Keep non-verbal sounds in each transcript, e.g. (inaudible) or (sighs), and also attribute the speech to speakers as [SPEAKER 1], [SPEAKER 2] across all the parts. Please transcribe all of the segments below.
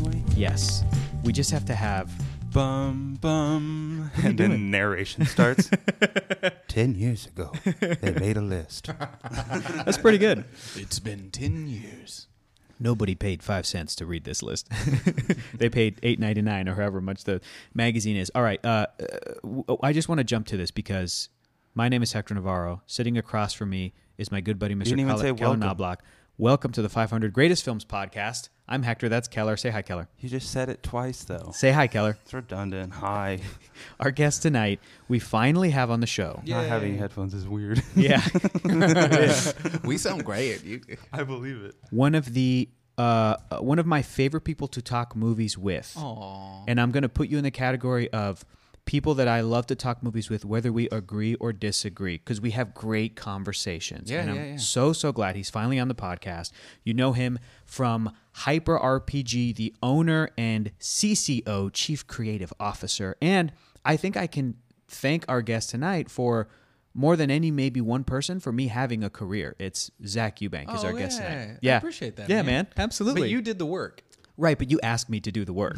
[SPEAKER 1] way?
[SPEAKER 2] Yes. We just have to have
[SPEAKER 1] Bum bum.
[SPEAKER 3] (laughs) and then narration (laughs) starts. Ten years ago, they made a list.
[SPEAKER 2] That's pretty good.
[SPEAKER 1] It's been ten years.
[SPEAKER 2] (laughs) Nobody paid 5 cents to read this list. (laughs) they paid 8.99 or however much the magazine is. All right, uh, uh, w- oh, I just want to jump to this because my name is Hector Navarro. Sitting across from me is my good buddy Mr.
[SPEAKER 3] didn't even
[SPEAKER 2] Keller,
[SPEAKER 3] say
[SPEAKER 2] Keller
[SPEAKER 3] welcome.
[SPEAKER 2] Knobloch. Welcome to the 500 Greatest Films podcast. I'm Hector, that's Keller. Say hi Keller.
[SPEAKER 3] You just said it twice though.
[SPEAKER 2] Say hi Keller.
[SPEAKER 3] It's redundant. Hi.
[SPEAKER 2] Our guest tonight, we finally have on the show.
[SPEAKER 3] Not having headphones is weird.
[SPEAKER 2] (laughs) Yeah.
[SPEAKER 1] We sound great. (laughs) You,
[SPEAKER 3] I believe it.
[SPEAKER 2] one of the uh, uh, one of my favorite people to talk movies with. And I'm going to put you in the category of people that I love to talk movies with, whether we agree or disagree, because we have great conversations.
[SPEAKER 1] Yeah,
[SPEAKER 2] and I'm
[SPEAKER 1] yeah, yeah.
[SPEAKER 2] so so glad he's finally on the podcast. You know him from Hyper RPG, the owner and CCO, Chief Creative Officer, and I think I can thank our guest tonight for. More than any, maybe one person for me having a career. It's Zach Eubank is
[SPEAKER 1] Oh,
[SPEAKER 2] our guest
[SPEAKER 1] yeah.
[SPEAKER 2] tonight.
[SPEAKER 1] I appreciate that,
[SPEAKER 2] Yeah,
[SPEAKER 1] man.
[SPEAKER 2] man, absolutely.
[SPEAKER 1] But you did the work,
[SPEAKER 2] Right, but you asked me to do the work.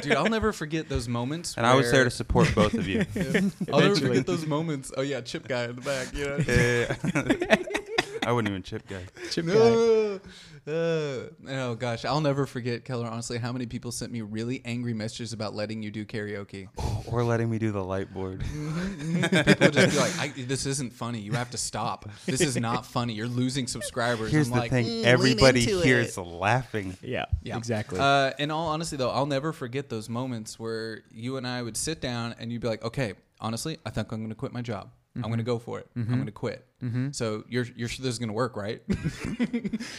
[SPEAKER 1] dude. I'll never forget those moments.
[SPEAKER 3] And I was there
[SPEAKER 1] where-
[SPEAKER 3] to support both of (laughs) you.
[SPEAKER 1] I'll never forget those moments. Oh yeah, chip guy in the back. You (laughs) know.
[SPEAKER 3] Eh, (laughs) I wouldn't even chip guy.
[SPEAKER 1] No. (laughs) Uh, oh gosh, I'll never forget Keller. Honestly, how many people sent me really angry messages about letting you do karaoke? (laughs)
[SPEAKER 3] Or letting me do the light board.
[SPEAKER 1] People would just be like, I, "This isn't funny. You have to stop. This is not funny. You're losing subscribers."
[SPEAKER 3] Here's
[SPEAKER 1] I'm
[SPEAKER 3] the
[SPEAKER 1] like,
[SPEAKER 3] thing everybody here is laughing.
[SPEAKER 2] (laughs) (laughs) yeah,
[SPEAKER 1] Yeah.
[SPEAKER 2] exactly.
[SPEAKER 1] Uh, in all honesty, though, I'll never forget those moments where you and I would sit down and you'd be like, "Okay, honestly, I think I'm going to quit my job. I'm
[SPEAKER 2] Mm-hmm.
[SPEAKER 1] going to go for it. I'm going to quit." So you're you're sure this is going to work, right? (laughs)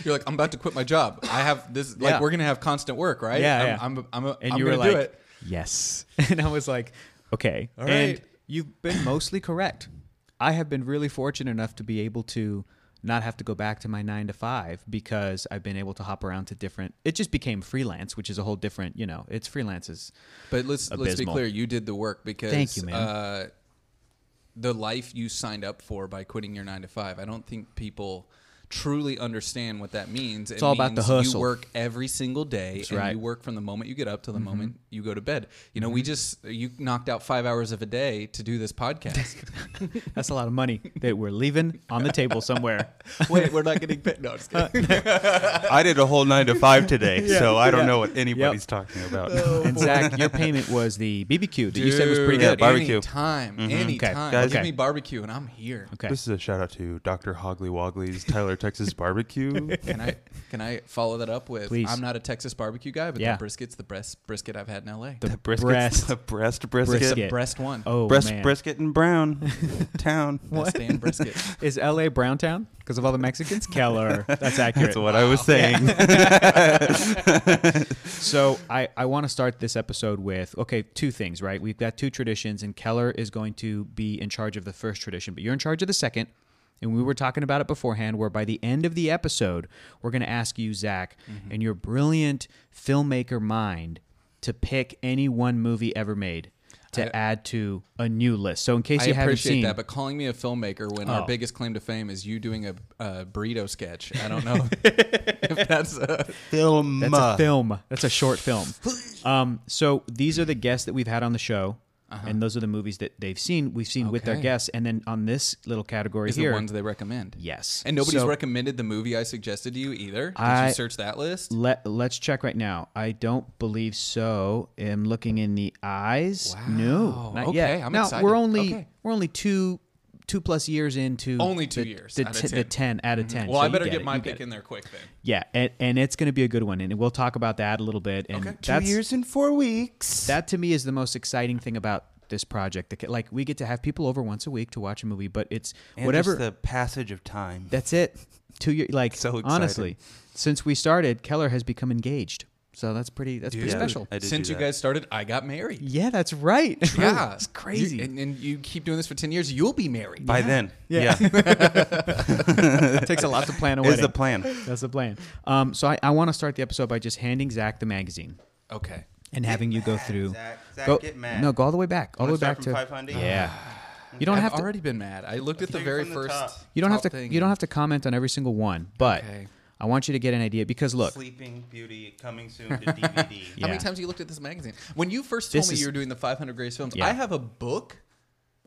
[SPEAKER 1] you're like, "I'm about to quit my job. I have this.
[SPEAKER 2] Yeah.
[SPEAKER 1] Like, we're going to have constant work, right?
[SPEAKER 2] Yeah,
[SPEAKER 1] I'm,
[SPEAKER 2] yeah.
[SPEAKER 1] I'm, I'm, I'm,
[SPEAKER 2] and
[SPEAKER 1] I'm
[SPEAKER 2] you were
[SPEAKER 1] going to
[SPEAKER 2] like,
[SPEAKER 1] do it."
[SPEAKER 2] yes. (laughs) And I was like, okay.
[SPEAKER 1] All
[SPEAKER 2] And
[SPEAKER 1] right.
[SPEAKER 2] you've been mostly correct. I have been really fortunate enough to be able to not have to go back to my nine to five because I've been able to hop around to different. It just became freelance, which is a whole different, you know, it's freelances.
[SPEAKER 1] But let's let's be
[SPEAKER 2] Abysmal.
[SPEAKER 1] clear. You did the work because
[SPEAKER 2] Thank you, man.
[SPEAKER 1] Uh, the life you signed up for by quitting your nine to five. I don't think people truly understand what that means. It's
[SPEAKER 2] all about the hustle.
[SPEAKER 1] You work every single day, and
[SPEAKER 2] right.
[SPEAKER 1] you work from the moment you get up to the moment you go to bed. You know, we just you knocked out five hours of a day to do this podcast.
[SPEAKER 2] That's a lot of money (laughs) that we're leaving on the table somewhere.
[SPEAKER 1] (laughs)
[SPEAKER 2] (laughs)
[SPEAKER 1] Wait, we're not getting paid. No, I'm just kidding.
[SPEAKER 3] I did a whole nine to five (laughs) today, so I don't know what anybody's
[SPEAKER 2] Yep.
[SPEAKER 3] talking about. (laughs)
[SPEAKER 2] And Zach, your payment was the BBQ that you said was pretty good.
[SPEAKER 1] Dude,
[SPEAKER 2] Mm-hmm.
[SPEAKER 3] Yeah, barbecue.
[SPEAKER 1] Anytime, anytime.
[SPEAKER 3] Guys-
[SPEAKER 1] Give
[SPEAKER 2] Okay.
[SPEAKER 1] me barbecue, and I'm here.
[SPEAKER 2] Okay.
[SPEAKER 3] This is a shout out to Dr. Hogley Wogley's Tyler Texas (laughs) Barbecue.
[SPEAKER 2] (laughs)
[SPEAKER 1] Can I can I follow that up with?
[SPEAKER 2] Please.
[SPEAKER 1] I'm not a Texas barbecue guy, but
[SPEAKER 2] Yeah.
[SPEAKER 1] the brisket's the best brisket I've had in L.A.
[SPEAKER 2] The
[SPEAKER 3] Brisket's
[SPEAKER 2] breast.
[SPEAKER 3] the (laughs) breast brisket.
[SPEAKER 2] Brisket.
[SPEAKER 1] breast one.
[SPEAKER 2] Oh,
[SPEAKER 3] Breast
[SPEAKER 2] man.
[SPEAKER 3] brisket
[SPEAKER 2] (laughs)
[SPEAKER 3] and brown town.
[SPEAKER 1] Best damn brisket.
[SPEAKER 2] Is LA Brown town because of all the Mexicans?
[SPEAKER 1] (laughs)
[SPEAKER 2] Keller. That's accurate.
[SPEAKER 3] That's what I was saying.
[SPEAKER 2] so I, I want to start this episode with okay, two things, right? We've got two traditions, and Keller is going to be in charge of the first tradition, but you're in charge of the second. And we were talking about it beforehand, where by the end of the episode, we're going to ask you, Zach,
[SPEAKER 1] Mm-hmm.
[SPEAKER 2] and your brilliant filmmaker mind to pick any one movie ever made to add to a new list. So in case
[SPEAKER 1] I
[SPEAKER 2] you haven't
[SPEAKER 1] appreciate
[SPEAKER 2] seen,
[SPEAKER 1] that, but calling me a filmmaker when
[SPEAKER 2] Oh.
[SPEAKER 1] our biggest claim to fame is you doing a, a burrito sketch, I
[SPEAKER 2] (laughs)
[SPEAKER 1] don't know (laughs) if that's uh, a,
[SPEAKER 3] (laughs) Film.
[SPEAKER 2] That's a film. That's a short
[SPEAKER 1] (laughs)
[SPEAKER 2] film. Um, so these are the guests that we've had on the show, and those are the movies that they've seen. We've seen with their
[SPEAKER 1] Uh-huh. Okay.
[SPEAKER 2] guests, and then on this little category
[SPEAKER 1] is
[SPEAKER 2] here,
[SPEAKER 1] the ones they recommend.
[SPEAKER 2] yes,
[SPEAKER 1] And nobody's
[SPEAKER 2] So
[SPEAKER 1] recommended the movie I suggested to you either. Did
[SPEAKER 2] I-
[SPEAKER 1] you search that list?
[SPEAKER 2] Let Let's check right now. I don't believe so. I'm looking in the eyes. No,
[SPEAKER 1] Wow.
[SPEAKER 2] not
[SPEAKER 1] Okay,
[SPEAKER 2] yet.
[SPEAKER 1] I'm
[SPEAKER 2] now
[SPEAKER 1] excited.
[SPEAKER 2] we're only
[SPEAKER 1] Okay.
[SPEAKER 2] we're only two two plus years into
[SPEAKER 1] Only two
[SPEAKER 2] the-
[SPEAKER 1] years
[SPEAKER 2] the,
[SPEAKER 1] out of Mm-hmm.
[SPEAKER 2] t- the ten out of ten.
[SPEAKER 1] Well,
[SPEAKER 2] So
[SPEAKER 1] I
[SPEAKER 2] you
[SPEAKER 1] better get,
[SPEAKER 2] it,
[SPEAKER 1] my
[SPEAKER 2] you
[SPEAKER 1] pick
[SPEAKER 2] it.
[SPEAKER 1] in there quick then.
[SPEAKER 2] Yeah, and, and it's going to be a good one, and we'll talk about that a little bit. And
[SPEAKER 1] Okay. Two
[SPEAKER 3] Two
[SPEAKER 2] that's,
[SPEAKER 3] years and four weeks.
[SPEAKER 2] that to me is the most exciting thing about this project. The ca- Like we get to have people over once a week to watch a movie, but it's
[SPEAKER 3] and
[SPEAKER 2] whatever.
[SPEAKER 3] Just the passage of time.
[SPEAKER 2] that's it. Two years. Like
[SPEAKER 3] So excited.
[SPEAKER 2] honestly, since we started, Keller has become engaged. So that's pretty. That's pretty
[SPEAKER 3] Yeah,
[SPEAKER 2] special.
[SPEAKER 3] I did
[SPEAKER 1] Since
[SPEAKER 3] do
[SPEAKER 1] you
[SPEAKER 3] that.
[SPEAKER 1] guys started, I got married.
[SPEAKER 2] Yeah, that's right. (laughs)
[SPEAKER 1] Yeah,
[SPEAKER 2] it's crazy.
[SPEAKER 1] You- and, and you keep doing this for ten years, you'll be married.
[SPEAKER 3] By then.
[SPEAKER 2] Yeah. (laughs)
[SPEAKER 3] Yeah.
[SPEAKER 2] it takes a lot to (laughs) plan a
[SPEAKER 3] is
[SPEAKER 2] wedding.
[SPEAKER 3] the plan.
[SPEAKER 2] that's the plan. Um, so I, I want to start the episode by just handing Zach the magazine
[SPEAKER 1] Okay.
[SPEAKER 2] and having you go through.
[SPEAKER 3] Zach. Zach,
[SPEAKER 2] go,
[SPEAKER 3] get mad.
[SPEAKER 2] No, go all the way back. All the way
[SPEAKER 3] Wanna start
[SPEAKER 2] back
[SPEAKER 3] from
[SPEAKER 2] to
[SPEAKER 3] 500? (sighs)
[SPEAKER 2] Yeah. You don't
[SPEAKER 1] I've
[SPEAKER 2] have to.
[SPEAKER 1] already been mad. I looked at the
[SPEAKER 3] Take it
[SPEAKER 1] very
[SPEAKER 3] from the
[SPEAKER 1] first.
[SPEAKER 3] top.
[SPEAKER 2] You don't have
[SPEAKER 1] top
[SPEAKER 2] to.
[SPEAKER 1] thing
[SPEAKER 2] You don't
[SPEAKER 1] and-
[SPEAKER 2] have to comment on every single one, but
[SPEAKER 1] Okay.
[SPEAKER 2] I want you to get an idea because look,
[SPEAKER 3] Sleeping Beauty coming soon to DVD. (laughs)
[SPEAKER 1] How many
[SPEAKER 2] Yeah.
[SPEAKER 1] times have you looked at this magazine? When you first told
[SPEAKER 2] This
[SPEAKER 1] me
[SPEAKER 2] is-
[SPEAKER 1] you were doing the 500 greatest films,
[SPEAKER 2] Yeah.
[SPEAKER 1] I have a book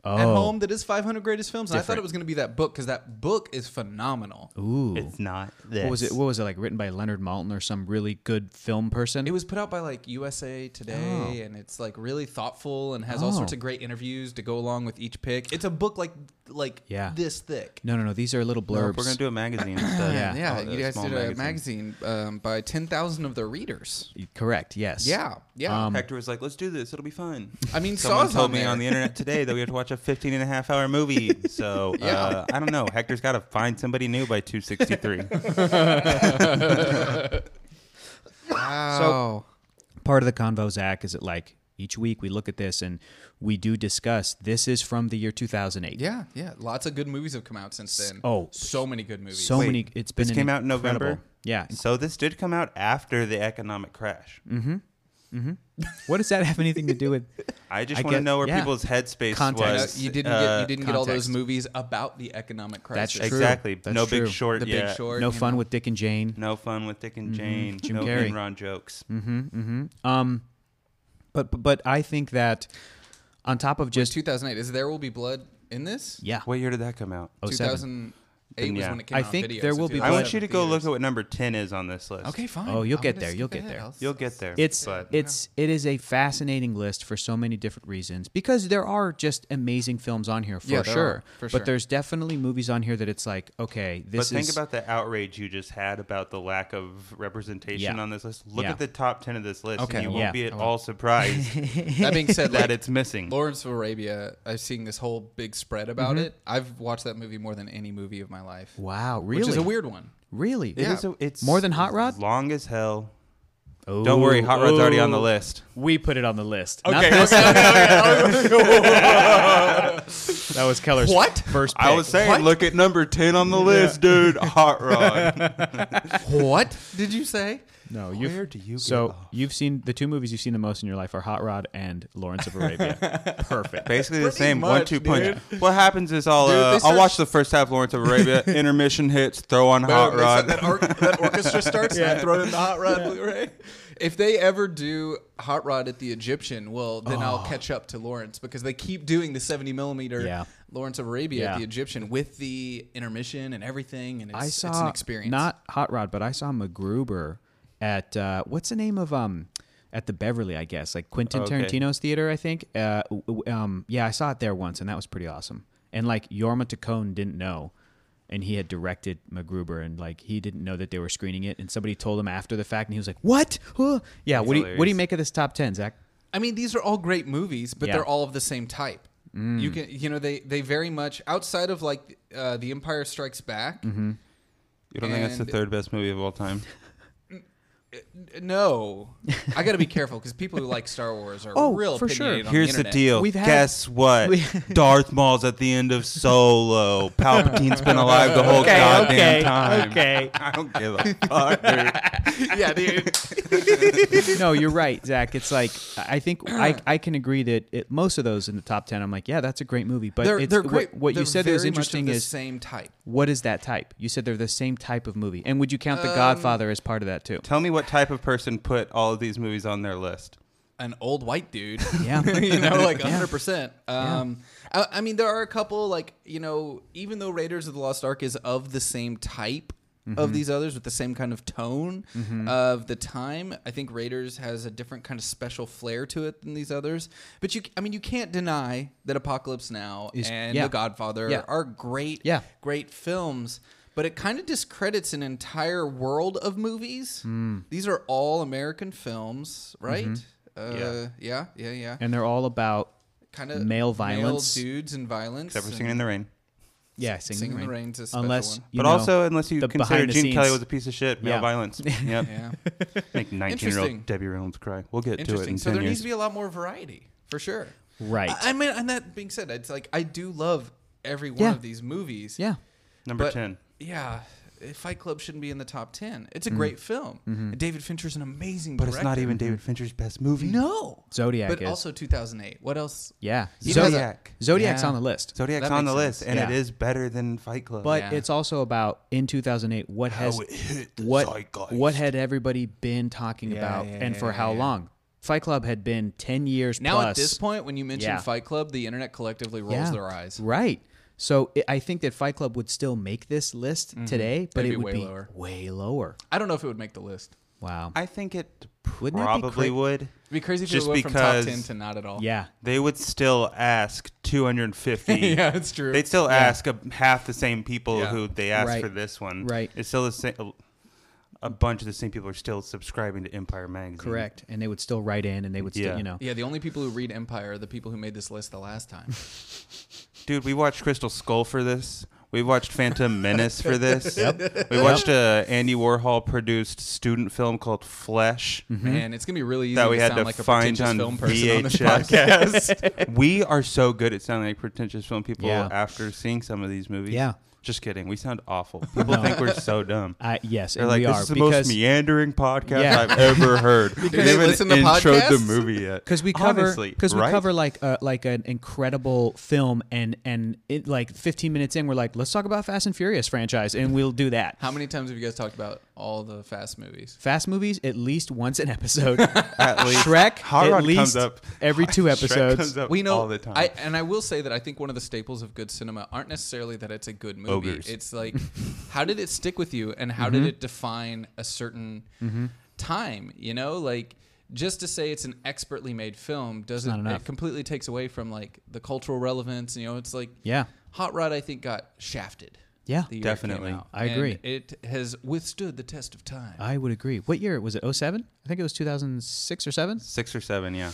[SPEAKER 2] oh,
[SPEAKER 1] at home that is 500 greatest films, and I thought
[SPEAKER 2] Different.
[SPEAKER 1] it was going to be that book because that book is phenomenal.
[SPEAKER 2] ooh,
[SPEAKER 3] It's not this.
[SPEAKER 2] what was it? What was it like? Written by Leonard Maltin or some really good film person?
[SPEAKER 1] It was put out by like USA Today,
[SPEAKER 2] Oh.
[SPEAKER 1] and it's like really thoughtful and has all sorts
[SPEAKER 2] Oh.
[SPEAKER 1] of great interviews to go along with each pick. It's a book like like
[SPEAKER 2] Yeah.
[SPEAKER 1] this thick.
[SPEAKER 2] no, no, no. These are little
[SPEAKER 3] No,
[SPEAKER 2] blurbs.
[SPEAKER 3] we're gonna do
[SPEAKER 2] (coughs)
[SPEAKER 3] a magazine instead.
[SPEAKER 2] Yeah.
[SPEAKER 1] Yeah,
[SPEAKER 3] Oh,
[SPEAKER 1] you guys
[SPEAKER 3] small
[SPEAKER 1] did a magazine um, by 10,000 of their readers.
[SPEAKER 2] Correct. Yes.
[SPEAKER 1] Yeah, yeah.
[SPEAKER 2] Um,
[SPEAKER 3] Hector was like, "Let's do this. It'll be fun."
[SPEAKER 2] (laughs)
[SPEAKER 1] I mean,
[SPEAKER 3] Someone
[SPEAKER 1] Saw's
[SPEAKER 3] told
[SPEAKER 1] on
[SPEAKER 3] me
[SPEAKER 1] there.
[SPEAKER 3] on the internet today that we have to watch a 15 and a half hour movie.
[SPEAKER 1] (laughs)
[SPEAKER 3] So uh, I don't know. Hector's got to find somebody new by
[SPEAKER 1] (laughs)
[SPEAKER 3] 263.
[SPEAKER 1] Wow.
[SPEAKER 2] part of the convo zach is that like each week we look at this and we do discuss this is from the year 2008
[SPEAKER 1] yeah, yeah. Lots of good movies have come out since then.
[SPEAKER 2] oh,
[SPEAKER 1] so many good movies.
[SPEAKER 2] so
[SPEAKER 3] Wait,
[SPEAKER 2] many it's been
[SPEAKER 3] this
[SPEAKER 2] an
[SPEAKER 3] came out in
[SPEAKER 2] incredible-
[SPEAKER 3] November?
[SPEAKER 2] yeah
[SPEAKER 3] so this did come out after the economic crash.
[SPEAKER 1] Mm.
[SPEAKER 2] what does that have anything to do
[SPEAKER 3] (laughs)
[SPEAKER 2] with
[SPEAKER 3] I just
[SPEAKER 2] I
[SPEAKER 3] want to
[SPEAKER 2] guess-
[SPEAKER 3] know where
[SPEAKER 2] yeah.
[SPEAKER 3] people's headspace
[SPEAKER 2] Context.
[SPEAKER 3] was.
[SPEAKER 1] Uh, you didn't
[SPEAKER 3] uh,
[SPEAKER 1] get you didn't get all those
[SPEAKER 2] context.
[SPEAKER 1] movies about the economic crisis.
[SPEAKER 2] That's true.
[SPEAKER 3] Exactly.
[SPEAKER 2] That's
[SPEAKER 3] no
[SPEAKER 2] true.
[SPEAKER 3] big short.
[SPEAKER 1] The Big
[SPEAKER 3] yet.
[SPEAKER 1] Short. Mm-hmm.
[SPEAKER 2] no
[SPEAKER 1] you
[SPEAKER 2] fun
[SPEAKER 1] know.
[SPEAKER 2] with dick and jane
[SPEAKER 3] No fun with Dick and Jane.
[SPEAKER 2] Jim
[SPEAKER 3] no
[SPEAKER 2] Carrey.
[SPEAKER 3] Enron jokes.
[SPEAKER 1] Mm.
[SPEAKER 2] um but but, but i think that on top of just
[SPEAKER 1] 2008 is there will be blood in this?
[SPEAKER 2] yeah
[SPEAKER 3] What year did that come out?
[SPEAKER 1] Oh,
[SPEAKER 2] 07.
[SPEAKER 1] 2008 was
[SPEAKER 3] Yeah.
[SPEAKER 1] when it came
[SPEAKER 2] I
[SPEAKER 1] out. on
[SPEAKER 2] think
[SPEAKER 1] video,
[SPEAKER 2] there
[SPEAKER 1] so
[SPEAKER 2] will
[SPEAKER 1] if
[SPEAKER 2] be
[SPEAKER 1] you
[SPEAKER 3] I
[SPEAKER 1] watch
[SPEAKER 2] blood.
[SPEAKER 1] it
[SPEAKER 3] want you
[SPEAKER 1] in
[SPEAKER 3] to go look
[SPEAKER 1] theaters-
[SPEAKER 3] at what number 10 is on this list.
[SPEAKER 1] Okay, fine.
[SPEAKER 2] Oh, you'll
[SPEAKER 1] I'm
[SPEAKER 2] get
[SPEAKER 1] gonna
[SPEAKER 2] there,
[SPEAKER 1] skip
[SPEAKER 2] you'll get
[SPEAKER 1] ahead.
[SPEAKER 2] there.
[SPEAKER 1] I'll-
[SPEAKER 3] You'll get there.
[SPEAKER 2] it's
[SPEAKER 3] but
[SPEAKER 2] it's it is a fascinating list for so many different reasons because there are just amazing films on here for
[SPEAKER 1] Yeah, there
[SPEAKER 2] sure
[SPEAKER 1] are,
[SPEAKER 2] but
[SPEAKER 1] for sure.
[SPEAKER 2] there's definitely movies on here that it's like okay
[SPEAKER 3] but
[SPEAKER 2] this
[SPEAKER 3] think
[SPEAKER 2] is
[SPEAKER 3] about the outrage you just had about the lack of representation
[SPEAKER 2] Yeah.
[SPEAKER 3] on this list. Look
[SPEAKER 2] Yeah.
[SPEAKER 3] at the top 10 of this list
[SPEAKER 1] Okay.
[SPEAKER 3] and you
[SPEAKER 2] Yeah.
[SPEAKER 3] won't be at all (laughs) surprised
[SPEAKER 2] (laughs)
[SPEAKER 1] That being said,
[SPEAKER 3] that
[SPEAKER 1] like,
[SPEAKER 3] it's missing.
[SPEAKER 1] Lawrence of Arabia. I've seen this whole big spread about
[SPEAKER 2] Mm-hmm.
[SPEAKER 1] it. I've watched that movie more than any movie of my life,
[SPEAKER 2] wow really
[SPEAKER 1] which is a weird one.
[SPEAKER 2] really
[SPEAKER 3] It is a- it's
[SPEAKER 2] More than Hot Rod?
[SPEAKER 3] Long as hell.
[SPEAKER 2] Oh,
[SPEAKER 3] Don't worry, Hot Rod's already on the
[SPEAKER 2] oh.
[SPEAKER 3] list.
[SPEAKER 2] We put it on the list. Okay.
[SPEAKER 3] (laughs)
[SPEAKER 2] that was Keller's
[SPEAKER 1] What?
[SPEAKER 2] first pick.
[SPEAKER 3] I was saying, look at number 10 on the list, dude. Hot
[SPEAKER 1] (laughs)
[SPEAKER 3] Rod.
[SPEAKER 1] what did you say?
[SPEAKER 2] no, you've,
[SPEAKER 3] Where do you
[SPEAKER 2] So
[SPEAKER 3] get off?
[SPEAKER 2] you've seen the two movies you've seen the most in your life are Hot Rod and Lawrence of Arabia. Perfect.
[SPEAKER 3] (laughs) Basically the
[SPEAKER 1] Pretty
[SPEAKER 3] same
[SPEAKER 1] much,
[SPEAKER 3] one-two punch.
[SPEAKER 1] dude.
[SPEAKER 3] What happens is I'll
[SPEAKER 1] Dude, they
[SPEAKER 3] uh, I'll
[SPEAKER 1] start-
[SPEAKER 3] watch the first half Lawrence of
[SPEAKER 1] (laughs)
[SPEAKER 3] Arabia, intermission hits, throw on Hot
[SPEAKER 1] Boom, they
[SPEAKER 3] Rod.
[SPEAKER 1] start- That, or- that orchestra starts and I throw it in the hot rod (laughs) Blu-ray. If they ever do hot rod at the Egyptian, well, then I'll catch up to Lawrence because they keep doing the 70 millimeter
[SPEAKER 2] Oh. Yeah.
[SPEAKER 1] Lawrence of Arabia
[SPEAKER 2] Yeah.
[SPEAKER 1] at the Egyptian with the intermission and everything, and it's,
[SPEAKER 2] I saw
[SPEAKER 1] it's an experience.
[SPEAKER 2] not Hot Rod, but I saw MacGruber at uh, what's the name of um at the Beverly, I guess, like Quentin
[SPEAKER 1] Oh,
[SPEAKER 3] Okay.
[SPEAKER 2] Tarantino's theater, I think. Uh, w- w- um, yeah, I saw it there once, and that was pretty awesome. And like Yorma Tacone didn't know, and he had directed MacGruber, and like he didn't know that they were screening it, and somebody told him after the fact, and he was like, "What? Huh?" Yeah. what do you, what do you
[SPEAKER 3] hilarious.
[SPEAKER 2] make of this top ten, Zach?
[SPEAKER 1] I mean, these are all great movies, but
[SPEAKER 2] Yeah. Mm.
[SPEAKER 1] they're all of the same type. You can, you know, they they very much outside of like uh, the Empire Strikes Back.
[SPEAKER 2] Mm-hmm.
[SPEAKER 3] You don't think that's the
[SPEAKER 1] And-
[SPEAKER 3] third best movie of all time?
[SPEAKER 1] No, I got to be careful because people who like Star Wars are
[SPEAKER 2] (laughs) Oh,
[SPEAKER 1] real
[SPEAKER 2] for sure.
[SPEAKER 1] opinionated on
[SPEAKER 3] Here's the,
[SPEAKER 1] internet.
[SPEAKER 3] deal.
[SPEAKER 2] We've had-
[SPEAKER 3] Guess what?
[SPEAKER 2] we-
[SPEAKER 3] Darth Maul's at the end of Solo. Palpatine's been alive the whole goddamn time.
[SPEAKER 2] okay.
[SPEAKER 3] (laughs) I don't give a fuck. dude.
[SPEAKER 1] (laughs) yeah, dude.
[SPEAKER 2] no, you're right, Zach. It's like I I think I, I can agree that it, most of those in the top ten, I'm like, yeah, that's a great movie. But
[SPEAKER 1] they're,
[SPEAKER 2] it's,
[SPEAKER 1] they're
[SPEAKER 2] what-
[SPEAKER 1] great.
[SPEAKER 2] What,
[SPEAKER 1] They're
[SPEAKER 2] you said that was
[SPEAKER 1] very much of
[SPEAKER 2] interesting
[SPEAKER 1] the
[SPEAKER 2] is
[SPEAKER 1] same type.
[SPEAKER 2] what is that type? You said they're the same type of movie, and would you count The
[SPEAKER 1] Um,
[SPEAKER 2] Godfather as part of that too?
[SPEAKER 3] Tell me what type of person put all of these movies on their list.
[SPEAKER 1] An old white dude.
[SPEAKER 2] (laughs) Yeah.
[SPEAKER 1] (laughs) you know, like 100%. Um, I, I mean, there are a couple, like, you know, even though Raiders of the Lost Ark is of the same type
[SPEAKER 2] Mm-hmm.
[SPEAKER 1] of these others with the same kind of tone of the time, I think Raiders has a different kind of special flair to it than these others. But you, I mean, you can't deny that Apocalypse Now
[SPEAKER 2] Is-
[SPEAKER 1] and
[SPEAKER 2] yeah.
[SPEAKER 1] The Godfather
[SPEAKER 2] Yeah.
[SPEAKER 1] are great,
[SPEAKER 2] Yeah.
[SPEAKER 1] great films. But it kind of discredits an entire world of movies.
[SPEAKER 2] Hmm.
[SPEAKER 1] These are all American films, right? Uh, yeah, yeah, yeah.
[SPEAKER 2] Mm-hmm. And they're all about
[SPEAKER 1] Kind of
[SPEAKER 2] male violence.
[SPEAKER 1] dudes, and violence.
[SPEAKER 3] Except for
[SPEAKER 1] and
[SPEAKER 3] Singing in the Rain.
[SPEAKER 2] yeah, singing,
[SPEAKER 1] Singing in the Rain's a special
[SPEAKER 2] unless
[SPEAKER 1] one.
[SPEAKER 2] (laughs) you
[SPEAKER 3] But
[SPEAKER 2] know,
[SPEAKER 3] also, unless you
[SPEAKER 2] the
[SPEAKER 3] consider
[SPEAKER 2] behind the
[SPEAKER 3] Gene Kelly
[SPEAKER 2] scenes-
[SPEAKER 3] was a piece of shit, male
[SPEAKER 2] Yeah.
[SPEAKER 3] violence. Yep.
[SPEAKER 1] Yeah,
[SPEAKER 3] Make 19 year
[SPEAKER 1] Interesting.
[SPEAKER 3] old Debbie Reynolds cry. We'll get to it
[SPEAKER 1] interesting.
[SPEAKER 3] in
[SPEAKER 1] So
[SPEAKER 3] 10
[SPEAKER 1] there
[SPEAKER 3] years.
[SPEAKER 1] needs to be a lot more variety for sure.
[SPEAKER 2] Right.
[SPEAKER 1] I, I mean, and that being said, it's like I do love every one
[SPEAKER 2] Yeah.
[SPEAKER 1] of these movies.
[SPEAKER 2] yeah,
[SPEAKER 3] Number
[SPEAKER 1] but-
[SPEAKER 3] 10.
[SPEAKER 1] Yeah. Fight Club shouldn't be in the top ten. It's a
[SPEAKER 2] Mm-hmm.
[SPEAKER 1] great film. And David Fincher's an amazing
[SPEAKER 3] But
[SPEAKER 1] director.
[SPEAKER 3] it's not even David Fincher's best movie.
[SPEAKER 1] No.
[SPEAKER 2] Zodiac
[SPEAKER 1] But
[SPEAKER 2] is.
[SPEAKER 1] also 2008. What else?
[SPEAKER 2] yeah.
[SPEAKER 3] He
[SPEAKER 2] Zodiac.
[SPEAKER 3] does that.
[SPEAKER 2] Zodiac's
[SPEAKER 1] Yeah.
[SPEAKER 2] on the list.
[SPEAKER 3] Zodiac's
[SPEAKER 1] That
[SPEAKER 3] on
[SPEAKER 1] makes
[SPEAKER 3] the list,
[SPEAKER 1] sense.
[SPEAKER 3] and it
[SPEAKER 2] Yeah.
[SPEAKER 3] is better than Fight Club.
[SPEAKER 2] But
[SPEAKER 1] Yeah.
[SPEAKER 2] it's also about in 2008 what
[SPEAKER 1] Oh,
[SPEAKER 2] has
[SPEAKER 3] it hit the
[SPEAKER 2] what
[SPEAKER 3] zeitgeist.
[SPEAKER 2] what had everybody been talking
[SPEAKER 1] Yeah,
[SPEAKER 2] about
[SPEAKER 1] yeah,
[SPEAKER 2] and
[SPEAKER 1] yeah,
[SPEAKER 2] for
[SPEAKER 1] yeah,
[SPEAKER 2] how
[SPEAKER 1] yeah.
[SPEAKER 2] long? Fight Club had been 10 years
[SPEAKER 1] Now
[SPEAKER 2] plus.
[SPEAKER 1] at this point, when you mention
[SPEAKER 2] Yeah.
[SPEAKER 1] Fight Club, the internet collectively rolls
[SPEAKER 2] Yeah.
[SPEAKER 1] their eyes.
[SPEAKER 2] Right. So i I think that Fight Club would still make this list today, but
[SPEAKER 1] It'd
[SPEAKER 2] it would
[SPEAKER 1] Mm-hmm. be way
[SPEAKER 2] be
[SPEAKER 1] lower.
[SPEAKER 2] way lower.
[SPEAKER 1] I don't know if it would make the list.
[SPEAKER 2] Wow.
[SPEAKER 3] I think it
[SPEAKER 2] Wouldn't that be
[SPEAKER 3] probably
[SPEAKER 2] cra-
[SPEAKER 3] would.
[SPEAKER 1] It'd be crazy if
[SPEAKER 3] Just
[SPEAKER 1] it went
[SPEAKER 3] because-
[SPEAKER 1] from top ten to not at all.
[SPEAKER 2] yeah.
[SPEAKER 3] They would still ask 250.
[SPEAKER 1] (laughs) yeah, it's true.
[SPEAKER 3] They'd still ask a, half the same people
[SPEAKER 1] Yeah.
[SPEAKER 3] who they asked
[SPEAKER 2] Right.
[SPEAKER 3] for this one.
[SPEAKER 2] Right.
[SPEAKER 3] It's still the same. A, a bunch of the same people are still subscribing to Empire magazine.
[SPEAKER 2] Correct. And they would still write in and they would still,
[SPEAKER 3] Yeah.
[SPEAKER 2] you know.
[SPEAKER 1] yeah, the only people who read Empire are the people who made this list the
[SPEAKER 2] (laughs)
[SPEAKER 1] last time.
[SPEAKER 3] Dude, we watched Crystal Skull for this. We watched
[SPEAKER 1] (laughs)
[SPEAKER 3] Phantom Menace for this. Yep. We watched a Andy Warhol produced student film called Flesh
[SPEAKER 1] Man, it's Mm-hmm. gonna be really easy
[SPEAKER 3] that we
[SPEAKER 1] to
[SPEAKER 3] had
[SPEAKER 1] sound
[SPEAKER 3] to
[SPEAKER 1] like a
[SPEAKER 3] find
[SPEAKER 1] pretentious
[SPEAKER 3] on
[SPEAKER 1] film person on this podcast. (laughs)
[SPEAKER 3] VHS. (laughs) we are so good at sounding like pretentious film people
[SPEAKER 2] Yeah.
[SPEAKER 3] after seeing some of these movies.
[SPEAKER 2] Yeah.
[SPEAKER 3] Just kidding. We sound
[SPEAKER 1] (laughs)
[SPEAKER 3] awful. People think we're so dumb.
[SPEAKER 2] I, yes,
[SPEAKER 3] They're
[SPEAKER 2] and
[SPEAKER 3] like,
[SPEAKER 2] we
[SPEAKER 3] this
[SPEAKER 2] are
[SPEAKER 3] is the
[SPEAKER 2] because
[SPEAKER 3] most meandering podcast
[SPEAKER 2] Yeah. (laughs)
[SPEAKER 3] I've ever heard.
[SPEAKER 1] they listen to
[SPEAKER 3] introed the
[SPEAKER 1] podcasts?
[SPEAKER 3] movie yet.
[SPEAKER 2] because we cover
[SPEAKER 3] Honestly,
[SPEAKER 2] because we
[SPEAKER 3] right?
[SPEAKER 2] cover like uh, like an incredible film and and it, like 15 minutes in we're like let's talk about Fast and Furious franchise and we'll do that.
[SPEAKER 1] How many times have you guys talked about all the fast movies?
[SPEAKER 2] Fast movies at least once an episode.
[SPEAKER 3] (laughs) At least.
[SPEAKER 2] Shrek
[SPEAKER 3] Hot Rod
[SPEAKER 2] at least
[SPEAKER 3] comes up. (laughs)
[SPEAKER 2] every two
[SPEAKER 3] Shrek
[SPEAKER 2] episodes. (laughs)
[SPEAKER 3] comes up
[SPEAKER 1] We know
[SPEAKER 3] all the time.
[SPEAKER 1] I, and I will say that I think one of the staples of good cinema aren't necessarily that it's a good movie.
[SPEAKER 3] Ogres.
[SPEAKER 2] (laughs)
[SPEAKER 1] It's like, how did it stick with you, and how
[SPEAKER 2] Mm-hmm.
[SPEAKER 1] did it define a certain time? You know, like just to say it's an expertly made film
[SPEAKER 2] not
[SPEAKER 1] doesn't
[SPEAKER 2] enough.
[SPEAKER 1] it completely takes away from like the cultural relevance. You know, it's like
[SPEAKER 2] Yeah.
[SPEAKER 1] Hot Rod I think got shafted.
[SPEAKER 2] Yeah.
[SPEAKER 1] the year it
[SPEAKER 3] Definitely.
[SPEAKER 1] came out.
[SPEAKER 2] I
[SPEAKER 1] And
[SPEAKER 2] agree. Uh,
[SPEAKER 1] it has withstood the test of time.
[SPEAKER 2] I would agree. What year was it? 07? I think it was 2006 or 7.
[SPEAKER 3] Six or seven, yeah.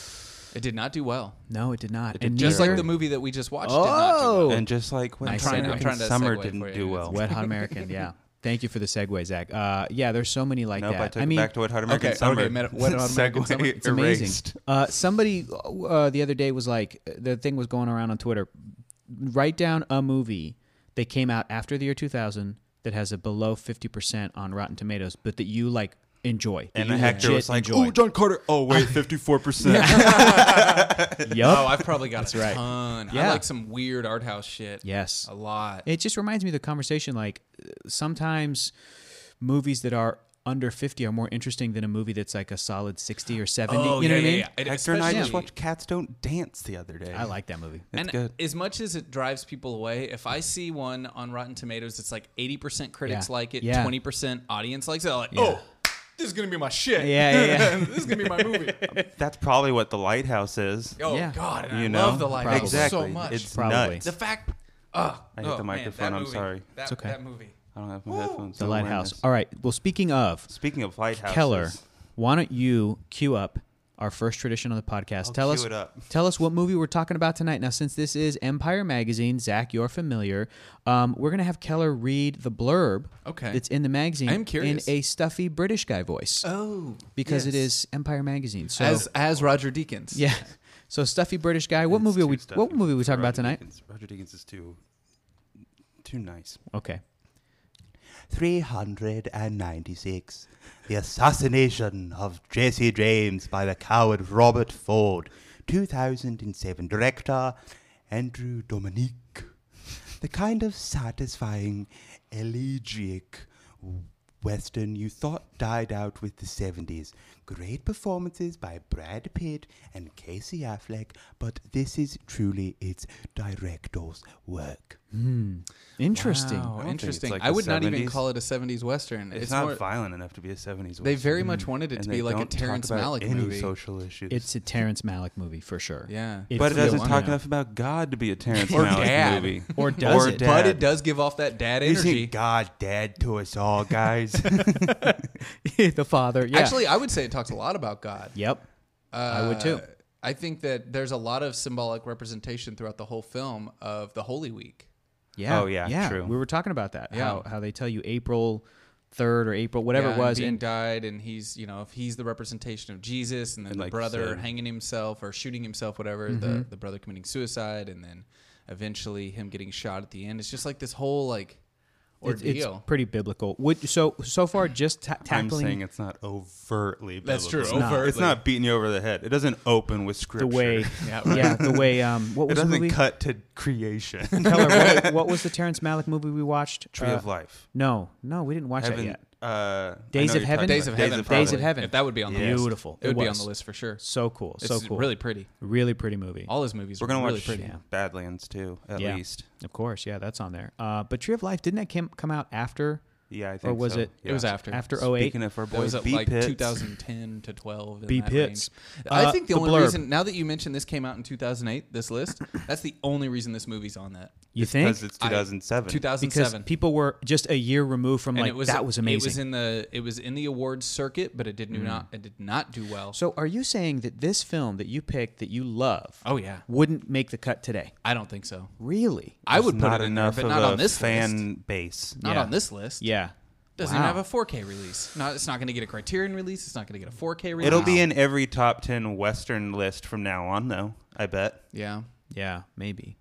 [SPEAKER 1] It did not do well.
[SPEAKER 2] No, it did not.
[SPEAKER 3] did
[SPEAKER 2] and
[SPEAKER 1] Just
[SPEAKER 2] neither-
[SPEAKER 1] like the movie that we just watched. did not do well.
[SPEAKER 2] Oh.
[SPEAKER 3] And just like when
[SPEAKER 2] I'm trying-
[SPEAKER 3] Trying to
[SPEAKER 2] I'm trying
[SPEAKER 1] to
[SPEAKER 3] Summer
[SPEAKER 1] segue for
[SPEAKER 3] didn't
[SPEAKER 1] you.
[SPEAKER 3] do well.
[SPEAKER 2] Wet Hot American, yeah. Thank you for the segue, Zach. Uh, yeah, there's so many like
[SPEAKER 3] Nope,
[SPEAKER 2] that.
[SPEAKER 3] I took
[SPEAKER 2] mean,
[SPEAKER 3] it back to Wet Hot American
[SPEAKER 1] okay,
[SPEAKER 3] Summer.
[SPEAKER 1] okay, Meta- Wet
[SPEAKER 3] (laughs)
[SPEAKER 1] Hot American
[SPEAKER 3] Segue
[SPEAKER 1] Summer.
[SPEAKER 2] it's amazing.
[SPEAKER 3] erased.
[SPEAKER 2] Uh, somebody uh, the other day was like, the thing was going around on Twitter. Write down a movie that came out after the year 2000 that has a below 50% on Rotten Tomatoes, but that you like enjoy. that
[SPEAKER 3] And
[SPEAKER 2] you
[SPEAKER 3] the Hector
[SPEAKER 2] legit
[SPEAKER 3] was like,
[SPEAKER 2] enjoy.
[SPEAKER 3] "Oh, John Carter. Oh, wait, fifty-four (laughs) percent."
[SPEAKER 2] Yup.
[SPEAKER 1] Oh, I've probably got a
[SPEAKER 2] right.
[SPEAKER 1] ton. I
[SPEAKER 2] Yeah.
[SPEAKER 1] like some weird art house shit.
[SPEAKER 2] Yes.
[SPEAKER 1] A lot.
[SPEAKER 2] It just reminds me of the conversation. Like uh, sometimes movies that are under 50 are more interesting than a movie that's like a solid 60 or 70.
[SPEAKER 1] Oh,
[SPEAKER 2] you know what I mean?
[SPEAKER 3] Hector and I just
[SPEAKER 1] especially-
[SPEAKER 3] watched Cats Don't Dance the other day.
[SPEAKER 2] I like that movie.
[SPEAKER 3] It's
[SPEAKER 1] and
[SPEAKER 3] good.
[SPEAKER 1] as much as it drives people away, if I see one on Rotten Tomatoes, it's like 80% critics
[SPEAKER 2] Yeah.
[SPEAKER 1] like it,
[SPEAKER 2] Yeah.
[SPEAKER 1] 20% audience likes it. I'm like, oh, this is going to be my shit.
[SPEAKER 2] Yeah, yeah, yeah.
[SPEAKER 1] (laughs) this is going to be my
[SPEAKER 2] (laughs)
[SPEAKER 1] movie.
[SPEAKER 3] That's probably what the Lighthouse is.
[SPEAKER 1] Oh,
[SPEAKER 2] Yeah.
[SPEAKER 1] God. And
[SPEAKER 3] you
[SPEAKER 1] I
[SPEAKER 3] know,
[SPEAKER 1] love the lighthouse
[SPEAKER 3] exactly.
[SPEAKER 1] so much.
[SPEAKER 3] It's
[SPEAKER 2] Probably.
[SPEAKER 3] nuts.
[SPEAKER 1] the fact. Uh,
[SPEAKER 3] I hit the microphone, I'm sorry.
[SPEAKER 1] That,
[SPEAKER 2] It's okay.
[SPEAKER 1] That movie.
[SPEAKER 3] I don't have my headphones.
[SPEAKER 2] The
[SPEAKER 3] so
[SPEAKER 2] Lighthouse.
[SPEAKER 3] awareness.
[SPEAKER 2] All right. Well, speaking of
[SPEAKER 3] Speaking of lighthouses,
[SPEAKER 2] Keller, why don't you cue up our first tradition on the podcast?
[SPEAKER 3] I'll
[SPEAKER 2] tell
[SPEAKER 3] cue
[SPEAKER 2] us
[SPEAKER 3] it up.
[SPEAKER 2] tell us what movie we're talking about tonight. Now, since this is Empire Magazine, Zach, you're familiar. Um, we're gonna have Keller read the blurb.
[SPEAKER 1] Okay.
[SPEAKER 2] It's in the magazine.
[SPEAKER 1] I am curious.
[SPEAKER 2] in a stuffy British guy voice.
[SPEAKER 1] Oh.
[SPEAKER 2] because it is Empire Magazine. So
[SPEAKER 1] As, as Roger Deakins.
[SPEAKER 2] (laughs) yeah, so stuffy British guy. What
[SPEAKER 3] It's
[SPEAKER 2] movie are
[SPEAKER 3] too
[SPEAKER 2] we?
[SPEAKER 3] stuffy
[SPEAKER 2] What movie are we
[SPEAKER 3] for
[SPEAKER 2] talking about
[SPEAKER 3] Roger
[SPEAKER 2] tonight?
[SPEAKER 3] Deakins. Roger Deakins is too, too nice.
[SPEAKER 2] Okay.
[SPEAKER 4] 396 The Assassination of Jesse James by the Coward Robert Ford. 2007 Director Andrew Dominique. The kind of satisfying, elegiac Western you thought died out with the 70s. Great performances by Brad Pitt and Casey Affleck, but this is truly its director's work.
[SPEAKER 2] Interesting.
[SPEAKER 1] Wow,
[SPEAKER 3] think it's
[SPEAKER 1] interesting.
[SPEAKER 3] like
[SPEAKER 1] I
[SPEAKER 3] the
[SPEAKER 1] would not even
[SPEAKER 3] 70s.
[SPEAKER 1] call it a 70s Western.
[SPEAKER 3] It's,
[SPEAKER 1] It's,
[SPEAKER 3] not
[SPEAKER 1] more,
[SPEAKER 3] violent enough to be a '70s.
[SPEAKER 1] they
[SPEAKER 3] western.
[SPEAKER 1] very much wanted it to
[SPEAKER 3] And
[SPEAKER 1] be
[SPEAKER 3] they
[SPEAKER 1] like a
[SPEAKER 3] don't talk
[SPEAKER 1] Terrence
[SPEAKER 3] about
[SPEAKER 1] Malick
[SPEAKER 3] any
[SPEAKER 1] movie.
[SPEAKER 3] social issues.
[SPEAKER 2] It's a Terrence Malick movie for sure.
[SPEAKER 1] Yeah.
[SPEAKER 3] but it doesn't
[SPEAKER 2] real.
[SPEAKER 3] talk enough about God to be a
[SPEAKER 2] (laughs)
[SPEAKER 3] Terrence
[SPEAKER 1] Or
[SPEAKER 3] Malick
[SPEAKER 1] dad.
[SPEAKER 3] movie.
[SPEAKER 2] Or does it?
[SPEAKER 1] But it does give off that dad energy.
[SPEAKER 4] Isn't God dead to us all,
[SPEAKER 2] (laughs)
[SPEAKER 4] guys?
[SPEAKER 2] the father. Yeah.
[SPEAKER 1] Actually, I would say it talks a lot about God.
[SPEAKER 2] Yep. I would too.
[SPEAKER 1] Uh, I think that there's a lot of symbolic representation throughout the whole film of the Holy Week.
[SPEAKER 2] Yeah.
[SPEAKER 3] Oh, yeah, true.
[SPEAKER 2] We were talking about that.
[SPEAKER 1] Yeah.
[SPEAKER 2] How how they tell you April third or April whatever
[SPEAKER 1] Yeah,
[SPEAKER 2] it was,
[SPEAKER 1] and, being
[SPEAKER 2] and
[SPEAKER 1] died, and he's you know if he's the representation of Jesus, and then
[SPEAKER 3] And
[SPEAKER 1] the
[SPEAKER 3] like
[SPEAKER 1] brother
[SPEAKER 3] said-
[SPEAKER 1] hanging himself or shooting himself, whatever.
[SPEAKER 2] Mm-hmm.
[SPEAKER 1] The the brother committing suicide, and then eventually him getting shot at the end. It's just like this whole like
[SPEAKER 2] It's, it's
[SPEAKER 1] ordeal.
[SPEAKER 2] pretty biblical. Would so so far just ta-
[SPEAKER 3] I'm saying
[SPEAKER 2] tackling
[SPEAKER 3] it's not overtly.
[SPEAKER 1] That's
[SPEAKER 3] biblical.
[SPEAKER 1] true,
[SPEAKER 3] It's not, it's
[SPEAKER 1] overtly.
[SPEAKER 3] not beating you over the head. It doesn't open with scripture.
[SPEAKER 2] the way
[SPEAKER 3] (laughs)
[SPEAKER 1] Yeah,
[SPEAKER 2] (laughs) yeah, the way um what
[SPEAKER 3] It
[SPEAKER 2] was the
[SPEAKER 3] doesn't
[SPEAKER 2] movie?
[SPEAKER 3] cut to creation.
[SPEAKER 2] (laughs) Keller,
[SPEAKER 3] (laughs)
[SPEAKER 2] what, what was the Terrence Malick movie we watched?
[SPEAKER 3] Tree
[SPEAKER 2] Uh,
[SPEAKER 3] of Life.
[SPEAKER 2] No, no, we didn't watch
[SPEAKER 3] Heaven.
[SPEAKER 2] that yet.
[SPEAKER 3] Uh, I
[SPEAKER 2] Days
[SPEAKER 3] know
[SPEAKER 2] of
[SPEAKER 3] you're
[SPEAKER 2] Heaven?
[SPEAKER 3] talking
[SPEAKER 1] Days
[SPEAKER 3] about
[SPEAKER 1] of Heaven.
[SPEAKER 2] Days of
[SPEAKER 1] probably.
[SPEAKER 2] Heaven.
[SPEAKER 1] If that would be on the list,
[SPEAKER 2] Beautiful.
[SPEAKER 1] It would be on
[SPEAKER 2] was.
[SPEAKER 1] the list for sure.
[SPEAKER 2] So cool.
[SPEAKER 1] It's
[SPEAKER 2] so cool.
[SPEAKER 1] really pretty.
[SPEAKER 2] really pretty movie.
[SPEAKER 1] All his movies
[SPEAKER 3] We're gonna
[SPEAKER 1] are really
[SPEAKER 3] watch
[SPEAKER 1] pretty.
[SPEAKER 2] yeah.
[SPEAKER 3] Badlands too, at
[SPEAKER 2] Yeah.
[SPEAKER 3] least.
[SPEAKER 2] Of course, yeah, that's on there. Uh, but Tree of Life didn't that came, come out after
[SPEAKER 3] Yeah, I think.
[SPEAKER 2] or was
[SPEAKER 3] so.
[SPEAKER 2] it
[SPEAKER 1] It was
[SPEAKER 3] Yeah.
[SPEAKER 1] after
[SPEAKER 2] after
[SPEAKER 1] It
[SPEAKER 2] 08?
[SPEAKER 3] Speaking of our
[SPEAKER 1] That was
[SPEAKER 3] boys,
[SPEAKER 1] at,
[SPEAKER 3] B
[SPEAKER 1] like
[SPEAKER 3] Pitts.
[SPEAKER 1] 2010 to 12. in
[SPEAKER 2] B
[SPEAKER 1] that
[SPEAKER 2] Pitts.
[SPEAKER 1] range.
[SPEAKER 2] Uh,
[SPEAKER 1] I think the,
[SPEAKER 2] the
[SPEAKER 1] only
[SPEAKER 2] blurb.
[SPEAKER 1] reason now that you mentioned this came out in 2008, this list, that's the only reason this movie's on that.
[SPEAKER 2] you think?
[SPEAKER 3] because it's
[SPEAKER 1] I-
[SPEAKER 3] 2007.
[SPEAKER 2] Because
[SPEAKER 1] 2007.
[SPEAKER 2] people were just a year removed from
[SPEAKER 1] and
[SPEAKER 2] like
[SPEAKER 1] it was
[SPEAKER 2] that was
[SPEAKER 1] It was
[SPEAKER 2] amazing. Mm.
[SPEAKER 1] in the it was in the awards circuit, but it did not it did not do well.
[SPEAKER 2] so are you saying that this film that you picked that you love
[SPEAKER 1] oh yeah,
[SPEAKER 2] wouldn't make the cut today?
[SPEAKER 1] I don't think so.
[SPEAKER 2] Really?
[SPEAKER 1] I would put
[SPEAKER 3] not
[SPEAKER 1] it in there,
[SPEAKER 3] enough
[SPEAKER 1] but
[SPEAKER 3] of
[SPEAKER 1] not
[SPEAKER 3] a
[SPEAKER 1] on this list.
[SPEAKER 3] fan base.
[SPEAKER 1] Not
[SPEAKER 2] Yeah.
[SPEAKER 1] on this list.
[SPEAKER 2] Yeah.
[SPEAKER 1] Doesn't
[SPEAKER 2] Wow.
[SPEAKER 1] even have a 4K release. Not, it's not going to get a Criterion release. It's not going to get a 4K release.
[SPEAKER 3] It'll be in every top 10 Western list from now on, though. I bet.
[SPEAKER 1] Yeah.
[SPEAKER 2] Yeah, maybe.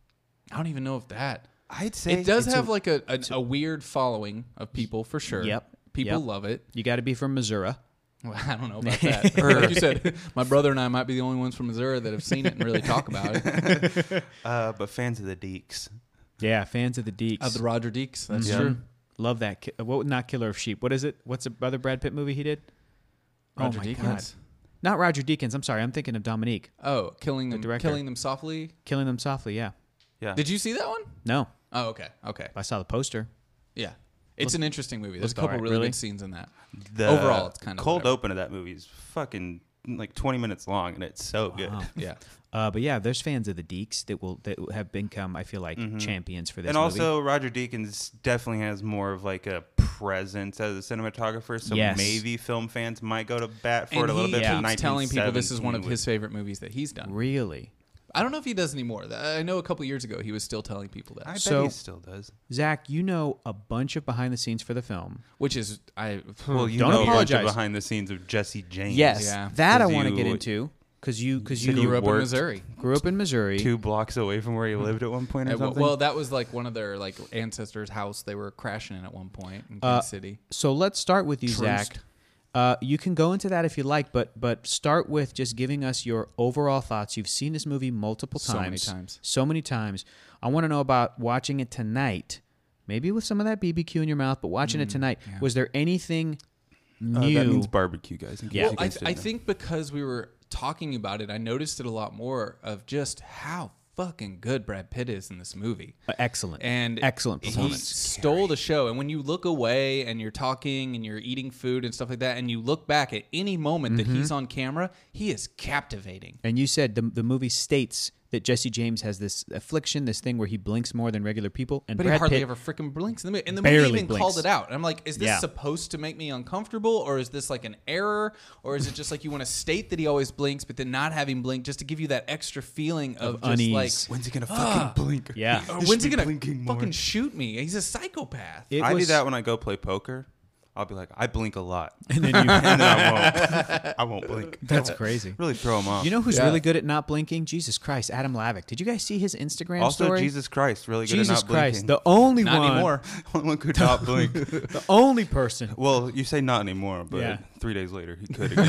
[SPEAKER 1] I don't even know if that.
[SPEAKER 3] I'd say
[SPEAKER 1] It does
[SPEAKER 2] it's
[SPEAKER 1] have like a, a, a weird following of people for sure.
[SPEAKER 2] Yep.
[SPEAKER 1] People
[SPEAKER 2] Yep.
[SPEAKER 1] love it. (laughs)
[SPEAKER 2] You got to be from Missouri.
[SPEAKER 1] Well, I don't know
[SPEAKER 2] (laughs)
[SPEAKER 1] about that. (laughs) Like you said, my brother and I might be the only ones from Missouri that have seen it and really talk about
[SPEAKER 2] (laughs)
[SPEAKER 1] it.
[SPEAKER 3] Uh, but fans of the Deeks.
[SPEAKER 2] Yeah, fans of the Deeks.
[SPEAKER 1] Of the Roger Deeks. That's
[SPEAKER 3] Yeah.
[SPEAKER 1] true.
[SPEAKER 2] Love that. Ki- uh, What not Killer of Sheep? What is it? What's the other Brad Pitt movie he did?
[SPEAKER 1] Roger
[SPEAKER 2] oh my god.
[SPEAKER 1] Deakins.
[SPEAKER 2] Not Roger Deakins. I'm sorry. I'm thinking of Dominique.
[SPEAKER 1] Oh, killing them,
[SPEAKER 2] director.
[SPEAKER 1] killing them softly.
[SPEAKER 2] Killing them softly. Yeah.
[SPEAKER 3] Yeah.
[SPEAKER 1] Did you see that one?
[SPEAKER 2] No,
[SPEAKER 1] Oh, okay, okay,
[SPEAKER 2] I saw the poster.
[SPEAKER 1] yeah. It's an interesting movie. There's a
[SPEAKER 2] looked all
[SPEAKER 1] couple
[SPEAKER 2] right,
[SPEAKER 1] really,
[SPEAKER 2] really?
[SPEAKER 1] good scenes in that.
[SPEAKER 3] the
[SPEAKER 1] overall, it's kinda
[SPEAKER 3] cold
[SPEAKER 1] whatever.
[SPEAKER 3] open of that movie is fucking like 20 minutes long, and it's so good.
[SPEAKER 2] Wow.
[SPEAKER 1] Yeah,
[SPEAKER 2] (laughs) Uh, but yeah, there's fans of the Deeks that will that have become, I feel like, champions for this.
[SPEAKER 3] And
[SPEAKER 2] movie.
[SPEAKER 3] also, Roger Deakins definitely has more of like a presence as a cinematographer, so
[SPEAKER 2] Yes.
[SPEAKER 3] maybe film fans might go to bat for
[SPEAKER 1] and
[SPEAKER 3] it a little
[SPEAKER 1] he
[SPEAKER 3] bit.
[SPEAKER 2] Yeah.
[SPEAKER 3] but
[SPEAKER 1] keeps telling people this is one of
[SPEAKER 3] 1917
[SPEAKER 1] his favorite movies that he's done.
[SPEAKER 2] really,
[SPEAKER 1] I don't know if he does anymore. I know a couple years ago he was still telling people that,
[SPEAKER 3] was- I bet
[SPEAKER 2] So-
[SPEAKER 3] he still does.
[SPEAKER 2] Zach, you know a bunch of behind the scenes for the film.
[SPEAKER 1] which is I.
[SPEAKER 3] Well, you
[SPEAKER 2] Don't
[SPEAKER 3] know a bunch
[SPEAKER 2] apologize.
[SPEAKER 3] of behind the scenes of Jesse James.
[SPEAKER 1] Yeah.
[SPEAKER 2] that I
[SPEAKER 3] 'Cause
[SPEAKER 2] want to get
[SPEAKER 3] you-
[SPEAKER 2] into because you because you,
[SPEAKER 3] Said you
[SPEAKER 1] grew up in
[SPEAKER 3] worked
[SPEAKER 1] Missouri.
[SPEAKER 2] grew up in Missouri.
[SPEAKER 3] two blocks away from where he lived at one point or
[SPEAKER 1] Uh, well,
[SPEAKER 3] something.
[SPEAKER 1] well, that was like one of their like ancestors' house they were crashing in at one point in
[SPEAKER 3] Uh,
[SPEAKER 1] Kansas City.
[SPEAKER 2] So let's start with you, Zach. Uh, you can go into that if you like, but but start with just giving us your overall thoughts. You've seen this movie multiple
[SPEAKER 1] So many
[SPEAKER 2] times,
[SPEAKER 1] times.
[SPEAKER 2] so many times. I want to know about watching it tonight, maybe with some of that BBQ in your mouth, but watching
[SPEAKER 1] Mm,
[SPEAKER 2] it tonight. Was there anything
[SPEAKER 3] Uh,
[SPEAKER 2] new?
[SPEAKER 3] that means barbecue, guys. in case
[SPEAKER 2] Yeah.
[SPEAKER 3] you
[SPEAKER 1] Well, I,
[SPEAKER 3] guys
[SPEAKER 1] I
[SPEAKER 3] didn't know.
[SPEAKER 1] think because we were talking about it, I noticed it a lot more of just how fucking good Brad Pitt is in this movie.
[SPEAKER 2] Uh, excellent
[SPEAKER 1] And
[SPEAKER 2] excellent
[SPEAKER 1] He
[SPEAKER 2] performance.
[SPEAKER 1] stole the show. And when you look away and you're talking and you're eating food and stuff like that, and you look back at any moment that
[SPEAKER 2] Mm-hmm.
[SPEAKER 1] he's on camera, he is captivating.
[SPEAKER 2] And you said the, the movie states that Jesse James has this affliction, this thing where he blinks more than regular people, and
[SPEAKER 1] But he
[SPEAKER 2] Brad
[SPEAKER 1] hardly
[SPEAKER 2] Pitt,
[SPEAKER 1] ever freaking blinks in the movie. And the
[SPEAKER 2] Barely
[SPEAKER 1] movie even
[SPEAKER 2] blinks.
[SPEAKER 1] called it out. And I'm like, is this
[SPEAKER 2] Yeah.
[SPEAKER 1] supposed to make me uncomfortable? Or is this like an error? Or is it just like you want to state that he always blinks, but then not have him blink just to give you that extra feeling of,
[SPEAKER 2] Of
[SPEAKER 1] just
[SPEAKER 2] unease.
[SPEAKER 1] like,
[SPEAKER 3] When's he gonna fucking blink?
[SPEAKER 2] Yeah.
[SPEAKER 1] or
[SPEAKER 3] He
[SPEAKER 1] when's he
[SPEAKER 3] should be
[SPEAKER 1] gonna
[SPEAKER 3] blinking
[SPEAKER 1] fucking
[SPEAKER 3] more.
[SPEAKER 1] shoot me? He's a psychopath.
[SPEAKER 2] It
[SPEAKER 3] I do
[SPEAKER 2] was-
[SPEAKER 3] that when I go play poker. I'll be like, I blink a lot,
[SPEAKER 2] and
[SPEAKER 3] (laughs)
[SPEAKER 2] then you-
[SPEAKER 3] and then I won't. I won't blink.
[SPEAKER 2] that's crazy.
[SPEAKER 3] Really throw him off.
[SPEAKER 2] You know who's
[SPEAKER 1] Yeah.
[SPEAKER 2] really good at not blinking? Jesus Christ, Adam Lavick. Did you guys see his Instagram
[SPEAKER 3] also
[SPEAKER 2] story?
[SPEAKER 3] Jesus Christ, really good
[SPEAKER 2] Jesus
[SPEAKER 3] at not
[SPEAKER 2] Christ,
[SPEAKER 3] blinking.
[SPEAKER 2] the (laughs) only
[SPEAKER 1] not
[SPEAKER 2] one,
[SPEAKER 1] anymore.
[SPEAKER 3] Only one could not blink.
[SPEAKER 2] the only person
[SPEAKER 3] Well, you say not anymore, but
[SPEAKER 2] Yeah.
[SPEAKER 3] three days later
[SPEAKER 2] (laughs)
[SPEAKER 3] he could again.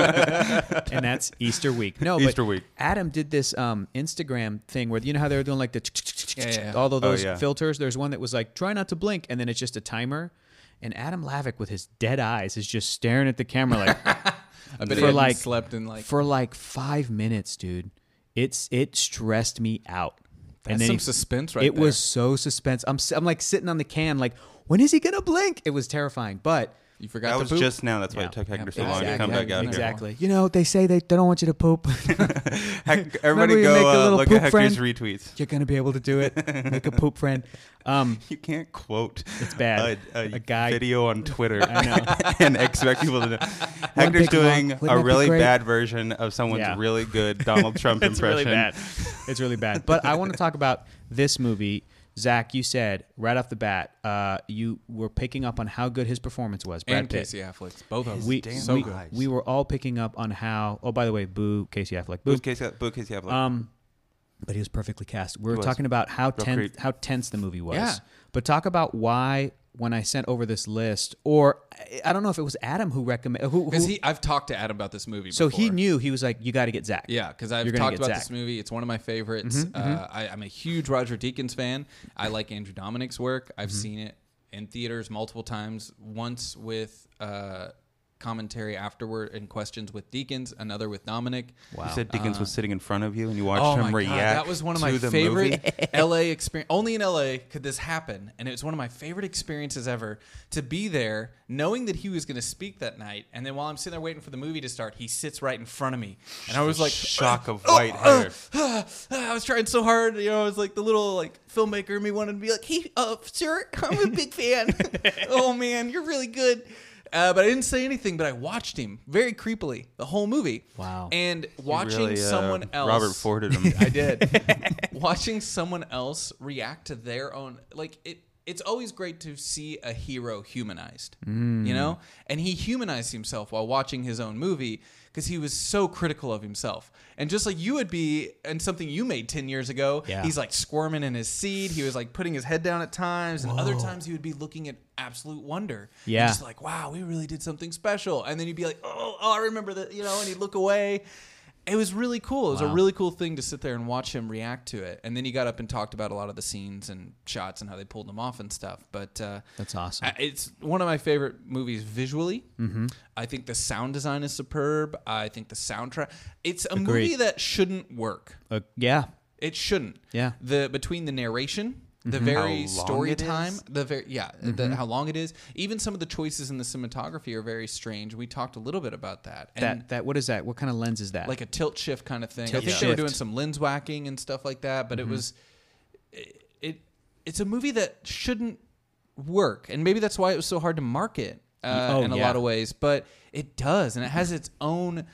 [SPEAKER 2] and
[SPEAKER 3] (laughs)
[SPEAKER 2] that's Easter week. No,
[SPEAKER 3] Easter
[SPEAKER 2] but
[SPEAKER 3] week.
[SPEAKER 2] Adam did this um, Instagram thing where you know how they were doing like the
[SPEAKER 1] Yeah, yeah, yeah.
[SPEAKER 2] all of those
[SPEAKER 3] Oh, yeah.
[SPEAKER 2] filters. There's one that was like try not to blink, and then it's just a timer. And Adam Lavick with his dead eyes is just staring at the camera like
[SPEAKER 1] (laughs) I bet
[SPEAKER 2] for
[SPEAKER 1] he hadn't
[SPEAKER 2] like-
[SPEAKER 1] slept in like
[SPEAKER 2] for like five minutes, dude. It's it stressed me out.
[SPEAKER 1] That's some suspense right
[SPEAKER 2] It
[SPEAKER 1] there.
[SPEAKER 2] was so suspense. I'm s- I'm like sitting on the can like when is he gonna blink? It was terrifying, but.
[SPEAKER 1] you
[SPEAKER 3] that
[SPEAKER 1] forgot to
[SPEAKER 3] was
[SPEAKER 1] poop.
[SPEAKER 3] just now. That's why
[SPEAKER 2] Yeah.
[SPEAKER 3] it took Hector
[SPEAKER 1] Yeah,
[SPEAKER 3] so long to come
[SPEAKER 1] exactly.
[SPEAKER 3] back out
[SPEAKER 2] Exactly. You know, they say they, they don't want you to poop. (laughs)
[SPEAKER 3] here. Hec- everybody
[SPEAKER 2] you make a
[SPEAKER 3] go uh,
[SPEAKER 2] little
[SPEAKER 3] look at
[SPEAKER 2] poop friend?
[SPEAKER 3] Hector's retweets.
[SPEAKER 2] You're gonna be able to do it. Make a poop friend. Um,
[SPEAKER 1] (laughs)
[SPEAKER 3] You can't quote it's
[SPEAKER 2] bad.
[SPEAKER 3] A, a
[SPEAKER 2] A guy-
[SPEAKER 3] video on Twitter
[SPEAKER 2] I know.
[SPEAKER 3] (laughs) and expect people to know. Hector's
[SPEAKER 2] big long-
[SPEAKER 3] doing
[SPEAKER 2] wouldn't
[SPEAKER 3] a
[SPEAKER 2] that be
[SPEAKER 3] really
[SPEAKER 2] great?
[SPEAKER 3] bad version of someone's
[SPEAKER 2] Yeah.
[SPEAKER 3] really good Donald
[SPEAKER 2] (laughs)
[SPEAKER 3] Trump
[SPEAKER 2] it's
[SPEAKER 3] impression.
[SPEAKER 2] really bad. It's really bad. But I want to talk about this movie. Zach, you said right off the bat, uh, you were picking up on how good his performance was. Brad
[SPEAKER 1] and
[SPEAKER 2] Pitt.
[SPEAKER 1] Casey Affleck, both of them.
[SPEAKER 2] We,
[SPEAKER 3] damn
[SPEAKER 2] so
[SPEAKER 3] eyes.
[SPEAKER 2] we were all picking up on how. Oh, by the way, boo, Casey Affleck, boo.
[SPEAKER 3] Booth Casey, Booth Casey Affleck.
[SPEAKER 2] Um, but he was perfectly cast. We were
[SPEAKER 3] was.
[SPEAKER 2] talking about how
[SPEAKER 3] Real
[SPEAKER 2] tense
[SPEAKER 3] creep.
[SPEAKER 2] how tense the movie was.
[SPEAKER 1] Yeah.
[SPEAKER 2] But talk about why when I sent over this list, or I- I don't know if it was Adam who recommended who,
[SPEAKER 1] Because
[SPEAKER 2] who
[SPEAKER 1] he, I've talked to Adam about this movie.
[SPEAKER 2] so he
[SPEAKER 1] before.
[SPEAKER 2] knew he was like, you got to get Zach.
[SPEAKER 1] Yeah, because I've
[SPEAKER 2] You're gonna
[SPEAKER 1] talked
[SPEAKER 2] get Mm-hmm,
[SPEAKER 1] about
[SPEAKER 2] Zach.
[SPEAKER 1] this movie. It's one of my favorites. uh, I, I'm a huge Roger Deakins fan. I like Andrew Dominic's work.
[SPEAKER 2] Mm-hmm.
[SPEAKER 1] I've seen it in theaters multiple times. Once with uh, commentary afterward and questions with Deakins. Another with Dominic.
[SPEAKER 2] Wow.
[SPEAKER 3] You said
[SPEAKER 2] uh,
[SPEAKER 3] Dickens was sitting in front of you and you watched
[SPEAKER 1] Oh
[SPEAKER 3] him
[SPEAKER 1] my
[SPEAKER 3] react.
[SPEAKER 1] god, that was one of
[SPEAKER 3] to
[SPEAKER 1] my
[SPEAKER 3] the
[SPEAKER 1] favorite
[SPEAKER 2] (laughs)
[SPEAKER 3] movie. (laughs)
[SPEAKER 1] LA experience. Only in LA could this happen, and it was one of my favorite experiences ever to be there, knowing that he was going to speak that night. And then while I'm sitting there waiting for the movie to start, he sits right in front of me, and I was like,
[SPEAKER 3] shock
[SPEAKER 1] (laughs)
[SPEAKER 3] of
[SPEAKER 2] Oh,
[SPEAKER 3] white hair.
[SPEAKER 1] "Ah, (sighs) I was trying so hard, you know. I was like the little like filmmaker in me wanted to be like, "Hey, uh, sir, I'm a
[SPEAKER 3] (laughs)
[SPEAKER 1] big fan. (laughs) oh man, you're really good." Uh, but I didn't say anything. But I watched him very creepily the whole movie.
[SPEAKER 2] Wow.
[SPEAKER 1] And watching
[SPEAKER 3] Really, uh,
[SPEAKER 1] someone else,
[SPEAKER 3] Robert
[SPEAKER 1] (laughs)
[SPEAKER 3] Forded him.
[SPEAKER 1] I
[SPEAKER 2] (laughs)
[SPEAKER 1] did. (laughs) Watching someone else react to their own like it it's always great to see a hero humanized.
[SPEAKER 2] Mm.
[SPEAKER 1] You know? And he humanized himself while watching his own movie because he was so critical of himself. And just like you would be and something you made 10 years ago,
[SPEAKER 2] Yeah.
[SPEAKER 1] he's like squirming in his seat. He was like putting his head down at times and other times he would be looking at absolute wonder. And
[SPEAKER 2] Yeah.
[SPEAKER 1] just like, "Wow, we really did something special." And then you'd be like, "Oh, oh I remember that," you know, and he'd look away. It was really cool. It was a really cool thing to sit there and watch him react to it. And then he got up and talked about a lot of the scenes and shots and how they pulled them off and stuff. But uh,
[SPEAKER 2] That's awesome.
[SPEAKER 1] I- it's one of my favorite movies visually. Mm-hmm. I think the sound design is superb. I think the soundtrack. It's a movie that shouldn't work.
[SPEAKER 2] Uh, yeah.
[SPEAKER 1] It shouldn't.
[SPEAKER 2] Yeah. Mm-hmm.
[SPEAKER 1] The between the narration, the very
[SPEAKER 3] How long
[SPEAKER 1] story
[SPEAKER 3] it
[SPEAKER 1] time,
[SPEAKER 3] is?
[SPEAKER 1] the very yeah, the, how long it is. Even some of the choices in the cinematography are very strange. We talked a little bit about that. And
[SPEAKER 2] That that what is that? What kind of lens is that?
[SPEAKER 1] like a tilt shift kind of thing.
[SPEAKER 2] Tilt
[SPEAKER 1] I think they were
[SPEAKER 2] shift. Mm-hmm.
[SPEAKER 1] doing some lens whacking and stuff like that, but it was it, it it's a movie that shouldn't work, and maybe that's why it was so hard to market uh,
[SPEAKER 2] oh,
[SPEAKER 1] in a
[SPEAKER 2] yeah.
[SPEAKER 1] lot of ways. But it does, and it has its own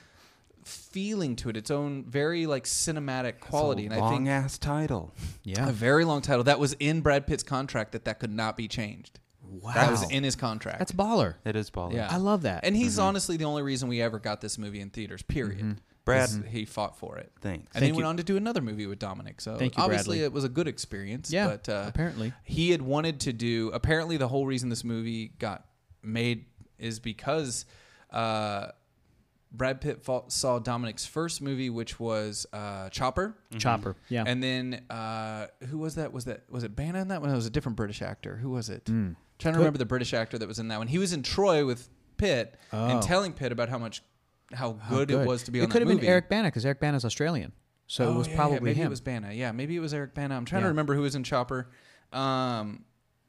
[SPEAKER 1] feeling to it, its own very like cinematic quality, and I
[SPEAKER 3] Long
[SPEAKER 1] think
[SPEAKER 3] ass title.
[SPEAKER 2] yeah.
[SPEAKER 1] a very long title that was in Brad Pitt's contract that that could not be changed.
[SPEAKER 2] Wow.
[SPEAKER 1] That was in his contract.
[SPEAKER 2] That's baller.
[SPEAKER 1] Mm-hmm.
[SPEAKER 3] It is baller.
[SPEAKER 1] yeah,
[SPEAKER 2] I love that. Mm-hmm.
[SPEAKER 1] and he's honestly the only reason we ever got this movie in theaters. Period.
[SPEAKER 3] Brad,
[SPEAKER 1] 'Cause he fought for it.
[SPEAKER 3] thanks.
[SPEAKER 1] And he went on to do another movie with Dominic. So
[SPEAKER 2] Thank you,
[SPEAKER 1] obviously
[SPEAKER 2] Bradley.
[SPEAKER 1] it was a good experience.
[SPEAKER 2] Yeah,
[SPEAKER 1] But uh,
[SPEAKER 2] apparently.
[SPEAKER 1] he had wanted to do. Apparently the whole reason this movie got made is because uh, Brad Pitt fought, saw Dominic's first movie, which was uh, Chopper.
[SPEAKER 2] Chopper. Yeah.
[SPEAKER 1] And then uh, who was that? Was that was it Bana in that one? It was a different British actor. Who was it?
[SPEAKER 2] Mm.
[SPEAKER 1] Trying to remember the British actor that was in that one. He was in Troy with Pitt
[SPEAKER 2] Oh.
[SPEAKER 1] and telling Pitt about how much how good, it was to be on
[SPEAKER 2] It could
[SPEAKER 1] that
[SPEAKER 2] have
[SPEAKER 1] movie.
[SPEAKER 2] been Eric Bana because Eric Bana's Australian, so it
[SPEAKER 1] Oh,
[SPEAKER 2] was
[SPEAKER 1] yeah, yeah,
[SPEAKER 2] probably
[SPEAKER 1] maybe
[SPEAKER 2] him.
[SPEAKER 1] it was Bana. Yeah, maybe it was Eric Bana. I'm trying
[SPEAKER 2] Yeah.
[SPEAKER 1] to remember who was in Chopper, um,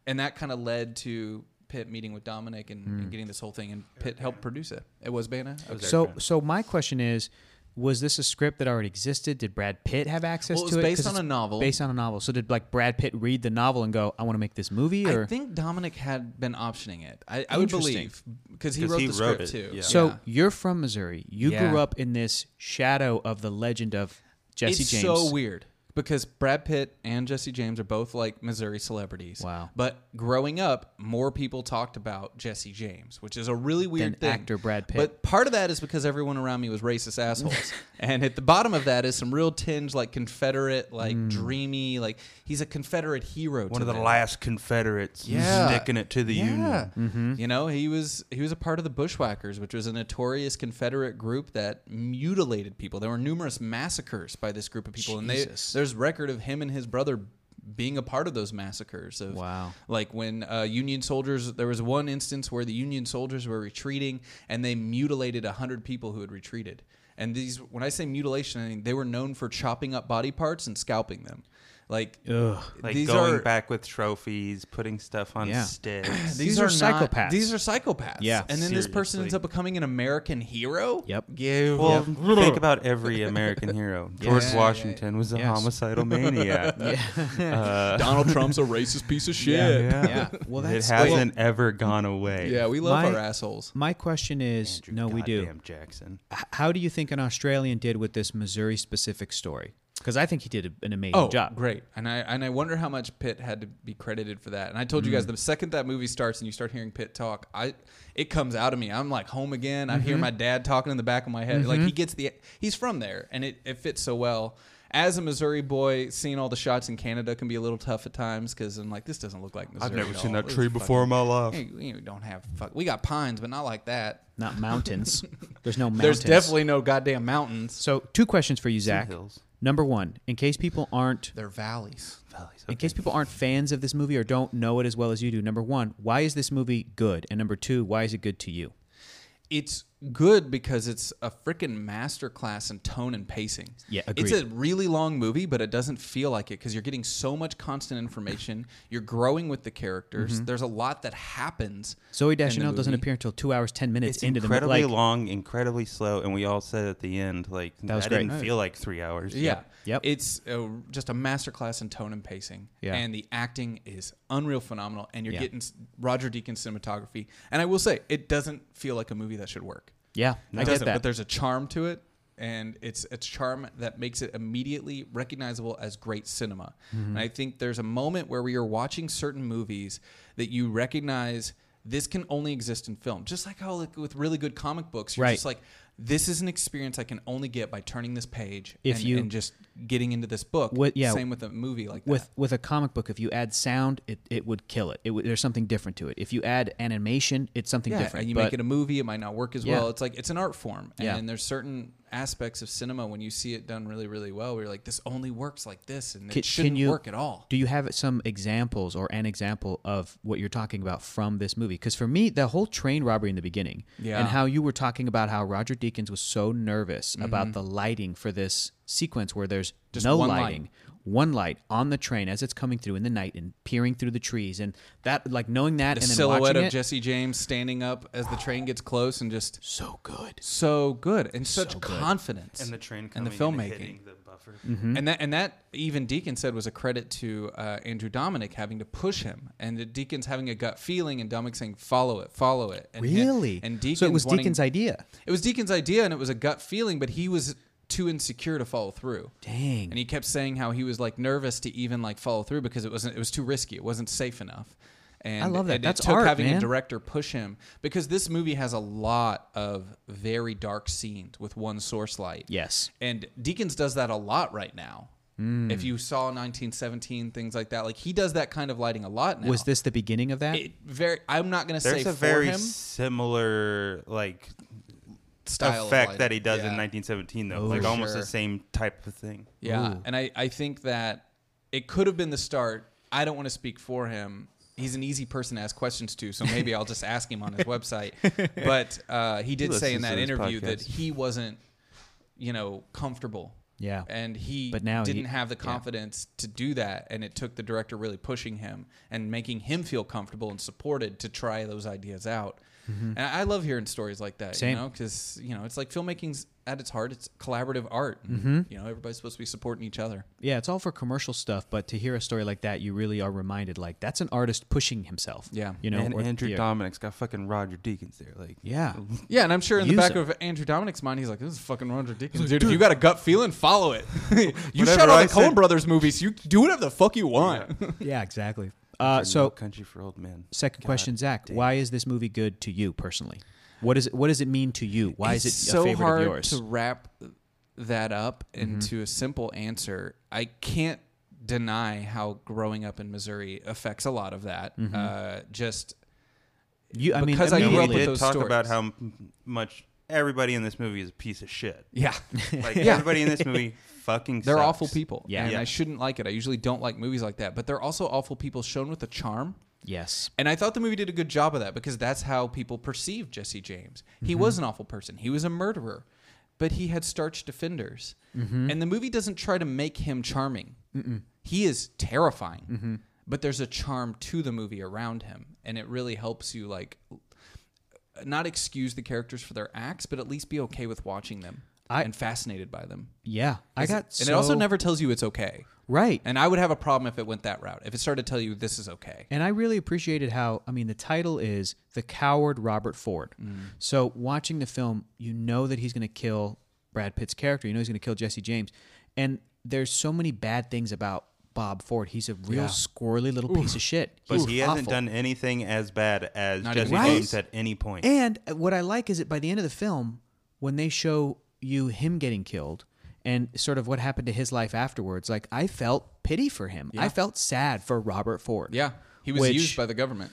[SPEAKER 1] and that kind of led to Pitt meeting with Dominic and,
[SPEAKER 2] Mm.
[SPEAKER 1] and getting this whole thing, and Pitt helped produce it. It was Bana. Okay.
[SPEAKER 2] so, so my question is, was this a script that already existed? Did Brad Pitt have access
[SPEAKER 1] Well, it was
[SPEAKER 2] to it?
[SPEAKER 1] based
[SPEAKER 2] 'Cause
[SPEAKER 1] on
[SPEAKER 2] it's
[SPEAKER 1] a novel.
[SPEAKER 2] Based on a novel. So did like Brad Pitt read the novel and go, "I want to make this movie"? Or
[SPEAKER 1] I think Dominic had been optioning it. I, I would
[SPEAKER 2] Interesting.
[SPEAKER 1] believe because he
[SPEAKER 3] 'Cause
[SPEAKER 1] wrote
[SPEAKER 3] he
[SPEAKER 1] the
[SPEAKER 3] wrote
[SPEAKER 1] script
[SPEAKER 3] it,
[SPEAKER 1] too.
[SPEAKER 3] yeah.
[SPEAKER 2] so
[SPEAKER 1] Yeah.
[SPEAKER 2] you're from Missouri. You
[SPEAKER 1] Yeah.
[SPEAKER 2] grew up in this shadow of the legend of Jesse
[SPEAKER 1] it's
[SPEAKER 2] James.
[SPEAKER 1] so weird because Brad Pitt and Jesse James are both like Missouri celebrities.
[SPEAKER 2] Wow.
[SPEAKER 1] But growing up, more people talked about Jesse James, which is a really weird
[SPEAKER 2] Than
[SPEAKER 1] thing.
[SPEAKER 2] actor Brad Pitt.
[SPEAKER 1] But part of that is because everyone around me was
[SPEAKER 2] (laughs)
[SPEAKER 1] racist assholes. and at the bottom of that is some real tinge like Confederate, like
[SPEAKER 2] Mm.
[SPEAKER 1] dreamy, like he's a Confederate hero
[SPEAKER 3] One
[SPEAKER 1] to
[SPEAKER 3] of the
[SPEAKER 1] them.
[SPEAKER 3] last Confederates
[SPEAKER 1] Yeah.
[SPEAKER 3] sticking it to the Union.
[SPEAKER 1] You know, he was he was a part of the Bushwhackers, which was a notorious Confederate group that mutilated people. There were numerous massacres by this group of people,
[SPEAKER 2] Jesus.
[SPEAKER 1] and they, there's record of him and his brother being a part of those massacres. Of
[SPEAKER 2] Wow.
[SPEAKER 1] like when uh, Union soldiers, there was one instance where the Union soldiers were retreating and they mutilated hundred people who had retreated. And these, when I say mutilation, I mean they were known for chopping up body parts and scalping them. Like,
[SPEAKER 3] Like
[SPEAKER 1] these
[SPEAKER 3] going
[SPEAKER 1] are,
[SPEAKER 3] back with trophies, putting stuff on
[SPEAKER 2] Yeah.
[SPEAKER 1] (coughs)
[SPEAKER 3] sticks.
[SPEAKER 2] These are
[SPEAKER 1] not-
[SPEAKER 2] psychopaths.
[SPEAKER 1] these are psychopaths.
[SPEAKER 2] Yeah.
[SPEAKER 1] And then this person
[SPEAKER 3] Seriously.
[SPEAKER 1] ends up becoming an American hero.
[SPEAKER 2] Yep.
[SPEAKER 1] Yeah.
[SPEAKER 3] well,
[SPEAKER 1] (laughs)
[SPEAKER 3] think about every American hero. George
[SPEAKER 1] Yeah, yeah,
[SPEAKER 3] Washington was a
[SPEAKER 2] Yes.
[SPEAKER 1] (laughs)
[SPEAKER 3] homicidal maniac. (laughs)
[SPEAKER 1] Donald Trump's a racist piece of shit. Yeah.
[SPEAKER 2] yeah. Well,
[SPEAKER 3] it
[SPEAKER 2] that's
[SPEAKER 3] hasn't ever gone away.
[SPEAKER 1] we love
[SPEAKER 2] My-
[SPEAKER 1] our assholes.
[SPEAKER 2] My question is,
[SPEAKER 3] Andrew
[SPEAKER 2] no, we do.
[SPEAKER 3] goddamn Jackson.
[SPEAKER 2] H- How do you think an Australian did with this Missouri specific story? Because I think he did a- an amazing
[SPEAKER 1] Oh,
[SPEAKER 2] job.
[SPEAKER 1] great. And I and I wonder how much Pitt had to be credited for that. And I told you guys
[SPEAKER 2] Mm.
[SPEAKER 1] the second that movie starts and you start hearing Pitt talk, I it comes out of me. I'm like home
[SPEAKER 2] Mm-hmm.
[SPEAKER 1] again. I hear my dad talking in the back of my head. Like he gets the he's from there and it, it fits so well. as a Missouri boy, seeing all the shots in Canada can be a little tough at times because I'm like, this doesn't look like Missouri.
[SPEAKER 3] I've never
[SPEAKER 1] at
[SPEAKER 3] seen
[SPEAKER 1] all.
[SPEAKER 3] that
[SPEAKER 1] This
[SPEAKER 3] tree
[SPEAKER 1] is
[SPEAKER 3] before in my
[SPEAKER 1] fucking-
[SPEAKER 3] life.
[SPEAKER 1] Hey, we don't have fuck. We got pines, but not like that.
[SPEAKER 2] Not
[SPEAKER 1] (laughs)
[SPEAKER 2] mountains. There's no mountains.
[SPEAKER 1] There's definitely no goddamn mountains.
[SPEAKER 2] So, two questions for you, Zach.
[SPEAKER 3] hills.
[SPEAKER 2] Number one, in case people aren't
[SPEAKER 1] They're valleys.
[SPEAKER 2] in case people aren't fans of this movie or don't know it as well as you do, number one, why is this movie good? And number two, why is it good to you?
[SPEAKER 1] It's good because it's a freaking masterclass in tone and pacing.
[SPEAKER 2] Yeah,
[SPEAKER 1] It's
[SPEAKER 2] agreed.
[SPEAKER 1] a really long movie, but it doesn't feel like it because you're getting so much constant information. You're growing with the characters. There's a lot that happens.
[SPEAKER 2] Zoe
[SPEAKER 1] in the
[SPEAKER 2] Deschanel doesn't
[SPEAKER 1] movie.
[SPEAKER 2] appear until two hours ten minutes
[SPEAKER 3] It's
[SPEAKER 2] into the movie.
[SPEAKER 3] incredibly
[SPEAKER 2] Like,
[SPEAKER 3] long, incredibly slow, and we all said at the end, like
[SPEAKER 2] That was great.
[SPEAKER 3] didn't feel like three hours.
[SPEAKER 1] Yeah.
[SPEAKER 2] Yep.
[SPEAKER 1] It's a, just a masterclass in tone and pacing.
[SPEAKER 2] Yeah.
[SPEAKER 1] And the acting is unreal, phenomenal, and you're
[SPEAKER 2] Yeah.
[SPEAKER 1] getting s- Roger Deakins cinematography. And I will say, it doesn't feel like a movie that should work.
[SPEAKER 2] yeah,
[SPEAKER 1] it
[SPEAKER 2] I get
[SPEAKER 1] doesn't,
[SPEAKER 2] that.
[SPEAKER 1] but there's a charm to it, and it's it's charm that makes it immediately recognizable as great cinema.
[SPEAKER 2] Mm-hmm.
[SPEAKER 1] And I think there's a moment where we are watching certain movies that you recognize this can only exist in film. Just like how like, with really good comic books, you're
[SPEAKER 2] Right.
[SPEAKER 1] just like this is an experience I can only get by turning this page
[SPEAKER 2] If
[SPEAKER 1] and,
[SPEAKER 2] you-
[SPEAKER 1] and just getting into this book.
[SPEAKER 2] With- yeah.
[SPEAKER 1] Same with a movie like
[SPEAKER 2] with
[SPEAKER 1] that.
[SPEAKER 2] with a comic book, if you add sound, it, it would kill it. it would, there's something different to it. If you add animation, it's something
[SPEAKER 1] Yeah,
[SPEAKER 2] different.
[SPEAKER 1] and you
[SPEAKER 2] But
[SPEAKER 1] make it a movie, it might not work as
[SPEAKER 2] Yeah.
[SPEAKER 1] well. It's like it's an art form, and
[SPEAKER 2] Yeah.
[SPEAKER 1] there's certain aspects of cinema when you see it done really, really well, where you're like, this only works like this, and
[SPEAKER 2] Can-
[SPEAKER 1] it shouldn't
[SPEAKER 2] can you-
[SPEAKER 1] work at all.
[SPEAKER 2] Do you have some examples or an example of what you're talking about from this movie? Because for me, the whole train robbery in the beginning
[SPEAKER 1] Yeah. Mm-hmm.
[SPEAKER 2] and how you were talking about how Roger Deakins was so nervous about the lighting for this sequence where there's
[SPEAKER 1] Just
[SPEAKER 2] no
[SPEAKER 1] one light.
[SPEAKER 2] lighting. One light on the train as it's coming through in the night and peering through the trees and that like knowing that
[SPEAKER 1] The
[SPEAKER 2] and then
[SPEAKER 1] silhouette
[SPEAKER 2] watching
[SPEAKER 1] of
[SPEAKER 2] it,
[SPEAKER 1] Jesse James standing up as the train gets close, and just
[SPEAKER 2] so good.
[SPEAKER 1] so good and such
[SPEAKER 2] So good.
[SPEAKER 1] confidence,
[SPEAKER 3] And the train
[SPEAKER 1] and
[SPEAKER 3] coming
[SPEAKER 1] the filmmaking. Mm-hmm.
[SPEAKER 3] hitting the buffer.
[SPEAKER 2] Hmm?
[SPEAKER 1] And that and that even Deacon said was a credit to uh, Andrew Dominic having to push him, and the Deacon's having a gut feeling, and Dominic saying follow it, follow it, and he-
[SPEAKER 2] Really?
[SPEAKER 1] and Deacon's
[SPEAKER 2] so it was
[SPEAKER 1] wanting-
[SPEAKER 2] Deacon's idea.
[SPEAKER 1] It was Deacon's idea, and it was a gut feeling, but he was too insecure to follow through.
[SPEAKER 2] Dang.
[SPEAKER 1] And he kept saying how he was like nervous to even like follow through because it wasn't it was too risky. It wasn't safe enough. And
[SPEAKER 2] I love that.
[SPEAKER 1] and
[SPEAKER 2] That's
[SPEAKER 1] it took
[SPEAKER 2] art,
[SPEAKER 1] having
[SPEAKER 2] man.
[SPEAKER 1] a director push him because this movie has a lot of very dark scenes with one source light.
[SPEAKER 2] Yes.
[SPEAKER 1] And Deacons does that a lot right now.
[SPEAKER 2] Hmm.
[SPEAKER 1] If you saw 1917 things like that, like he does that kind of lighting a lot now.
[SPEAKER 2] Was this the beginning of that?
[SPEAKER 1] it very I'm not going to say
[SPEAKER 3] There's
[SPEAKER 1] for
[SPEAKER 3] a very
[SPEAKER 1] him
[SPEAKER 3] similar like
[SPEAKER 1] style of
[SPEAKER 3] effect
[SPEAKER 1] lighting.
[SPEAKER 3] that he does in
[SPEAKER 1] Yeah.
[SPEAKER 3] 1917, though, like
[SPEAKER 1] for
[SPEAKER 3] almost
[SPEAKER 1] sure.
[SPEAKER 3] the same type of thing.
[SPEAKER 1] Yeah, and I, I think that it could have been the start. I don't want to speak for him. He's an easy person to ask questions to, so maybe I'll just ask him
[SPEAKER 3] (laughs)
[SPEAKER 1] on his website. But uh, he did say
[SPEAKER 3] listens to
[SPEAKER 1] in that
[SPEAKER 3] this
[SPEAKER 1] interview
[SPEAKER 3] podcast.
[SPEAKER 1] that he wasn't, you know, comfortable.
[SPEAKER 2] Yeah.
[SPEAKER 1] and he
[SPEAKER 2] But now he-
[SPEAKER 1] didn't have the confidence to do that, and it took the director really pushing him and making him feel comfortable and supported to try those ideas out. And I love hearing stories like that,
[SPEAKER 2] Same.
[SPEAKER 1] you know, because you know it's like filmmaking's at its heart, it's collaborative art. and, You know, everybody's supposed to be supporting each other.
[SPEAKER 2] yeah, it's all for commercial stuff, but to hear a story like that, you really are reminded like that's an artist pushing himself.
[SPEAKER 1] Yeah.
[SPEAKER 2] you know,
[SPEAKER 3] and
[SPEAKER 2] or
[SPEAKER 3] Andrew
[SPEAKER 2] the-
[SPEAKER 3] Dominic's got fucking Roger Deakins there. Like,
[SPEAKER 2] Yeah,
[SPEAKER 1] (laughs) Yeah, and I'm sure in the
[SPEAKER 2] Use
[SPEAKER 1] back
[SPEAKER 2] him.
[SPEAKER 1] of Andrew Dominic's mind, he's like, "This is fucking Roger Deakins, dude. If you got a gut feeling, follow it. (laughs) you
[SPEAKER 3] Whatever
[SPEAKER 1] shot all
[SPEAKER 3] I
[SPEAKER 1] the Coen
[SPEAKER 3] said-
[SPEAKER 1] Brothers movies. You do whatever the fuck you want."
[SPEAKER 2] yeah, exactly. Uh,
[SPEAKER 3] no
[SPEAKER 2] so,
[SPEAKER 3] country for old men.
[SPEAKER 2] second question, Zach, why is this movie good to you personally? What is it? What does it mean to you? Why
[SPEAKER 1] it's
[SPEAKER 2] is it
[SPEAKER 1] so
[SPEAKER 2] a favorite
[SPEAKER 1] hard
[SPEAKER 2] of yours? Mm-hmm.
[SPEAKER 1] to wrap that up into a simple answer? I can't deny how growing up in Missouri affects a lot of that.
[SPEAKER 2] Mm-hmm.
[SPEAKER 1] Uh, just
[SPEAKER 2] you, I mean,
[SPEAKER 1] because I
[SPEAKER 3] You
[SPEAKER 1] grew
[SPEAKER 3] know,
[SPEAKER 1] up
[SPEAKER 3] we
[SPEAKER 1] with
[SPEAKER 2] immediately-
[SPEAKER 3] did
[SPEAKER 1] those
[SPEAKER 3] talk
[SPEAKER 1] stories.
[SPEAKER 3] about how m- much everybody in this movie is a piece of shit.
[SPEAKER 1] yeah,
[SPEAKER 3] (laughs) Like
[SPEAKER 1] (laughs) Yeah.
[SPEAKER 3] everybody in this movie fucking.
[SPEAKER 1] They're
[SPEAKER 3] sucks.
[SPEAKER 1] awful people.
[SPEAKER 2] Yeah.
[SPEAKER 1] and
[SPEAKER 3] Yeah.
[SPEAKER 1] I shouldn't like it. I usually don't like movies like that, but they're also awful people shown with a charm.
[SPEAKER 2] Yes,
[SPEAKER 1] And I thought the movie did a good job of that because that's how people perceive Jesse James. He
[SPEAKER 2] Mm-hmm.
[SPEAKER 1] was an awful person. He was a murderer, but he had starched defenders.
[SPEAKER 2] Mm-hmm.
[SPEAKER 1] And the movie doesn't try to make him charming. He is terrifying,
[SPEAKER 2] Mm-hmm.
[SPEAKER 1] but there's a charm to the movie around him, and it really helps you like not excuse the characters for their acts, but at least be okay with watching them
[SPEAKER 2] I-
[SPEAKER 1] and fascinated by them.
[SPEAKER 2] yeah, I got.
[SPEAKER 1] and it also
[SPEAKER 2] so-
[SPEAKER 1] never tells you it's okay.
[SPEAKER 2] right.
[SPEAKER 1] And I would have a problem if it went that route. If it started to tell you this is okay.
[SPEAKER 2] And I really appreciated how, I mean, the title is The Coward Robert Ford.
[SPEAKER 3] Mm.
[SPEAKER 2] So watching the film, you know that he's going to kill Brad Pitt's character. You know he's going to kill Jesse James. And there's so many bad things about Bob Ford. He's a real squirrely little piece of shit.
[SPEAKER 3] But
[SPEAKER 2] He's
[SPEAKER 3] he hasn't
[SPEAKER 2] awful.
[SPEAKER 3] done anything as bad as
[SPEAKER 1] Not
[SPEAKER 3] Jesse
[SPEAKER 1] even
[SPEAKER 3] James
[SPEAKER 2] close.
[SPEAKER 3] at any point.
[SPEAKER 2] And what I like is that by the end of the film, when they show you him getting killed and sort of what happened to his life afterwards. Like I felt pity for him. I felt sad for Robert Ford.
[SPEAKER 1] Yeah, he was
[SPEAKER 2] Which-
[SPEAKER 1] used by the government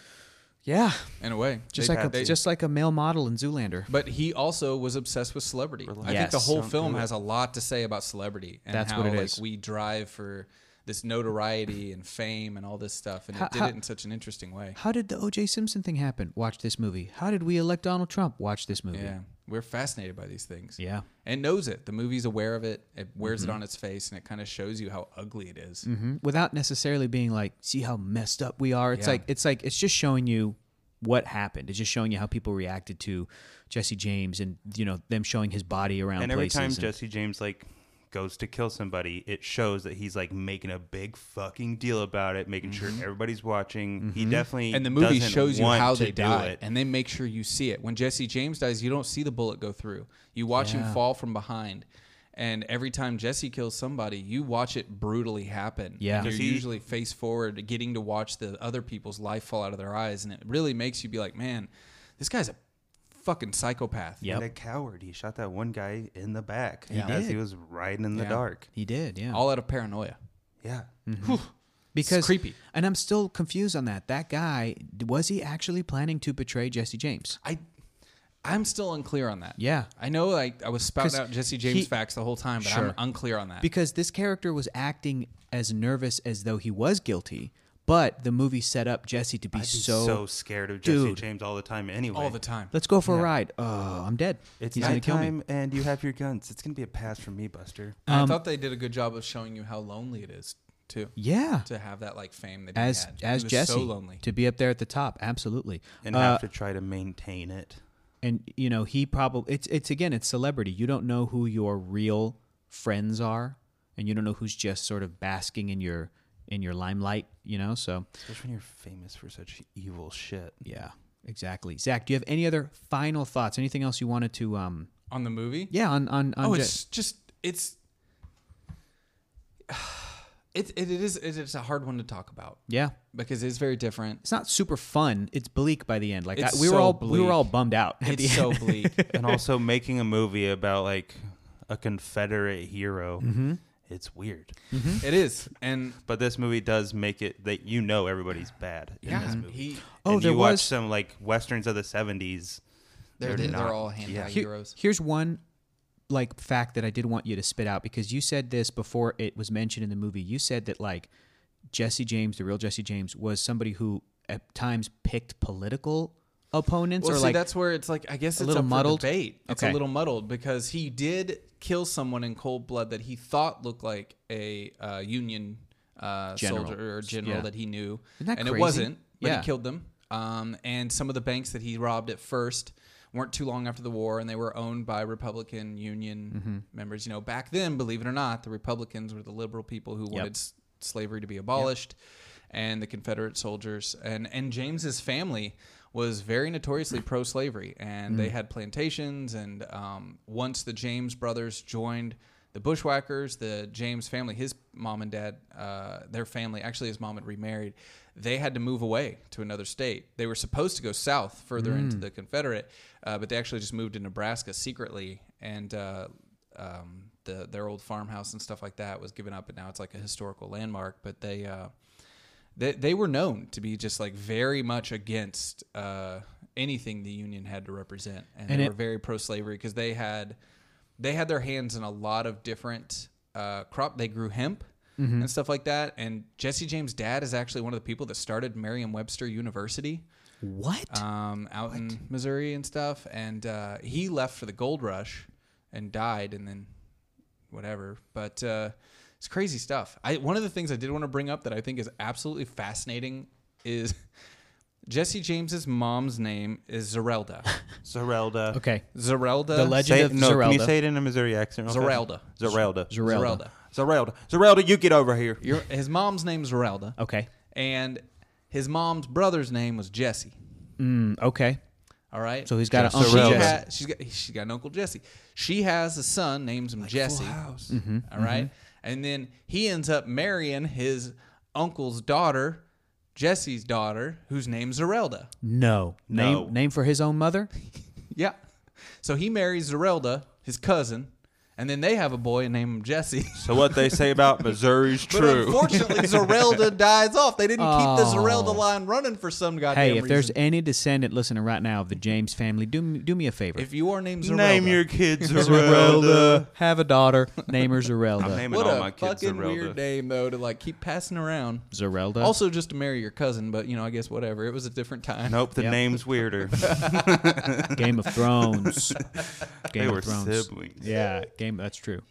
[SPEAKER 2] Yeah.
[SPEAKER 1] in a way.
[SPEAKER 2] Just
[SPEAKER 1] They-
[SPEAKER 2] like a,
[SPEAKER 1] they-
[SPEAKER 2] just like a male model in Zoolander.
[SPEAKER 1] But he also was obsessed with celebrity. I think the
[SPEAKER 2] Yes.
[SPEAKER 1] whole
[SPEAKER 2] Don't
[SPEAKER 1] film has a lot to say about celebrity and
[SPEAKER 2] That's
[SPEAKER 1] how
[SPEAKER 2] what it
[SPEAKER 1] like
[SPEAKER 2] is.
[SPEAKER 1] we drive for this notoriety and fame and all this stuff, and
[SPEAKER 2] How-
[SPEAKER 1] it did
[SPEAKER 2] how-
[SPEAKER 1] it in such an interesting way.
[SPEAKER 2] How did the O.J. Simpson thing happen? Watch this movie. How did we elect Donald Trump? Watch this movie.
[SPEAKER 1] Yeah, we're fascinated by these things.
[SPEAKER 2] Yeah. Mm-hmm.
[SPEAKER 1] and knows it. The movie's aware of it. It wears it on its face, and it kind of shows you how ugly it is.
[SPEAKER 2] Mhm. Without necessarily being like, see how messed up we are. It's
[SPEAKER 1] Yeah.
[SPEAKER 2] like it's like it's just showing you what happened. It's just showing you how people reacted to Jesse James and you know them showing his body around.
[SPEAKER 3] And
[SPEAKER 2] places
[SPEAKER 3] every time
[SPEAKER 2] and-
[SPEAKER 3] Jesse
[SPEAKER 4] James like goes to kill somebody, it shows that he's like making a big fucking deal about it, making sure everybody's watching. He definitely
[SPEAKER 1] And the movie
[SPEAKER 4] doesn't
[SPEAKER 1] shows you
[SPEAKER 4] want
[SPEAKER 1] how
[SPEAKER 4] to
[SPEAKER 1] they
[SPEAKER 4] do
[SPEAKER 1] die,
[SPEAKER 4] it.
[SPEAKER 1] and they make sure you see it. When Jesse James dies, you don't see the bullet go through. You watch him fall from behind, and every time Jesse kills somebody, you watch it brutally happen.
[SPEAKER 2] Yeah.
[SPEAKER 1] and you're
[SPEAKER 3] Does he-
[SPEAKER 1] usually face forward, getting to watch the other people's life fall out of their eyes, and it really makes you be like, man, this guy's a fucking psychopath.
[SPEAKER 2] Yep.
[SPEAKER 4] And a coward. He shot that one guy in the back
[SPEAKER 2] Yeah.
[SPEAKER 4] as
[SPEAKER 2] did.
[SPEAKER 4] he was riding in the
[SPEAKER 1] Yeah.
[SPEAKER 4] dark.
[SPEAKER 2] he did, yeah,
[SPEAKER 1] all out of paranoia.
[SPEAKER 4] Yeah.
[SPEAKER 2] because
[SPEAKER 1] creepy.
[SPEAKER 2] And I'm still confused on that. That guy was he actually planning to betray Jesse James?
[SPEAKER 1] I I'm still unclear on that.
[SPEAKER 2] Yeah.
[SPEAKER 1] I know like I was
[SPEAKER 2] 'Cause
[SPEAKER 1] spouting out Jesse James
[SPEAKER 2] he-
[SPEAKER 1] facts the whole time, but
[SPEAKER 2] Sure.
[SPEAKER 1] I'm unclear on that.
[SPEAKER 2] Because this character was acting as nervous as though he was guilty, but the movie set up Jesse to be so.
[SPEAKER 4] so scared of Jesse
[SPEAKER 2] Dude.
[SPEAKER 4] James all the time anyway.
[SPEAKER 1] all the time.
[SPEAKER 2] Let's go for a ride. Oh, I'm dead.
[SPEAKER 4] It's
[SPEAKER 2] He's gonna kill me.
[SPEAKER 4] nighttime and you have your guns. It's gonna be a pass for me, Buster.
[SPEAKER 1] And
[SPEAKER 2] Um,
[SPEAKER 1] I thought they did a good job of showing you how lonely it is too.
[SPEAKER 2] Yeah.
[SPEAKER 1] To have that like fame that he
[SPEAKER 2] as
[SPEAKER 1] had. He
[SPEAKER 2] as
[SPEAKER 1] was
[SPEAKER 2] Jesse
[SPEAKER 1] so lonely.
[SPEAKER 2] to be up there at the top. Absolutely,
[SPEAKER 4] And
[SPEAKER 2] Uh,
[SPEAKER 4] have to try to maintain it.
[SPEAKER 2] and you know he probably it's it's again it's celebrity. You don't know who your real friends are, and you don't know who's just sort of basking in your in your limelight. You know, so
[SPEAKER 4] Especially when you're famous for such evil shit.
[SPEAKER 2] yeah, exactly. Zach, do you have any other final thoughts? Anything else you wanted to? um
[SPEAKER 1] on the movie?
[SPEAKER 2] Yeah, on on, on
[SPEAKER 1] Oh,
[SPEAKER 2] Je-
[SPEAKER 1] it's just it's (sighs) it, it, it is it is a hard one to talk about
[SPEAKER 2] yeah.
[SPEAKER 1] because it's very different.
[SPEAKER 2] It's not super fun. It's bleak by the end. Like I,
[SPEAKER 1] It's
[SPEAKER 2] we were
[SPEAKER 1] so
[SPEAKER 2] all we
[SPEAKER 1] bleak.
[SPEAKER 2] were all bummed out. at the
[SPEAKER 1] It's so
[SPEAKER 2] end. (laughs)
[SPEAKER 1] bleak.
[SPEAKER 4] and also making a movie about like a Confederate hero.
[SPEAKER 1] Mm-hmm.
[SPEAKER 4] It's weird.
[SPEAKER 2] Mm-hmm.
[SPEAKER 1] it is. And
[SPEAKER 4] But this movie does make it that you know everybody's bad in
[SPEAKER 1] yeah,
[SPEAKER 4] this movie.
[SPEAKER 1] he
[SPEAKER 2] Oh,
[SPEAKER 4] and
[SPEAKER 2] there
[SPEAKER 4] you
[SPEAKER 2] was-
[SPEAKER 4] watch some like westerns of the seventies.
[SPEAKER 1] they're,
[SPEAKER 4] They're
[SPEAKER 1] they're,
[SPEAKER 4] not-
[SPEAKER 1] all
[SPEAKER 2] (laughs)
[SPEAKER 4] yeah.
[SPEAKER 2] Here-
[SPEAKER 1] anti-heroes.
[SPEAKER 2] Here's one like fact that I did want you to spit out because you said this before it was mentioned in the movie. You said that like Jesse James, the real Jesse James, was somebody who at times picked political opponents
[SPEAKER 1] Well,
[SPEAKER 2] or
[SPEAKER 1] see,
[SPEAKER 2] like
[SPEAKER 1] that's where it's like I guess it's
[SPEAKER 2] little
[SPEAKER 1] little up
[SPEAKER 2] muddled?
[SPEAKER 1] For debate. It's
[SPEAKER 2] Okay.
[SPEAKER 1] a little muddled because he did kill someone in cold blood that he thought looked like a uh, Union uh,
[SPEAKER 2] General.
[SPEAKER 1] soldier or general
[SPEAKER 2] Yeah.
[SPEAKER 1] that he knew,
[SPEAKER 2] Isn't that
[SPEAKER 1] and
[SPEAKER 2] crazy?
[SPEAKER 1] it wasn't. But
[SPEAKER 2] Yeah.
[SPEAKER 1] he killed them. Um, and some of the banks that he robbed at first weren't too long after the war, and they were owned by Republican Union
[SPEAKER 2] Mm-hmm.
[SPEAKER 1] members. You know, back then, believe it or not, the Republicans were the liberal people who wanted s- slavery to be abolished and the Confederate soldiers and and James's family was very notoriously pro-slavery and they had plantations and um, once the James brothers joined the bushwhackers the James family his mom and dad uh, their family actually his mom had remarried they had to move away to another state they were supposed to go south further into the Confederate uh, but they actually just moved to Nebraska secretly and uh, um, the their old farmhouse and stuff like that was given up, and now it's like a historical landmark. But they uh, they they were known to be just like very much against uh, anything the Union had to represent, and,
[SPEAKER 2] And
[SPEAKER 1] they
[SPEAKER 2] it-
[SPEAKER 1] were very pro slavery because they had they had their hands in a lot of different uh, crop. They grew hemp.
[SPEAKER 2] Mm-hmm.
[SPEAKER 1] And stuff like that. And Jesse James' dad is actually one of the people that started Merriam-Webster University
[SPEAKER 2] what?
[SPEAKER 1] um, out in Missouri and stuff. And uh, he left for the gold rush and died, and then whatever. But uh, it's crazy stuff. I one of the things I did want to bring up that I think is absolutely fascinating is (laughs) Jesse James's mom's name
[SPEAKER 2] (laughs)
[SPEAKER 1] is Zerelda. Uh,
[SPEAKER 4] Zerelda.
[SPEAKER 2] okay.
[SPEAKER 1] Zerelda.
[SPEAKER 2] The legend
[SPEAKER 4] Say,
[SPEAKER 2] of
[SPEAKER 4] no, can you
[SPEAKER 2] Zerelda.
[SPEAKER 4] say it in a Missouri accent? real
[SPEAKER 1] Zerelda.
[SPEAKER 4] fast?
[SPEAKER 2] Zerelda.
[SPEAKER 4] Zerelda.
[SPEAKER 1] Zerelda.
[SPEAKER 4] Zerelda. Zerelda, you get over here.
[SPEAKER 1] Your, his mom's name's Zerelda,
[SPEAKER 2] Okay.
[SPEAKER 1] and his mom's brother's name was Jesse.
[SPEAKER 2] Mm, okay.
[SPEAKER 1] All right.
[SPEAKER 2] So he's got
[SPEAKER 4] Just
[SPEAKER 2] an uncle
[SPEAKER 1] she
[SPEAKER 4] Zerelda.
[SPEAKER 2] Jesse.
[SPEAKER 1] ha- she's got she's got an uncle Jesse. She has a son names him Jesse.
[SPEAKER 2] Mm-hmm.
[SPEAKER 1] All right? and then he ends up marrying his uncle's daughter, Jesse's daughter, whose name's Zerelda.
[SPEAKER 2] No. Name
[SPEAKER 4] No.
[SPEAKER 1] (laughs)
[SPEAKER 2] name for his own mother?
[SPEAKER 1] Yeah, so he marries Zerelda, his cousin, And then they have a boy named Jesse. (laughs)
[SPEAKER 3] So what they say about Missouri's
[SPEAKER 1] But
[SPEAKER 3] true.
[SPEAKER 1] unfortunately,
[SPEAKER 2] (laughs)
[SPEAKER 1] Zerelda dies off. They didn't keep the
[SPEAKER 2] Oh.
[SPEAKER 1] Zerelda line running for some goddamn
[SPEAKER 2] Hey, if there's
[SPEAKER 1] reason.
[SPEAKER 2] any descendant listening right now of the James family, do me, do me a favor.
[SPEAKER 1] if you are named Zerelda,
[SPEAKER 3] Name your kids Zerelda.
[SPEAKER 2] Zerelda, have a daughter, name her
[SPEAKER 3] I'm
[SPEAKER 2] Zerelda.
[SPEAKER 3] naming
[SPEAKER 1] what
[SPEAKER 3] all
[SPEAKER 1] a
[SPEAKER 3] my kids
[SPEAKER 1] fucking weird
[SPEAKER 3] Zerelda.
[SPEAKER 1] name though to like keep passing around.
[SPEAKER 2] Zerelda.
[SPEAKER 1] Also, just to marry your cousin, but you know, I guess whatever. It was a different time.
[SPEAKER 3] Nope, the
[SPEAKER 2] Yep.
[SPEAKER 3] name's
[SPEAKER 1] (laughs)
[SPEAKER 3] weirder.
[SPEAKER 2] (laughs) Game of Thrones. Game
[SPEAKER 3] (laughs) They
[SPEAKER 2] of
[SPEAKER 3] were
[SPEAKER 2] Thrones.
[SPEAKER 3] siblings.
[SPEAKER 2] Yeah, game. That's true.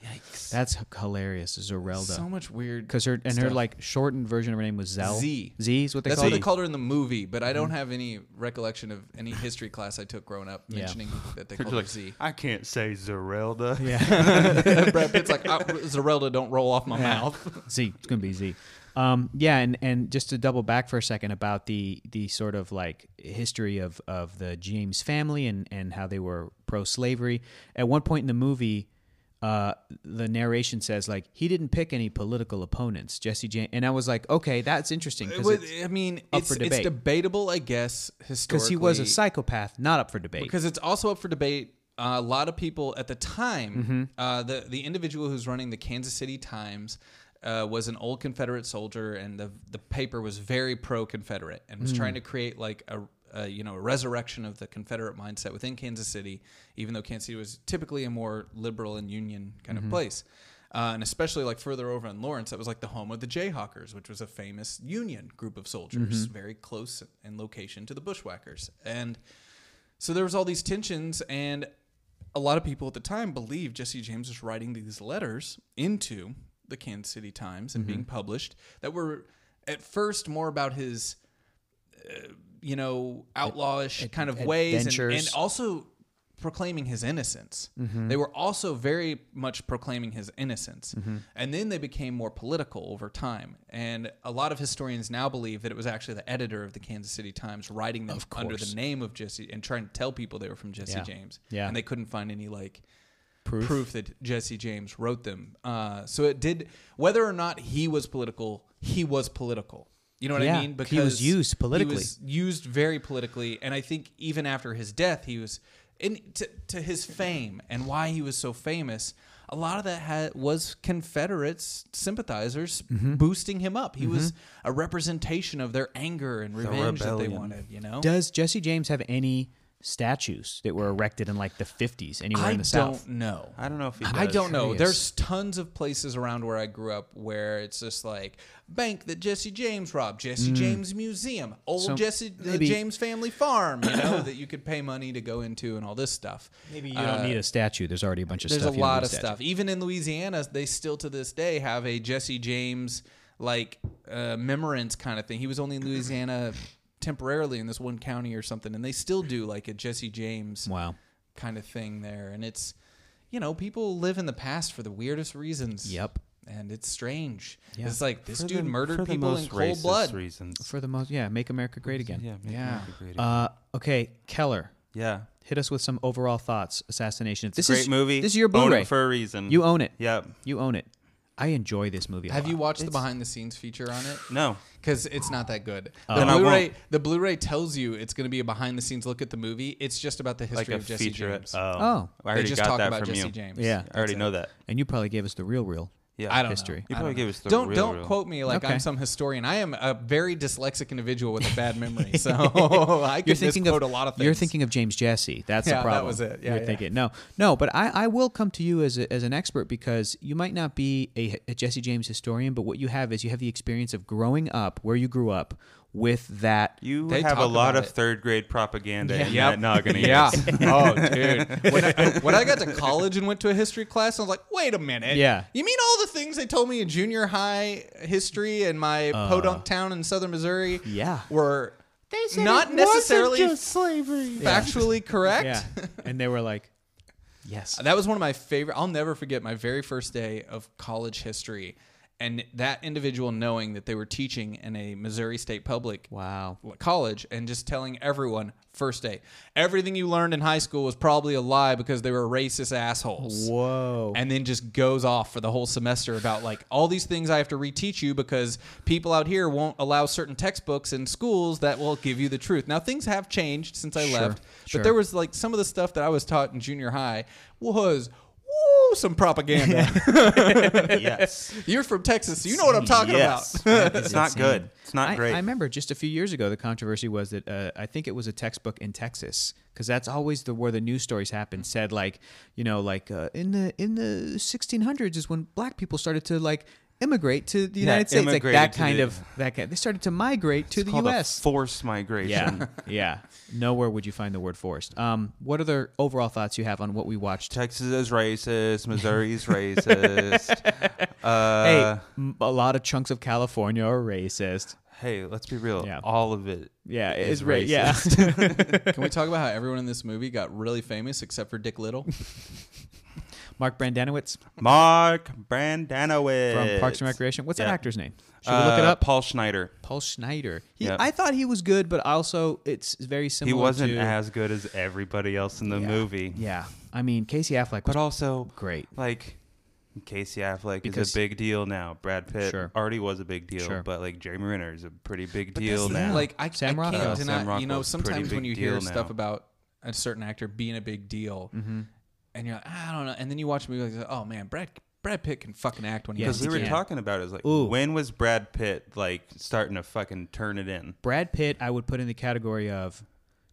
[SPEAKER 2] That's h- hilarious,
[SPEAKER 1] So
[SPEAKER 2] Zerelda.
[SPEAKER 1] much weird.
[SPEAKER 2] Because her and her
[SPEAKER 1] stuff.
[SPEAKER 2] like shortened version of her name was Zell.
[SPEAKER 1] Z.
[SPEAKER 2] Z is what they
[SPEAKER 1] That's
[SPEAKER 2] call it.
[SPEAKER 1] what
[SPEAKER 2] Mm-hmm.
[SPEAKER 1] they called her in the movie, but I don't have any recollection of any history class I took growing up
[SPEAKER 2] Yeah.
[SPEAKER 1] mentioning that they
[SPEAKER 3] They're
[SPEAKER 1] called
[SPEAKER 3] just
[SPEAKER 1] her
[SPEAKER 3] like,
[SPEAKER 1] Z.
[SPEAKER 3] I can't say Zerelda. (laughs)
[SPEAKER 2] yeah,
[SPEAKER 1] Brad Pitt's like, I, Zerelda, don't roll off
[SPEAKER 2] (laughs)
[SPEAKER 1] my mouth.
[SPEAKER 2] Z. It's gonna be Z. Um, yeah, and and just to double back for a second about the the sort of like history of of the James family and and how they were pro slavery. At one point in the movie. Uh, the narration says like he didn't pick any political opponents, Jesse James, and I was like, okay, that's interesting because
[SPEAKER 1] Well, I mean, it's,
[SPEAKER 2] for
[SPEAKER 1] it's
[SPEAKER 2] debate.
[SPEAKER 1] debatable, I guess, historically.
[SPEAKER 2] because he was a psychopath, not up for debate.
[SPEAKER 1] because it's also up for debate. Uh, a lot of people at the time, uh, the the individual who's running the Kansas City Times uh, was an old Confederate soldier, and the the paper was very pro Confederate and was trying to create like a, a you know a resurrection of the Confederate mindset within Kansas City, even though Kansas City was typically a more liberal and Union kind of place. Uh, and especially like further over in Lawrence, that was like the home of the Jayhawkers, which was a famous Union group of soldiers, very close in location to the Bushwhackers. And so there was all these tensions, and a lot of people at the time believed Jesse James was writing these letters into the Kansas City Times and being published that were at first more about his, uh, you know, outlawish kind of ways, and, and
[SPEAKER 2] adventures.
[SPEAKER 1] also proclaiming his innocence.
[SPEAKER 2] Mm-hmm.
[SPEAKER 1] They were also very much proclaiming his innocence,
[SPEAKER 2] Mm-hmm.
[SPEAKER 1] and then they became more political over time. And a lot of historians now believe that it was actually the editor of the Kansas City Times writing them under the
[SPEAKER 2] course.
[SPEAKER 1] name of Jesse and trying to tell people they were from Jesse
[SPEAKER 2] Yeah.
[SPEAKER 1] James.
[SPEAKER 2] Yeah.
[SPEAKER 1] And they couldn't find any like
[SPEAKER 2] Proof.
[SPEAKER 1] proof, that Jesse James wrote them. Uh, so it did, whether or not he was political, he was political. You know what
[SPEAKER 2] Yeah,
[SPEAKER 1] I mean?
[SPEAKER 2] he was used
[SPEAKER 1] he
[SPEAKER 2] politically.
[SPEAKER 1] was used very politically. And I think even after his death, he was, in, to, to his fame and why he was so famous, a lot of that had, was Confederates sympathizers boosting him up. He was a representation of their anger and revenge that they
[SPEAKER 3] rebellion.
[SPEAKER 1] wanted, you know?
[SPEAKER 2] Does Jesse James have any statues that were erected in like the 50s anywhere
[SPEAKER 1] I
[SPEAKER 2] in the
[SPEAKER 1] don't
[SPEAKER 2] South?
[SPEAKER 1] know.
[SPEAKER 3] I don't know if he
[SPEAKER 1] I
[SPEAKER 3] does.
[SPEAKER 1] don't know.
[SPEAKER 2] Curious.
[SPEAKER 1] There's tons of places around where I grew up where it's just like bank that Jesse James robbed, Jesse James Museum, old
[SPEAKER 2] Mm. So
[SPEAKER 1] Jesse uh,
[SPEAKER 2] maybe-
[SPEAKER 1] James family farm, you
[SPEAKER 2] (coughs)
[SPEAKER 1] know, that you could pay money to go into and all this stuff.
[SPEAKER 2] Maybe you don't need a statue. There's already a bunch of
[SPEAKER 1] uh, There's
[SPEAKER 2] stuff.
[SPEAKER 1] a
[SPEAKER 2] you don't
[SPEAKER 1] lot
[SPEAKER 2] need
[SPEAKER 1] of
[SPEAKER 2] statue.
[SPEAKER 1] stuff. Even in Louisiana, they still to this day have a Jesse James like uh, memorance kind of thing. He was only
[SPEAKER 2] (coughs)
[SPEAKER 1] in Louisiana temporarily in this one county or something, and they still do like a Jesse James
[SPEAKER 2] Wow.
[SPEAKER 1] kind of thing there. And it's, you know, people live in the past for the weirdest reasons.
[SPEAKER 2] Yep.
[SPEAKER 1] And it's strange.
[SPEAKER 2] Yeah.
[SPEAKER 1] It's like this
[SPEAKER 3] For
[SPEAKER 1] dude
[SPEAKER 3] the- for
[SPEAKER 1] murdered
[SPEAKER 3] the
[SPEAKER 1] people in
[SPEAKER 3] most
[SPEAKER 1] cold
[SPEAKER 3] racist
[SPEAKER 1] blood.
[SPEAKER 3] Reasons.
[SPEAKER 2] For the most, yeah, make America great again.
[SPEAKER 3] Yeah. maybe
[SPEAKER 1] Yeah.
[SPEAKER 3] that'd be great.
[SPEAKER 2] Uh, okay, Keller,
[SPEAKER 3] yeah.
[SPEAKER 2] hit us with some overall thoughts. Assassination. This
[SPEAKER 3] Great
[SPEAKER 2] is
[SPEAKER 3] movie.
[SPEAKER 2] This is your
[SPEAKER 3] Own
[SPEAKER 2] Blu-ray.
[SPEAKER 3] it for a reason.
[SPEAKER 2] you own it.
[SPEAKER 3] Yep.
[SPEAKER 2] You own it. I enjoy this movie. a
[SPEAKER 1] Have
[SPEAKER 2] lot.
[SPEAKER 1] you watched the
[SPEAKER 2] It's-
[SPEAKER 1] behind the scenes feature on it?
[SPEAKER 3] No.
[SPEAKER 1] Because it's not that good.
[SPEAKER 3] Then Oh. I
[SPEAKER 1] the Blu-ray,
[SPEAKER 3] won't.
[SPEAKER 1] the Blu-ray tells you it's going to be a behind the scenes look at the movie. It's just about the
[SPEAKER 3] Like
[SPEAKER 1] history
[SPEAKER 3] a
[SPEAKER 1] of Jesse
[SPEAKER 3] feature.
[SPEAKER 1] James.
[SPEAKER 3] Oh.
[SPEAKER 2] Oh.
[SPEAKER 3] I already
[SPEAKER 1] they just
[SPEAKER 3] got
[SPEAKER 1] talk
[SPEAKER 3] that
[SPEAKER 1] about
[SPEAKER 3] from
[SPEAKER 1] Jesse
[SPEAKER 3] you.
[SPEAKER 1] James.
[SPEAKER 2] Yeah.
[SPEAKER 3] I already know that.
[SPEAKER 2] And you probably gave us the real, real.
[SPEAKER 3] Yeah.
[SPEAKER 1] I don't
[SPEAKER 2] History.
[SPEAKER 1] know.
[SPEAKER 3] You
[SPEAKER 1] I
[SPEAKER 3] probably
[SPEAKER 1] don't know.
[SPEAKER 3] gave us the
[SPEAKER 1] don't
[SPEAKER 3] real,
[SPEAKER 1] don't
[SPEAKER 3] real.
[SPEAKER 1] quote me like
[SPEAKER 2] Okay.
[SPEAKER 1] I'm some historian. I am a very dyslexic individual with a bad memory,
[SPEAKER 3] (laughs)
[SPEAKER 1] so (laughs) I can
[SPEAKER 2] You're thinking of
[SPEAKER 1] misquote a lot of things.
[SPEAKER 2] You're thinking of James Jesse. That's
[SPEAKER 1] Yeah,
[SPEAKER 2] the
[SPEAKER 1] that
[SPEAKER 2] problem.
[SPEAKER 1] was it. Yeah,
[SPEAKER 2] you're
[SPEAKER 1] yeah.
[SPEAKER 2] thinking no, no. But I, I will come to you as a, as an expert because you might not be a, a Jesse James historian, but what you have is you have the experience of growing up where you grew up with that.
[SPEAKER 3] You
[SPEAKER 1] They
[SPEAKER 3] have a
[SPEAKER 1] talk
[SPEAKER 3] lot of
[SPEAKER 1] about it.
[SPEAKER 3] third grade propaganda in
[SPEAKER 1] Yep.
[SPEAKER 3] that
[SPEAKER 1] (laughs)
[SPEAKER 3] noggin. of
[SPEAKER 1] Yeah.
[SPEAKER 3] yours.
[SPEAKER 1] oh,
[SPEAKER 2] (laughs)
[SPEAKER 1] dude. When I, when I got to college and went to a history class, I was like, wait a minute.
[SPEAKER 2] Yeah.
[SPEAKER 1] You mean all the things they told me in junior high history and my podunk town in southern Missouri
[SPEAKER 2] Uh. Yeah.
[SPEAKER 1] were not necessarily factually correct?
[SPEAKER 2] Yeah, and they were like, yes,
[SPEAKER 1] That was one of my favorite. I'll never forget my very first day of college history and that individual knowing that they were teaching in a Missouri State Public
[SPEAKER 2] wow.
[SPEAKER 1] college and just telling everyone first day everything you learned in high school was probably a lie because they were racist assholes
[SPEAKER 2] Whoa.
[SPEAKER 1] and then just goes off for the whole semester about like all these things i have to reteach you because people out here won't allow certain textbooks in schools that will give you the truth now things have changed since i
[SPEAKER 2] Sure,
[SPEAKER 1] left
[SPEAKER 2] sure.
[SPEAKER 1] but there was like some of the stuff that i was taught in junior high was woo, some propaganda.
[SPEAKER 2] (laughs)
[SPEAKER 4] yes.
[SPEAKER 1] You're from Texas, so you know what I'm talking
[SPEAKER 4] Yes.
[SPEAKER 1] about.
[SPEAKER 3] (laughs)
[SPEAKER 1] (laughs)
[SPEAKER 3] It's not
[SPEAKER 2] insane.
[SPEAKER 3] good. It's not
[SPEAKER 2] I,
[SPEAKER 3] great.
[SPEAKER 2] I remember just a few years ago, the controversy was that uh, I think it was a textbook in Texas, because that's always the where the news stories happen. Said like, you know, like uh, in the in the 1600s is when black people started to like immigrate to the United States, like
[SPEAKER 3] immigrated
[SPEAKER 2] that
[SPEAKER 3] to
[SPEAKER 2] kind
[SPEAKER 3] the-
[SPEAKER 2] of that kind. They started to migrate to
[SPEAKER 3] it's
[SPEAKER 2] the
[SPEAKER 3] called
[SPEAKER 2] U.S.
[SPEAKER 3] a forced migration.
[SPEAKER 2] yeah, yeah. Nowhere would you find the word forced. Um, what other overall thoughts you have on what we watched?
[SPEAKER 3] (laughs) Texas is racist. Missouri's
[SPEAKER 1] (laughs)
[SPEAKER 3] racist.
[SPEAKER 2] hey,
[SPEAKER 3] Uh,
[SPEAKER 2] m- a lot of chunks of California are racist.
[SPEAKER 3] hey. let's be real.
[SPEAKER 2] Yeah.
[SPEAKER 3] All of it.
[SPEAKER 2] Yeah,
[SPEAKER 3] is
[SPEAKER 2] it's ra- Yeah.
[SPEAKER 1] Can we talk about how everyone in this movie got really famous except for Dick Little?
[SPEAKER 2] (laughs) Mark Brandanowitz
[SPEAKER 3] Mark Brandanowitz
[SPEAKER 2] from Parks and Recreation. What's that
[SPEAKER 3] Yeah.
[SPEAKER 2] actor's name? Should we look it
[SPEAKER 3] Uh,
[SPEAKER 2] up?
[SPEAKER 3] Paul Schneider.
[SPEAKER 2] Paul Schneider. He,
[SPEAKER 3] Yeah.
[SPEAKER 2] I thought he was good, but also it's very similar.
[SPEAKER 3] He wasn't
[SPEAKER 2] to,
[SPEAKER 3] as good as everybody else in the
[SPEAKER 2] Yeah.
[SPEAKER 3] movie.
[SPEAKER 2] Yeah, I mean Casey Affleck was
[SPEAKER 3] But also,
[SPEAKER 2] great.
[SPEAKER 3] like, Casey Affleck
[SPEAKER 2] Because-
[SPEAKER 3] is a big deal now. Brad Pitt
[SPEAKER 2] Sure.
[SPEAKER 3] already was a big deal,
[SPEAKER 2] Sure.
[SPEAKER 3] but like Jeremy Renner is a pretty big
[SPEAKER 1] But
[SPEAKER 3] deal
[SPEAKER 1] that's-
[SPEAKER 3] now.
[SPEAKER 1] Like I,
[SPEAKER 2] Sam
[SPEAKER 1] I
[SPEAKER 2] Rockwell.
[SPEAKER 1] can't
[SPEAKER 2] Uh,
[SPEAKER 1] deny.
[SPEAKER 3] Sam
[SPEAKER 1] you know,
[SPEAKER 3] Rockwell's pretty
[SPEAKER 1] sometimes when
[SPEAKER 3] big
[SPEAKER 1] you hear
[SPEAKER 3] deal
[SPEAKER 1] stuff
[SPEAKER 3] now.
[SPEAKER 1] about a certain actor being a big deal, and you're like, "Ah, I don't know, and then you watch a movie like, oh man, Brad Brad Pitt can fucking act when he
[SPEAKER 2] Yes,
[SPEAKER 1] has
[SPEAKER 3] because
[SPEAKER 1] to.
[SPEAKER 3] we were
[SPEAKER 2] can.
[SPEAKER 3] talking about it, is like,
[SPEAKER 2] Ooh.
[SPEAKER 3] when was Brad Pitt like starting to fucking turn it in?
[SPEAKER 2] Brad Pitt. I would put in the category of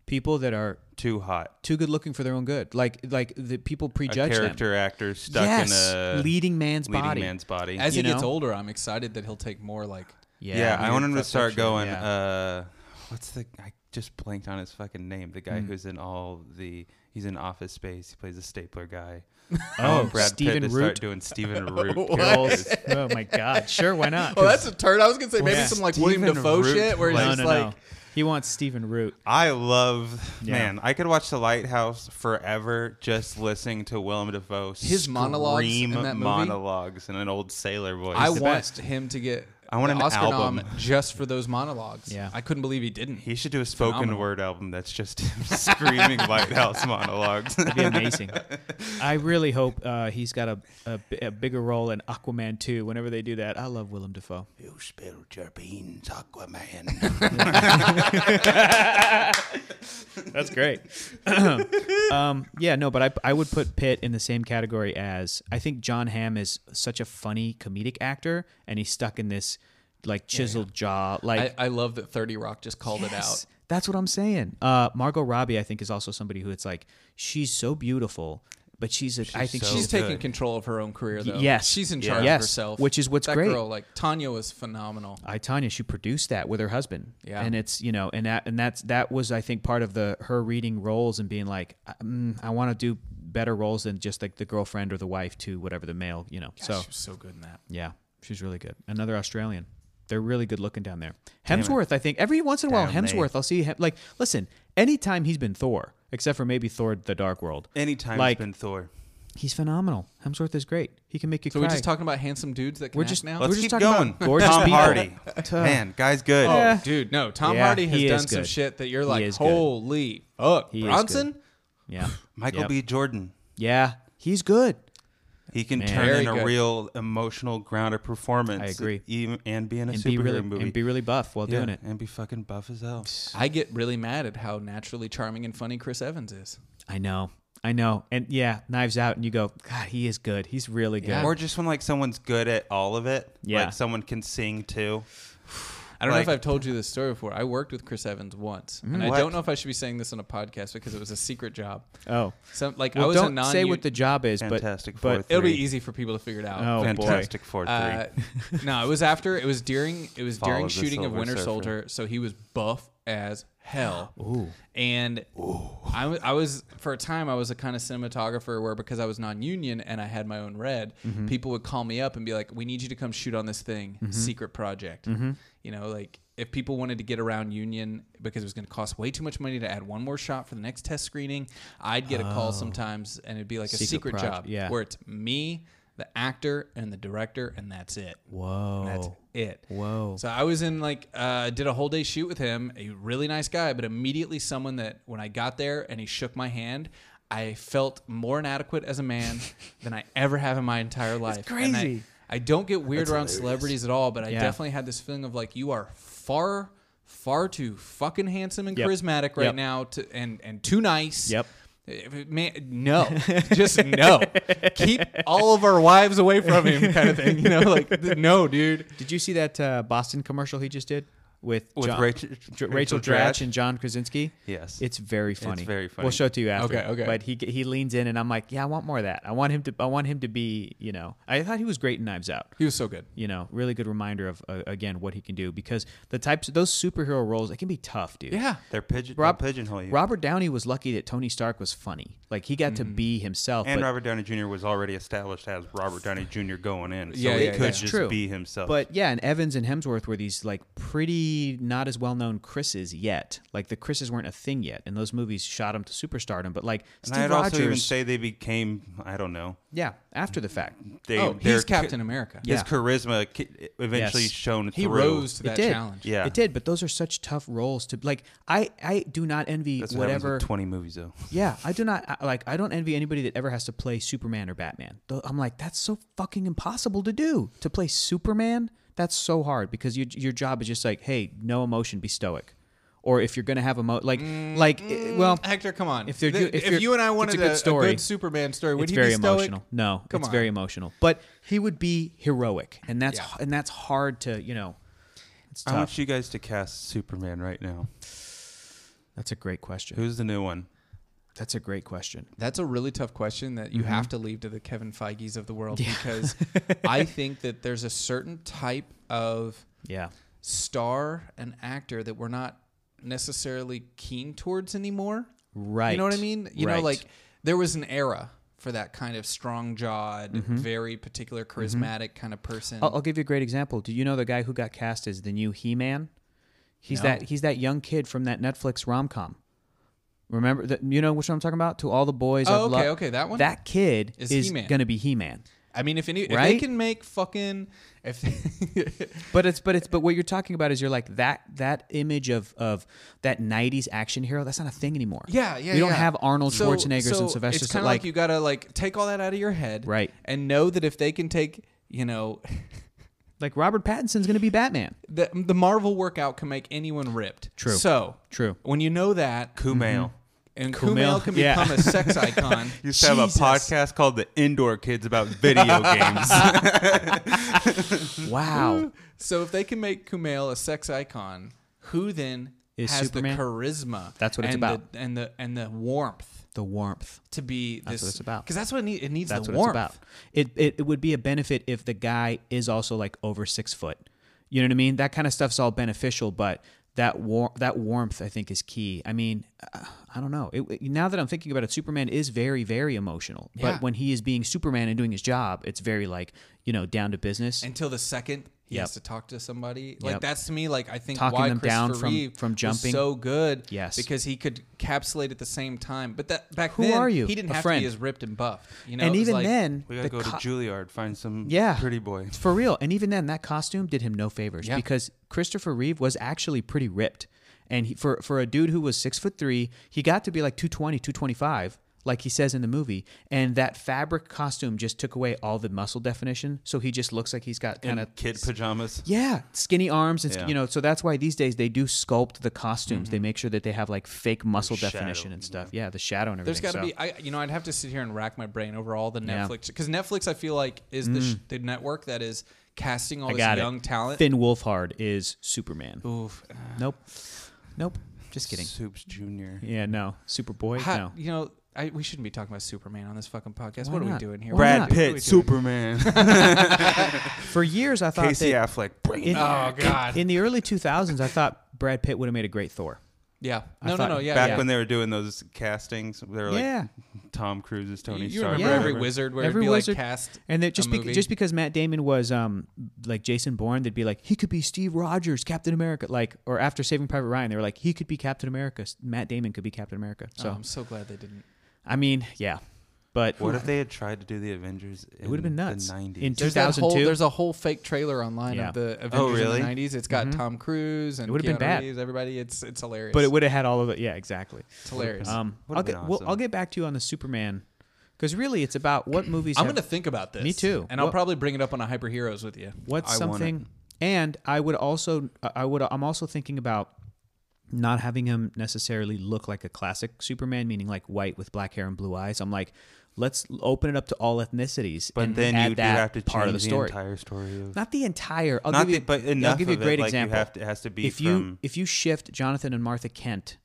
[SPEAKER 2] people that are
[SPEAKER 3] Too hot.
[SPEAKER 2] too good looking for their own good. Like like the people
[SPEAKER 3] A
[SPEAKER 2] prejudge
[SPEAKER 3] character
[SPEAKER 2] them.
[SPEAKER 3] actor stuck
[SPEAKER 2] yes,
[SPEAKER 3] in a
[SPEAKER 2] leading man's
[SPEAKER 3] leading
[SPEAKER 2] body.
[SPEAKER 3] man's body.
[SPEAKER 1] As
[SPEAKER 2] you
[SPEAKER 1] he gets
[SPEAKER 2] know?
[SPEAKER 1] older, I'm excited that he'll take more like.
[SPEAKER 2] yeah,
[SPEAKER 3] yeah, I want him to
[SPEAKER 2] Fuck
[SPEAKER 3] start
[SPEAKER 2] that shit,
[SPEAKER 3] going.
[SPEAKER 2] yeah.
[SPEAKER 3] uh What's the? I just blanked on his fucking name. The guy who's in all the. He's in Office Space. He plays a stapler
[SPEAKER 1] (laughs)
[SPEAKER 3] guy. I
[SPEAKER 2] Oh,
[SPEAKER 3] want Brad
[SPEAKER 2] Stephen
[SPEAKER 3] Pitt to
[SPEAKER 2] Root?
[SPEAKER 3] start doing Stephen Root.
[SPEAKER 2] (laughs)
[SPEAKER 3] characters.
[SPEAKER 2] Girls. oh my god, sure, why
[SPEAKER 3] (laughs)
[SPEAKER 2] not?
[SPEAKER 1] Oh, that's a turn. I was gonna say maybe
[SPEAKER 2] Yeah.
[SPEAKER 1] some like William
[SPEAKER 3] Stephen
[SPEAKER 1] Defoe
[SPEAKER 3] Root,
[SPEAKER 1] shit where he's
[SPEAKER 2] no,
[SPEAKER 1] just
[SPEAKER 2] no,
[SPEAKER 1] like,
[SPEAKER 2] no. He wants Stephen Root.
[SPEAKER 3] I love
[SPEAKER 2] Yeah.
[SPEAKER 3] man. I could watch The Lighthouse forever just listening to Willem Dafoe
[SPEAKER 1] His monologues
[SPEAKER 3] scream
[SPEAKER 1] in that movie?
[SPEAKER 3] monologues in an old sailor voice.
[SPEAKER 1] I want
[SPEAKER 2] best.
[SPEAKER 1] him to get.
[SPEAKER 3] I want
[SPEAKER 1] an
[SPEAKER 3] an
[SPEAKER 1] Oscar
[SPEAKER 3] album.
[SPEAKER 1] nom just for those monologues.
[SPEAKER 2] Yeah.
[SPEAKER 1] I couldn't believe he didn't.
[SPEAKER 3] he should do a spoken
[SPEAKER 1] Phenomenal.
[SPEAKER 3] word album that's just (laughs) him screaming
[SPEAKER 1] (laughs)
[SPEAKER 3] Lighthouse monologues. (laughs)
[SPEAKER 2] That'd be amazing. I really hope uh, he's got a, a, bi- a bigger role in Aquaman 2 whenever they do that. I love Willem Dafoe.
[SPEAKER 4] You spilled your beans, Aquaman.
[SPEAKER 3] (laughs)
[SPEAKER 2] That's great. (laughs) (clears throat) um, yeah, no, but I, I would put Pitt in the same category as I think John Hamm is such a funny comedic actor, and he's stuck in this like chiseled jaw.
[SPEAKER 1] I,
[SPEAKER 2] Like,
[SPEAKER 1] I love that Thirty Rock just called it out.
[SPEAKER 2] Yes, that's what I'm saying. Uh, Margot Robbie, I think, is also somebody who it's like she's so beautiful, but she's a I think
[SPEAKER 3] so
[SPEAKER 2] she's
[SPEAKER 1] She's taking
[SPEAKER 3] good.
[SPEAKER 1] control of her own career, though.
[SPEAKER 2] yes.
[SPEAKER 1] she's in charge
[SPEAKER 2] Yes,
[SPEAKER 1] of herself,
[SPEAKER 2] which is what's
[SPEAKER 1] that
[SPEAKER 2] great.
[SPEAKER 1] Girl, like Tanya, was phenomenal.
[SPEAKER 2] I Tanya, she produced that with her husband.
[SPEAKER 1] Yeah.
[SPEAKER 2] and it's you know, and that and that's that was I think part of the her reading roles and being like, mm, I want to do better roles than just like the girlfriend or the wife to whatever the male, you know. so
[SPEAKER 1] Oh. she was so good in that.
[SPEAKER 2] yeah, she's really good. Another Australian. They're really good looking down there. Hemsworth, I think every once in a while,
[SPEAKER 3] Damn they.
[SPEAKER 2] Hemsworth, I'll see him. Like, listen, anytime he's been Thor, except for maybe Thor: The Dark World,
[SPEAKER 3] Anytime
[SPEAKER 2] Like-
[SPEAKER 3] it's been Thor.
[SPEAKER 2] he's phenomenal. Hemsworth is great. He can make you
[SPEAKER 1] So
[SPEAKER 2] cry.
[SPEAKER 1] we're just talking about handsome dudes that can
[SPEAKER 2] We're
[SPEAKER 1] act
[SPEAKER 2] just-
[SPEAKER 1] now.
[SPEAKER 2] We're
[SPEAKER 3] Let's keep
[SPEAKER 2] talking about
[SPEAKER 3] going.
[SPEAKER 2] gorgeous
[SPEAKER 3] Tom
[SPEAKER 2] people. (laughs)
[SPEAKER 3] Hardy.
[SPEAKER 2] Tuh.
[SPEAKER 3] man, guy's good.
[SPEAKER 2] Oh, Yeah.
[SPEAKER 1] Oh, dude, no, Tom
[SPEAKER 2] Yeah,
[SPEAKER 1] Hardy has
[SPEAKER 2] he is
[SPEAKER 1] done some
[SPEAKER 2] good.
[SPEAKER 1] shit that you're
[SPEAKER 2] He
[SPEAKER 1] like,
[SPEAKER 2] is good.
[SPEAKER 1] holy fuck,
[SPEAKER 2] He is
[SPEAKER 1] Bronson.
[SPEAKER 2] yeah,
[SPEAKER 3] Michael
[SPEAKER 2] Yep.
[SPEAKER 3] B. Jordan.
[SPEAKER 2] yeah, he's good.
[SPEAKER 3] He can
[SPEAKER 2] Man.
[SPEAKER 3] turn
[SPEAKER 1] Very
[SPEAKER 3] in a
[SPEAKER 1] good.
[SPEAKER 3] real emotional grounded performance.
[SPEAKER 2] I agree.
[SPEAKER 3] Even, and be in a
[SPEAKER 2] And
[SPEAKER 3] superhero
[SPEAKER 2] be really
[SPEAKER 3] movie.
[SPEAKER 2] and be really buff while
[SPEAKER 3] Yeah,
[SPEAKER 2] doing it.
[SPEAKER 3] And be fucking buff as hell.
[SPEAKER 1] I get really mad at how naturally charming and funny Chris Evans is.
[SPEAKER 2] I know. I know. And yeah, Knives Out, and you go, God, he is good. He's really good.
[SPEAKER 1] Yeah.
[SPEAKER 3] Or just when like someone's good at all of it.
[SPEAKER 2] Yeah.
[SPEAKER 3] Like someone can sing too.
[SPEAKER 1] I don't
[SPEAKER 3] Like-
[SPEAKER 1] know if I've told you this story before. I worked with Chris Evans once,
[SPEAKER 2] Mm,
[SPEAKER 1] and I
[SPEAKER 3] What?
[SPEAKER 1] don't know if I should be saying this on a podcast because it was a secret job.
[SPEAKER 2] Oh,
[SPEAKER 1] Some like I
[SPEAKER 2] well,
[SPEAKER 1] was a
[SPEAKER 2] don't
[SPEAKER 1] non-
[SPEAKER 2] say what the job is,
[SPEAKER 3] Fantastic
[SPEAKER 2] but,
[SPEAKER 3] Four
[SPEAKER 2] but
[SPEAKER 1] It'll be
[SPEAKER 3] three.
[SPEAKER 1] easy for people to figure it out.
[SPEAKER 2] Oh, boy.
[SPEAKER 3] Fantastic Four three.
[SPEAKER 1] Uh,
[SPEAKER 3] (laughs)
[SPEAKER 1] no, it was after. It was during. It was
[SPEAKER 3] Fall
[SPEAKER 1] during
[SPEAKER 3] of the
[SPEAKER 1] shooting of
[SPEAKER 3] Silver
[SPEAKER 1] Winter
[SPEAKER 3] Surfer.
[SPEAKER 1] Soldier. So he was buff as hell. And I was, I was for a time I was a kind of cinematographer where because I was non-union and I had my own red,
[SPEAKER 2] Mm-hmm.
[SPEAKER 1] people would call me up and be like, "We need you to come shoot on this thing, secret project."
[SPEAKER 2] Mm-hmm.
[SPEAKER 1] You know, like if people wanted to get around union because it was going to cost way too much money to add one more shot for the next test screening, I'd get a call sometimes and it'd be like a
[SPEAKER 2] Oh. Secret
[SPEAKER 1] secret
[SPEAKER 2] proj-
[SPEAKER 1] job
[SPEAKER 2] yeah.
[SPEAKER 1] where it's me, the actor, and the director, and that's it.
[SPEAKER 2] Whoa.
[SPEAKER 1] And that's it.
[SPEAKER 2] Whoa.
[SPEAKER 1] So I was in like uh, did a whole day shoot with him, a really nice guy, but immediately someone that when I got there and he shook my hand, I felt more inadequate as
[SPEAKER 2] (laughs)
[SPEAKER 1] a man than I ever have in my entire life. And I-
[SPEAKER 2] crazy.
[SPEAKER 1] I, don't get weird around celebrities at all, but I
[SPEAKER 2] Yeah.
[SPEAKER 1] definitely had this feeling of like you are far, far too fucking handsome and
[SPEAKER 2] Yep.
[SPEAKER 1] charismatic right
[SPEAKER 2] Yep.
[SPEAKER 1] now to and and too nice.
[SPEAKER 2] Yep.
[SPEAKER 1] If it- Man,
[SPEAKER 2] (laughs)
[SPEAKER 1] no, just no. Keep all of our wives away from him, kind of thing. You know, like th- no, dude.
[SPEAKER 2] Did you see that uh, Boston commercial he just did with,
[SPEAKER 3] With
[SPEAKER 2] John-
[SPEAKER 3] Rachel-
[SPEAKER 2] Dr- Rachel,
[SPEAKER 3] Rachel
[SPEAKER 2] Dratch,
[SPEAKER 3] Dratch?
[SPEAKER 2] and John Krasinski?
[SPEAKER 3] Yes.
[SPEAKER 2] it's very funny.
[SPEAKER 3] very funny.
[SPEAKER 2] We'll show it to you after.
[SPEAKER 1] Okay, okay.
[SPEAKER 2] But he he leans in, and I'm like, yeah, I want more of that. I want him to. I want him to be. You know, I thought he was great in Knives Out.
[SPEAKER 1] He was so good.
[SPEAKER 2] You know, really good reminder of uh, again what he can do because the types of those superhero roles they can be tough, dude.
[SPEAKER 1] Yeah,
[SPEAKER 3] They're pigeon
[SPEAKER 2] Rob-
[SPEAKER 3] they'll pigeonhole you.
[SPEAKER 2] Robert Downey was lucky that Tony Stark was funny. Like he got to be himself.
[SPEAKER 3] Mm-hmm. and
[SPEAKER 2] but,
[SPEAKER 3] Robert Downey Jr. was already established as Robert Downey Jr. going in, so
[SPEAKER 1] Yeah,
[SPEAKER 3] he
[SPEAKER 1] yeah,
[SPEAKER 3] could
[SPEAKER 1] yeah.
[SPEAKER 3] just be himself.
[SPEAKER 2] But yeah, and Evans and Hemsworth were these like pretty not as well known Chris's yet. Like the Chris's weren't a thing yet, and those movies shot him to superstardom. But like
[SPEAKER 3] and
[SPEAKER 2] Steve
[SPEAKER 3] I'd
[SPEAKER 2] Rogers,
[SPEAKER 3] also even say they became I don't know.
[SPEAKER 2] yeah, after the fact,
[SPEAKER 3] They,
[SPEAKER 1] oh,
[SPEAKER 3] their
[SPEAKER 1] he's
[SPEAKER 3] ca-
[SPEAKER 1] Captain America.
[SPEAKER 2] Yeah.
[SPEAKER 3] His charisma ki- eventually
[SPEAKER 2] Yes.
[SPEAKER 3] shone
[SPEAKER 1] he
[SPEAKER 3] through.
[SPEAKER 1] rose to that
[SPEAKER 2] it did.
[SPEAKER 1] challenge.
[SPEAKER 3] Yeah.
[SPEAKER 2] it did. But those are such tough roles to like. I I do not envy
[SPEAKER 3] That's what happens
[SPEAKER 2] whatever.
[SPEAKER 3] with Twenty movies though.
[SPEAKER 2] yeah, I do not I, like. I don't envy anybody that ever has to play Superman or Batman. Though I'm like, that's so fucking impossible to do. To play Superman, that's so hard because your your job is just like, hey, no emotion, be stoic. Or if you're gonna have emo, like, like,
[SPEAKER 1] Mm,
[SPEAKER 2] eh, well,
[SPEAKER 1] Hector, come on.
[SPEAKER 2] If they're
[SPEAKER 1] Th-
[SPEAKER 2] do- if
[SPEAKER 1] if
[SPEAKER 2] you're-
[SPEAKER 1] you and I
[SPEAKER 2] it's a
[SPEAKER 1] wanted
[SPEAKER 2] good
[SPEAKER 1] a, a
[SPEAKER 2] story.
[SPEAKER 1] good Superman story, would
[SPEAKER 2] it's
[SPEAKER 1] he
[SPEAKER 2] very
[SPEAKER 1] be stoic?
[SPEAKER 2] emotional. No,
[SPEAKER 1] Come
[SPEAKER 2] it's
[SPEAKER 1] on.
[SPEAKER 2] very emotional. But he would be heroic, and that's
[SPEAKER 1] Yeah.
[SPEAKER 2] and that's hard to you know. It's
[SPEAKER 3] I want
[SPEAKER 2] tough.
[SPEAKER 3] you guys to cast Superman right now.
[SPEAKER 2] That's a great question.
[SPEAKER 3] Who's the new one?
[SPEAKER 2] That's a great question.
[SPEAKER 1] That's a really tough question that
[SPEAKER 2] Mm-hmm.
[SPEAKER 1] you have to leave to the Kevin Feige's of the
[SPEAKER 2] (laughs)
[SPEAKER 1] world because I think that there's a certain type of
[SPEAKER 2] Yeah,
[SPEAKER 1] star and actor that we're not necessarily keen towards anymore.
[SPEAKER 2] right.
[SPEAKER 1] You know what I mean? You know,
[SPEAKER 2] Right.
[SPEAKER 1] like there was an era for that kind of strong jawed,
[SPEAKER 2] Mm-hmm.
[SPEAKER 1] very particular, charismatic kind of person.
[SPEAKER 2] I'll, I'll give you a great example. Do you know the guy who got cast as the new He-Man? He's that he's that young kid from that Netflix rom-com. Remember that you know which one I'm talking about? To all the boys.
[SPEAKER 1] Oh,
[SPEAKER 2] I've
[SPEAKER 1] okay,
[SPEAKER 2] Lo-"
[SPEAKER 1] okay, that one?
[SPEAKER 2] That kid is,
[SPEAKER 1] Is He-Man.
[SPEAKER 2] gonna be He-Man.
[SPEAKER 1] I mean, if any, if they
[SPEAKER 2] Right?
[SPEAKER 1] can make fucking,
[SPEAKER 2] (laughs)
[SPEAKER 1] if
[SPEAKER 2] But it's but it's but what you're talking about is you're like that that image of of that '90s action hero. That's not a thing anymore.
[SPEAKER 1] Yeah, yeah.
[SPEAKER 2] We don't
[SPEAKER 1] yeah.
[SPEAKER 2] have Arnold
[SPEAKER 1] So-
[SPEAKER 2] Schwarzeneggers
[SPEAKER 1] so
[SPEAKER 2] and Sylvester.
[SPEAKER 1] It's kind
[SPEAKER 2] Stallone.
[SPEAKER 1] of like, you gotta like take all that out of your head,
[SPEAKER 2] Right.
[SPEAKER 1] And know that if they can take, you know, (laughs)
[SPEAKER 2] like Robert Pattinson's gonna be Batman.
[SPEAKER 1] the the Marvel workout can make anyone ripped.
[SPEAKER 2] True.
[SPEAKER 1] So
[SPEAKER 2] True.
[SPEAKER 1] When you know that,
[SPEAKER 3] Kumail.
[SPEAKER 2] Mm-hmm.
[SPEAKER 1] and
[SPEAKER 2] Kumail,
[SPEAKER 1] Kumail, can
[SPEAKER 2] yeah.
[SPEAKER 1] become a
[SPEAKER 2] (laughs)
[SPEAKER 1] sex icon.
[SPEAKER 3] You used to have a
[SPEAKER 2] Jesus.
[SPEAKER 3] podcast called The Indoor Kids about video
[SPEAKER 2] (laughs)
[SPEAKER 3] games.
[SPEAKER 2] Wow.
[SPEAKER 1] so if they can make Kumail a sex icon, who then
[SPEAKER 2] Is
[SPEAKER 1] has
[SPEAKER 2] Superman?
[SPEAKER 1] the charisma?
[SPEAKER 2] That's what it's
[SPEAKER 1] and
[SPEAKER 2] about.
[SPEAKER 1] The, and the and the warmth
[SPEAKER 2] the warmth.
[SPEAKER 1] to be this.
[SPEAKER 2] what it's about.
[SPEAKER 1] Because that's what it, need, it needs.
[SPEAKER 2] That's
[SPEAKER 1] the
[SPEAKER 2] what
[SPEAKER 1] warmth.
[SPEAKER 2] it's about. It, it it would be a benefit if the guy is also like over six foot. You know what I mean? That kind of stuff's all beneficial, but that war that warmth I think is key. I mean, uh, I don't know. It, it- now that I'm thinking about it, Superman is very very emotional.
[SPEAKER 1] Yeah.
[SPEAKER 2] But when he is being Superman and doing his job, it's very like you know down to business.
[SPEAKER 1] until the second he
[SPEAKER 2] Yep.
[SPEAKER 1] has to talk to somebody. Like
[SPEAKER 2] Yep.
[SPEAKER 1] that's to me. Like I think
[SPEAKER 2] Talking
[SPEAKER 1] why
[SPEAKER 2] them
[SPEAKER 1] Christopher
[SPEAKER 2] down from-
[SPEAKER 1] Reeve
[SPEAKER 2] from
[SPEAKER 1] was
[SPEAKER 2] jumping.
[SPEAKER 1] so good.
[SPEAKER 2] Yes.
[SPEAKER 1] because he could capsulate at the same time. But that back
[SPEAKER 2] Who
[SPEAKER 1] then,
[SPEAKER 2] are you?
[SPEAKER 1] He didn't
[SPEAKER 2] A
[SPEAKER 1] have
[SPEAKER 2] friend.
[SPEAKER 1] to be as ripped and buff. You know,
[SPEAKER 2] and
[SPEAKER 1] It was
[SPEAKER 2] even
[SPEAKER 1] like,
[SPEAKER 2] then,
[SPEAKER 3] we gotta
[SPEAKER 2] the
[SPEAKER 3] go to
[SPEAKER 2] co-
[SPEAKER 3] Juilliard, find some
[SPEAKER 2] Yeah.
[SPEAKER 3] pretty boy.
[SPEAKER 2] For real. And even then, that costume did him no favors
[SPEAKER 1] Yeah.
[SPEAKER 2] because Christopher Reeve was actually pretty ripped. And he, for, for a dude who was six foot three, he got to be like 220, 225, like he says in the movie. And that fabric costume just took away all the muscle definition. So he just looks like he's got kind of.
[SPEAKER 3] And kid pajamas.
[SPEAKER 2] Yeah, skinny arms, and sk-
[SPEAKER 3] Yeah.
[SPEAKER 2] you know, so that's why these days they do sculpt the costumes.
[SPEAKER 1] Mm-hmm.
[SPEAKER 2] They make sure that they have like fake muscle
[SPEAKER 3] shadow,
[SPEAKER 2] definition and stuff. Yeah. the shadow and
[SPEAKER 1] There's
[SPEAKER 2] everything.
[SPEAKER 1] got to
[SPEAKER 2] so-
[SPEAKER 1] be, I you know, I'd have to sit here and rack my brain over all the
[SPEAKER 2] Yeah. Mm.
[SPEAKER 1] Netflix because Netflix, I feel like, is the sh- the network that is casting all
[SPEAKER 2] I
[SPEAKER 1] this
[SPEAKER 2] got
[SPEAKER 1] young
[SPEAKER 2] it.
[SPEAKER 1] talent.
[SPEAKER 2] Finn Wolfhard is Superman.
[SPEAKER 1] uh, Oof.
[SPEAKER 2] Nope, nope. Just kidding.
[SPEAKER 3] Soups Junior.
[SPEAKER 2] Yeah, no. Superboy?
[SPEAKER 1] How-
[SPEAKER 2] no.
[SPEAKER 1] You know, I, we shouldn't be talking about Superman on this fucking podcast.
[SPEAKER 2] Why
[SPEAKER 1] what are we
[SPEAKER 2] not?
[SPEAKER 1] doing here?
[SPEAKER 2] Why
[SPEAKER 1] What are
[SPEAKER 2] not?
[SPEAKER 3] Brad
[SPEAKER 1] we doing?
[SPEAKER 2] (laughs)
[SPEAKER 3] Pitt, Superman.
[SPEAKER 2] For years, I thought
[SPEAKER 3] Casey
[SPEAKER 2] that
[SPEAKER 3] Affleck, bring
[SPEAKER 2] in,
[SPEAKER 3] it on.
[SPEAKER 1] Oh God.
[SPEAKER 2] in the early 2000s, I thought Brad Pitt would have made a great Thor.
[SPEAKER 1] yeah. No,
[SPEAKER 2] thought
[SPEAKER 1] no, no. Yeah.
[SPEAKER 3] Back
[SPEAKER 1] yeah.
[SPEAKER 3] when they were doing those castings, they were like
[SPEAKER 2] Yeah.
[SPEAKER 3] Tom Cruise is Tony
[SPEAKER 1] you, you
[SPEAKER 3] Stark.
[SPEAKER 1] remember
[SPEAKER 2] Yeah.
[SPEAKER 1] every wizard where
[SPEAKER 2] Every
[SPEAKER 1] it'd be
[SPEAKER 2] wizard-
[SPEAKER 1] like cast
[SPEAKER 2] And that
[SPEAKER 1] a
[SPEAKER 2] just be,
[SPEAKER 1] movie?
[SPEAKER 2] just because Matt Damon was um like Jason Bourne, they'd be like he could be Steve Rogers, Captain America, like or after Saving Private Ryan, they were like he could be Captain America. S- Matt Damon could be Captain America.
[SPEAKER 1] Oh,
[SPEAKER 2] So
[SPEAKER 1] I'm so glad they didn't.
[SPEAKER 2] I mean, yeah, but
[SPEAKER 3] Um, What if they had tried to do the Avengers? In
[SPEAKER 2] would've been nuts.
[SPEAKER 3] The 90s.
[SPEAKER 2] In-
[SPEAKER 1] There's that whole
[SPEAKER 2] 2002?
[SPEAKER 1] there's a whole fake trailer online
[SPEAKER 2] Yeah. Mm-hmm.
[SPEAKER 1] of the Avengers
[SPEAKER 3] really?
[SPEAKER 1] in the 90s. It's got Tom Cruise and
[SPEAKER 2] It would've been
[SPEAKER 1] Keanu
[SPEAKER 2] bad.
[SPEAKER 1] Reeves, everybody. It's it's hilarious.
[SPEAKER 2] but it would have had all of it. Yeah, exactly.
[SPEAKER 1] it's hilarious.
[SPEAKER 2] Um,
[SPEAKER 3] Would've
[SPEAKER 2] I'll
[SPEAKER 3] been
[SPEAKER 2] get well,
[SPEAKER 3] awesome.
[SPEAKER 2] I'll get back to you on the Superman because really it's about what movies.
[SPEAKER 1] I'm
[SPEAKER 2] have-
[SPEAKER 1] gonna think about this.
[SPEAKER 2] Me too.
[SPEAKER 1] And I'll
[SPEAKER 2] What-
[SPEAKER 1] probably bring it up on a Hyper Heroes with you.
[SPEAKER 2] What's
[SPEAKER 3] I want it.
[SPEAKER 2] something? And I would also, I would, I'm also thinking about not having him necessarily look like a classic Superman, meaning like white with black hair and blue eyes. I'm like, let's l- open it up to all ethnicities.
[SPEAKER 3] But
[SPEAKER 2] and
[SPEAKER 3] then
[SPEAKER 2] add
[SPEAKER 3] you do
[SPEAKER 2] that
[SPEAKER 3] have to
[SPEAKER 2] part
[SPEAKER 3] change
[SPEAKER 2] of the story.
[SPEAKER 3] entire story. Of,
[SPEAKER 2] not the entire. I'll
[SPEAKER 3] Not
[SPEAKER 2] give you,
[SPEAKER 3] the- but
[SPEAKER 2] I'll
[SPEAKER 3] enough
[SPEAKER 2] give you a
[SPEAKER 3] of it,
[SPEAKER 2] great
[SPEAKER 3] like, you
[SPEAKER 2] example.
[SPEAKER 3] have to- it has to be
[SPEAKER 2] if you
[SPEAKER 3] from-
[SPEAKER 2] if you shift Jonathan and Martha Kent,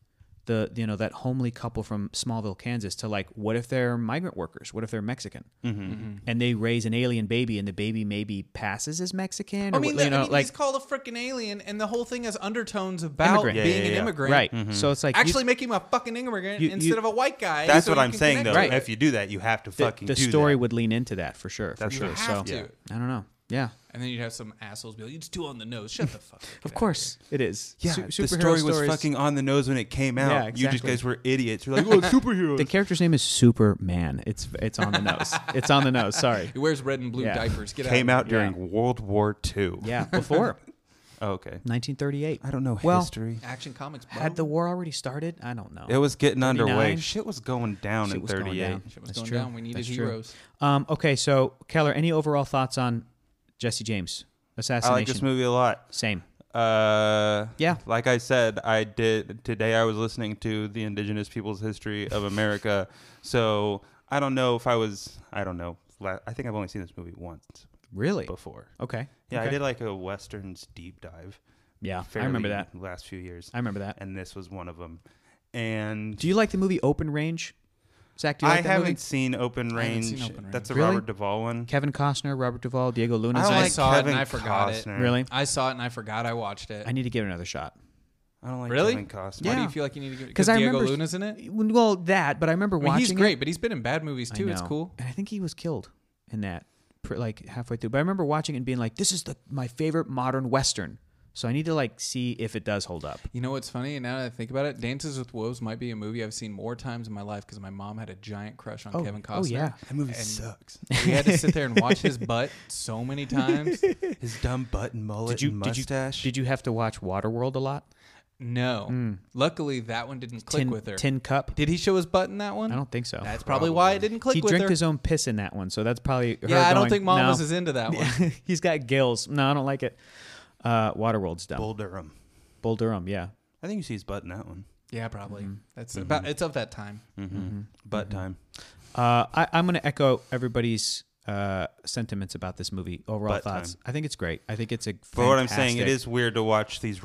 [SPEAKER 2] the you know that homely couple from Smallville, Kansas, to like, what if they're migrant workers? What if they're Mexican?
[SPEAKER 3] Mm-hmm.
[SPEAKER 1] Mm-hmm.
[SPEAKER 2] And they raise an alien baby, and the baby maybe passes as Mexican.
[SPEAKER 1] I
[SPEAKER 2] or
[SPEAKER 1] mean,
[SPEAKER 2] what- you
[SPEAKER 1] the-
[SPEAKER 2] know,
[SPEAKER 1] I mean
[SPEAKER 2] like
[SPEAKER 1] he's called a freaking alien, and the whole thing has undertones about
[SPEAKER 2] Immigrant. Yeah,
[SPEAKER 1] being
[SPEAKER 3] yeah,
[SPEAKER 1] an
[SPEAKER 3] yeah.
[SPEAKER 1] immigrant.
[SPEAKER 2] right.
[SPEAKER 3] Mm-hmm.
[SPEAKER 2] So it's like you-
[SPEAKER 1] Actually, making him a fucking immigrant
[SPEAKER 2] You- you-
[SPEAKER 1] instead of a white guy.
[SPEAKER 3] that's
[SPEAKER 1] so
[SPEAKER 3] what
[SPEAKER 1] you
[SPEAKER 3] I'm
[SPEAKER 1] can
[SPEAKER 3] saying though.
[SPEAKER 1] connect
[SPEAKER 2] Right.
[SPEAKER 1] with
[SPEAKER 3] If you do that, you have to
[SPEAKER 2] the,
[SPEAKER 3] fucking
[SPEAKER 2] the
[SPEAKER 3] do
[SPEAKER 2] story
[SPEAKER 3] that.
[SPEAKER 2] would lean into that for sure.
[SPEAKER 3] That's
[SPEAKER 2] for sure.
[SPEAKER 1] it. You
[SPEAKER 2] so
[SPEAKER 1] have to.
[SPEAKER 2] I don't know. Yeah.
[SPEAKER 1] And then you'd have some assholes be like, "It's too on the nose. Shut
[SPEAKER 2] (laughs)
[SPEAKER 1] the fuck." up.
[SPEAKER 2] Of course, it is.
[SPEAKER 3] Yeah,
[SPEAKER 2] Su-
[SPEAKER 3] the
[SPEAKER 2] superhero
[SPEAKER 3] story was
[SPEAKER 2] stories-
[SPEAKER 3] fucking on the nose when it came out.
[SPEAKER 2] Yeah,
[SPEAKER 3] You just
[SPEAKER 2] exactly.
[SPEAKER 3] guys were idiots. You're like,
[SPEAKER 2] (laughs)
[SPEAKER 3] oh, it's superheroes.
[SPEAKER 2] The character's name is Superman. It's it's on the nose. it's on the nose.
[SPEAKER 3] (laughs)
[SPEAKER 2] Sorry.
[SPEAKER 1] He wears red and blue
[SPEAKER 2] Yeah.
[SPEAKER 1] diapers. Get
[SPEAKER 3] came
[SPEAKER 1] out.
[SPEAKER 3] out during World War II.
[SPEAKER 2] Yeah, before
[SPEAKER 3] Oh, okay.
[SPEAKER 2] 1938.
[SPEAKER 3] I don't know
[SPEAKER 2] well,
[SPEAKER 3] history.
[SPEAKER 1] Action Comics. Bro.
[SPEAKER 2] Had the war already started? I don't know.
[SPEAKER 3] It was getting underway.
[SPEAKER 2] 39?
[SPEAKER 3] Shit was going down
[SPEAKER 2] Shit
[SPEAKER 3] in
[SPEAKER 2] was going
[SPEAKER 3] 38.
[SPEAKER 2] down.
[SPEAKER 1] Shit was
[SPEAKER 2] That's
[SPEAKER 1] going
[SPEAKER 2] true.
[SPEAKER 1] down. We needed
[SPEAKER 2] That's true.
[SPEAKER 1] heroes.
[SPEAKER 2] Um, okay, so Keller, any overall thoughts on Jesse James
[SPEAKER 3] I
[SPEAKER 2] assassination?
[SPEAKER 3] like this movie a lot.
[SPEAKER 2] Same.
[SPEAKER 3] Uh,
[SPEAKER 2] Yeah.
[SPEAKER 3] Like I said, I did today. I was listening to the Indigenous Peoples' History of America. so I don't know if I was. I don't know. La- I think I've only seen this movie once
[SPEAKER 2] Really?
[SPEAKER 3] before.
[SPEAKER 2] Okay.
[SPEAKER 3] Yeah, I
[SPEAKER 2] Okay.
[SPEAKER 3] did like a westerns deep dive.
[SPEAKER 2] Yeah, I remember
[SPEAKER 3] fairly
[SPEAKER 2] that.
[SPEAKER 3] last few years,
[SPEAKER 2] I remember that.
[SPEAKER 3] and this was one of them. And
[SPEAKER 2] Do you like the movie Open Range? Zach, do you
[SPEAKER 3] I
[SPEAKER 2] like that
[SPEAKER 3] haven't
[SPEAKER 2] movie?
[SPEAKER 3] seen Open
[SPEAKER 1] I haven't
[SPEAKER 3] Range.
[SPEAKER 1] seen Open
[SPEAKER 3] That's a
[SPEAKER 2] Range.
[SPEAKER 3] Robert Duvall one.
[SPEAKER 2] Kevin Costner, Robert Duvall, Diego Luna.
[SPEAKER 3] I don't
[SPEAKER 1] I
[SPEAKER 3] like
[SPEAKER 1] saw it and
[SPEAKER 3] Kevin
[SPEAKER 1] I forgot it.
[SPEAKER 3] Costner.
[SPEAKER 2] Really?
[SPEAKER 1] I saw it and I forgot I watched it.
[SPEAKER 2] I need to give it another shot.
[SPEAKER 3] I don't like
[SPEAKER 1] Really?
[SPEAKER 3] Kevin Costner.
[SPEAKER 1] Why do
[SPEAKER 2] Yeah.
[SPEAKER 1] you feel like you need to give?
[SPEAKER 2] Because
[SPEAKER 1] Because
[SPEAKER 2] I
[SPEAKER 1] Diego
[SPEAKER 2] remember
[SPEAKER 1] Luna's in it.
[SPEAKER 2] Well, that, but I remember
[SPEAKER 1] I mean,
[SPEAKER 2] watching
[SPEAKER 1] he's
[SPEAKER 2] it.
[SPEAKER 1] great, but he's been in bad movies
[SPEAKER 2] I
[SPEAKER 1] too. It's
[SPEAKER 2] know.
[SPEAKER 1] cool.
[SPEAKER 2] And I think he was killed in that, pr- like halfway through. But I remember watching it and being like, "This is the my favorite modern western." So I need to like see if it does hold up.
[SPEAKER 1] You know what's funny? Now that I think about it, Dances with Wolves might be a movie I've seen more times in my life because my mom had a giant crush on
[SPEAKER 2] Oh,
[SPEAKER 1] Kevin Costner.
[SPEAKER 2] oh yeah,
[SPEAKER 4] That movie sucks.
[SPEAKER 1] We had to sit there and
[SPEAKER 2] (laughs)
[SPEAKER 1] watch his butt so many times.
[SPEAKER 4] His dumb butt and mullet
[SPEAKER 2] Did you
[SPEAKER 4] and
[SPEAKER 2] did you
[SPEAKER 4] mustache.
[SPEAKER 2] did you have to watch Waterworld a lot?
[SPEAKER 1] No. Luckily, that one didn't click
[SPEAKER 2] Hmm. tin,
[SPEAKER 1] with her.
[SPEAKER 2] Tin cup.
[SPEAKER 1] Did he show his butt in that one?
[SPEAKER 2] I don't think so.
[SPEAKER 1] That's probably why it didn't click
[SPEAKER 2] he
[SPEAKER 1] with
[SPEAKER 2] drank
[SPEAKER 1] her.
[SPEAKER 2] his own piss in that one, so that's probably. her
[SPEAKER 1] yeah, I don't
[SPEAKER 2] going,
[SPEAKER 1] think mom
[SPEAKER 2] "No."
[SPEAKER 1] was as
[SPEAKER 2] (laughs)
[SPEAKER 1] into that one.
[SPEAKER 2] He's got gills. No, I don't like it. Uh, Waterworld's dumb. Bull,
[SPEAKER 4] Bull Durham.
[SPEAKER 2] Durham. Yeah.
[SPEAKER 3] I think you see his butt in that one.
[SPEAKER 1] yeah, probably.
[SPEAKER 2] Hmm.
[SPEAKER 1] That's about. It's of that time.
[SPEAKER 3] Mm-hmm. Butt time.
[SPEAKER 2] Uh, I, I'm going to echo everybody's uh, sentiments about this movie. Overall
[SPEAKER 3] Butt
[SPEAKER 2] thoughts. I think it's great. I think it's a.
[SPEAKER 3] For what I'm saying, it
[SPEAKER 2] fantastic-
[SPEAKER 3] is weird to watch these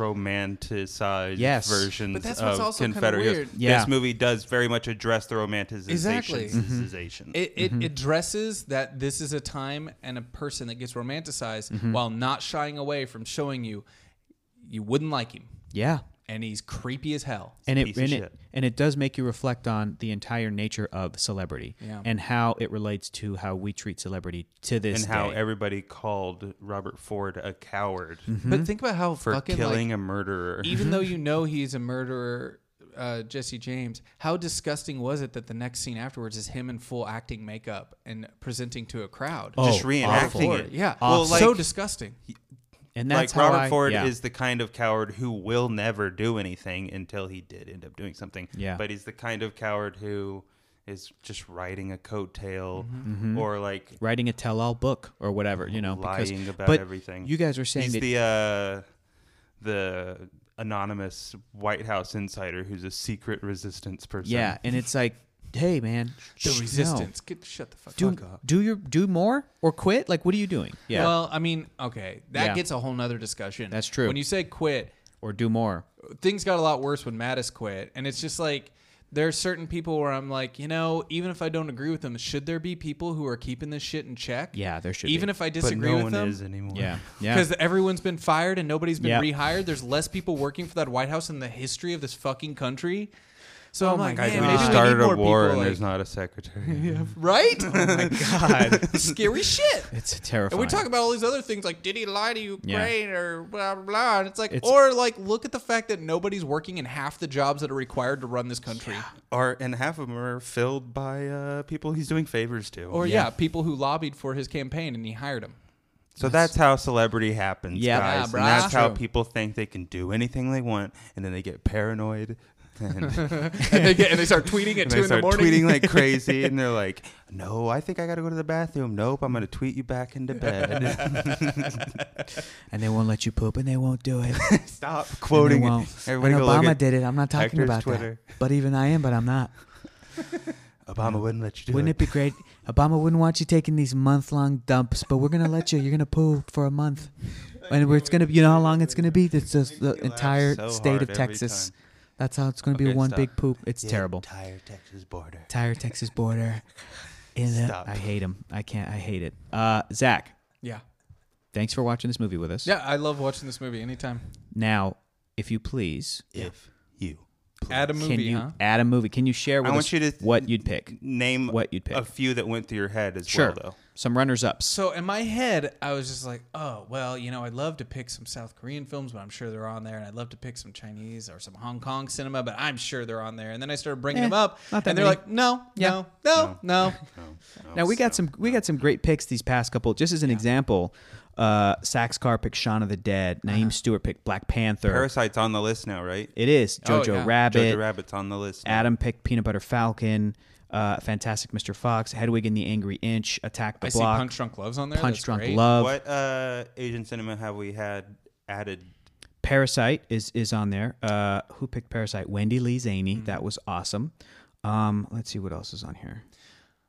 [SPEAKER 3] romanticized
[SPEAKER 2] Yes.
[SPEAKER 3] versions
[SPEAKER 1] But that's what's
[SPEAKER 3] of
[SPEAKER 1] also kinda
[SPEAKER 3] Confederate heroes.
[SPEAKER 1] weird.
[SPEAKER 2] Yeah.
[SPEAKER 3] This movie does very much address the romanticization.
[SPEAKER 1] Exactly.
[SPEAKER 2] Mm-hmm.
[SPEAKER 3] Sization.
[SPEAKER 1] It, it addresses that this is a time and a person that gets romanticized
[SPEAKER 3] Mm-hmm.
[SPEAKER 1] while not shying away from showing you you wouldn't like him
[SPEAKER 2] Yeah.
[SPEAKER 1] and he's creepy as hell.
[SPEAKER 2] And it,
[SPEAKER 3] piece of
[SPEAKER 2] and, it,
[SPEAKER 3] shit.
[SPEAKER 2] and it does make you reflect on the entire nature of celebrity
[SPEAKER 1] Yeah.
[SPEAKER 2] and how it relates to how we treat celebrity to this
[SPEAKER 3] and how
[SPEAKER 2] day.
[SPEAKER 3] everybody called Robert Ford a coward
[SPEAKER 2] Mm-hmm.
[SPEAKER 1] But think about how
[SPEAKER 3] Mm-hmm. for
[SPEAKER 1] fucking
[SPEAKER 3] killing Mm-hmm.
[SPEAKER 1] like,
[SPEAKER 3] a murderer.
[SPEAKER 1] (laughs) even though you know he's a murderer, uh, Jesse James, how disgusting was it that the next scene afterwards is him in full acting makeup and presenting to a crowd?
[SPEAKER 2] Oh,
[SPEAKER 3] just reenacting
[SPEAKER 2] awful.
[SPEAKER 3] it.
[SPEAKER 1] yeah.
[SPEAKER 3] Well, like,
[SPEAKER 1] so disgusting.
[SPEAKER 2] and that's
[SPEAKER 3] like
[SPEAKER 2] how
[SPEAKER 3] Robert
[SPEAKER 2] I-
[SPEAKER 3] Ford
[SPEAKER 2] yeah.
[SPEAKER 3] is the kind of coward who will never do anything until he did end up doing something.
[SPEAKER 2] Yeah.
[SPEAKER 3] But he's the kind of coward who is just riding a coattail
[SPEAKER 2] Mm-hmm.
[SPEAKER 3] or like
[SPEAKER 2] writing a tell-all book or whatever, you know, because-
[SPEAKER 3] lying about
[SPEAKER 2] but
[SPEAKER 3] everything.
[SPEAKER 2] You guys were saying
[SPEAKER 3] he's
[SPEAKER 2] that
[SPEAKER 3] the uh, the anonymous White House insider who's a secret resistance person.
[SPEAKER 2] yeah, and it's like, hey man,
[SPEAKER 1] The
[SPEAKER 2] sh- no.
[SPEAKER 1] resistance. Get shut the fuck
[SPEAKER 2] Do
[SPEAKER 1] up.
[SPEAKER 2] do your do more or quit? Like what are you doing? Yeah.
[SPEAKER 1] Well, I mean, okay, that
[SPEAKER 2] Yeah.
[SPEAKER 1] gets a whole nother discussion.
[SPEAKER 2] That's true.
[SPEAKER 1] When you say quit,
[SPEAKER 2] or do more.
[SPEAKER 1] things got a lot worse when Mattis quit, and it's just like there are certain people where I'm like, you know, even if I don't agree with them, should there be people who are keeping this shit in check?
[SPEAKER 2] Yeah, there should
[SPEAKER 1] Even
[SPEAKER 2] be.
[SPEAKER 1] if I
[SPEAKER 3] But
[SPEAKER 1] disagree
[SPEAKER 3] no
[SPEAKER 1] with
[SPEAKER 3] one
[SPEAKER 1] them,
[SPEAKER 3] is anymore. (laughs)
[SPEAKER 2] Yeah. Yeah. (laughs)
[SPEAKER 1] because everyone's been fired and nobody's been
[SPEAKER 2] Yep.
[SPEAKER 1] rehired. There's less people working for that White House in the history of this fucking country. So
[SPEAKER 3] Oh
[SPEAKER 1] I'm like,
[SPEAKER 2] God,
[SPEAKER 1] man,
[SPEAKER 3] we
[SPEAKER 1] maybe we
[SPEAKER 3] started
[SPEAKER 1] need more
[SPEAKER 3] a war
[SPEAKER 1] people,
[SPEAKER 3] and
[SPEAKER 1] like-
[SPEAKER 3] there's Oh not a secretary.
[SPEAKER 1] right?
[SPEAKER 2] God,
[SPEAKER 1] (laughs) Scary shit.
[SPEAKER 2] it's terrifying.
[SPEAKER 1] And we talk about all these other things like did he lie to Ukraine or blah blah blah. And it's like
[SPEAKER 2] It's-
[SPEAKER 1] or like look at the fact that nobody's working in half the jobs that are required to run this country.
[SPEAKER 3] Or and half of them (laughs) are filled by uh, people he's doing favors to.
[SPEAKER 2] Oh,
[SPEAKER 1] Or yeah. people who lobbied for his campaign and he hired them.
[SPEAKER 3] so that's how celebrity happens,
[SPEAKER 2] Yeah,
[SPEAKER 3] guys.
[SPEAKER 1] bruh.
[SPEAKER 3] and that's how
[SPEAKER 1] True.
[SPEAKER 3] people think they can do anything they want, and then they get paranoid.
[SPEAKER 1] (laughs)
[SPEAKER 3] (laughs)
[SPEAKER 1] and they get and they start tweeting at
[SPEAKER 3] And
[SPEAKER 1] two
[SPEAKER 3] they
[SPEAKER 1] in the
[SPEAKER 3] start
[SPEAKER 1] morning.
[SPEAKER 3] tweeting (laughs) like crazy, and they're like, "No, I think I gotta go to the bathroom. Nope, I'm gonna tweet you back into (laughs) bed.
[SPEAKER 2] and they won't let you poop, and they won't do it.
[SPEAKER 3] Stop quoting.
[SPEAKER 2] won't.
[SPEAKER 3] (laughs) Everybody
[SPEAKER 2] and
[SPEAKER 3] go look
[SPEAKER 2] Obama
[SPEAKER 3] at
[SPEAKER 2] did it. I'm not talking
[SPEAKER 3] Hector's
[SPEAKER 2] about
[SPEAKER 3] Twitter.
[SPEAKER 2] that. But even I am, but I'm not.
[SPEAKER 4] Obama wouldn't let you do
[SPEAKER 2] wouldn't it
[SPEAKER 4] it.
[SPEAKER 2] be great? Obama wouldn't want you taking these month long dumps, but we're gonna let you. You're gonna poo for a
[SPEAKER 3] (laughs)
[SPEAKER 2] month, and we're, it's gonna. You know how long it's gonna be? It's just the
[SPEAKER 3] me laugh
[SPEAKER 2] entire
[SPEAKER 3] so
[SPEAKER 2] state
[SPEAKER 3] hard
[SPEAKER 2] of
[SPEAKER 3] every
[SPEAKER 2] Texas.
[SPEAKER 3] time.
[SPEAKER 2] That's how it's gonna be
[SPEAKER 3] Okay,
[SPEAKER 2] one
[SPEAKER 3] stop.
[SPEAKER 2] big poop. It's
[SPEAKER 4] The
[SPEAKER 2] terrible.
[SPEAKER 4] Entire Texas border.
[SPEAKER 2] Entire Texas border. In the-
[SPEAKER 4] Stop.
[SPEAKER 2] I hate him. I can't. I hate it. Uh, Zach,
[SPEAKER 1] yeah.
[SPEAKER 2] thanks for watching this movie with us.
[SPEAKER 1] Yeah, I love watching this movie anytime.
[SPEAKER 2] Now, if you please,
[SPEAKER 4] If you
[SPEAKER 1] Add a
[SPEAKER 2] can
[SPEAKER 1] movie,
[SPEAKER 2] you
[SPEAKER 1] huh?
[SPEAKER 2] add a movie? Can you share
[SPEAKER 3] I
[SPEAKER 2] with
[SPEAKER 3] want
[SPEAKER 2] us
[SPEAKER 3] you to-
[SPEAKER 2] what you'd pick?
[SPEAKER 3] Name
[SPEAKER 2] What you'd pick.
[SPEAKER 3] a few that went through your head as
[SPEAKER 2] Sure.
[SPEAKER 3] well, though.
[SPEAKER 2] Some runners ups.
[SPEAKER 1] So in my head, I was just like, oh, well, you know, I'd love to pick some South Korean films, but I'm sure they're on there. And I'd love to pick some Chinese or some Hong Kong cinema, but I'm sure they're on there. And then I started bringing
[SPEAKER 2] Eh,
[SPEAKER 1] them up.
[SPEAKER 2] not that
[SPEAKER 1] and they're
[SPEAKER 2] many.
[SPEAKER 1] like, no, no, no, no. (laughs)
[SPEAKER 3] Oh,
[SPEAKER 2] Now we got some we got some great picks these past couple. Just as an example, uh, Sax Carr picked Shaun of the Dead.
[SPEAKER 1] Uh-huh.
[SPEAKER 2] Naeem Stewart picked Black Panther.
[SPEAKER 3] Parasite's on the list now, right?
[SPEAKER 2] it is
[SPEAKER 1] Oh,
[SPEAKER 2] Jojo
[SPEAKER 1] yeah.
[SPEAKER 2] Rabbit.
[SPEAKER 3] Jojo Rabbit's on the list. now.
[SPEAKER 2] Adam picked Peanut Butter Falcon. Uh, Fantastic Mr. Fox. Hedwig and the Angry Inch. Attack the
[SPEAKER 1] I see
[SPEAKER 2] Block.
[SPEAKER 1] Punch Drunk Love's on there.
[SPEAKER 2] Punch
[SPEAKER 1] That's
[SPEAKER 2] Drunk
[SPEAKER 1] great.
[SPEAKER 2] Love.
[SPEAKER 3] What uh, Asian cinema have we had added?
[SPEAKER 2] Parasite is is on there. Uh, who picked Parasite? Wendy Lee Zaney.
[SPEAKER 1] Mm-hmm.
[SPEAKER 2] That was awesome. Um, let's see what else is on here.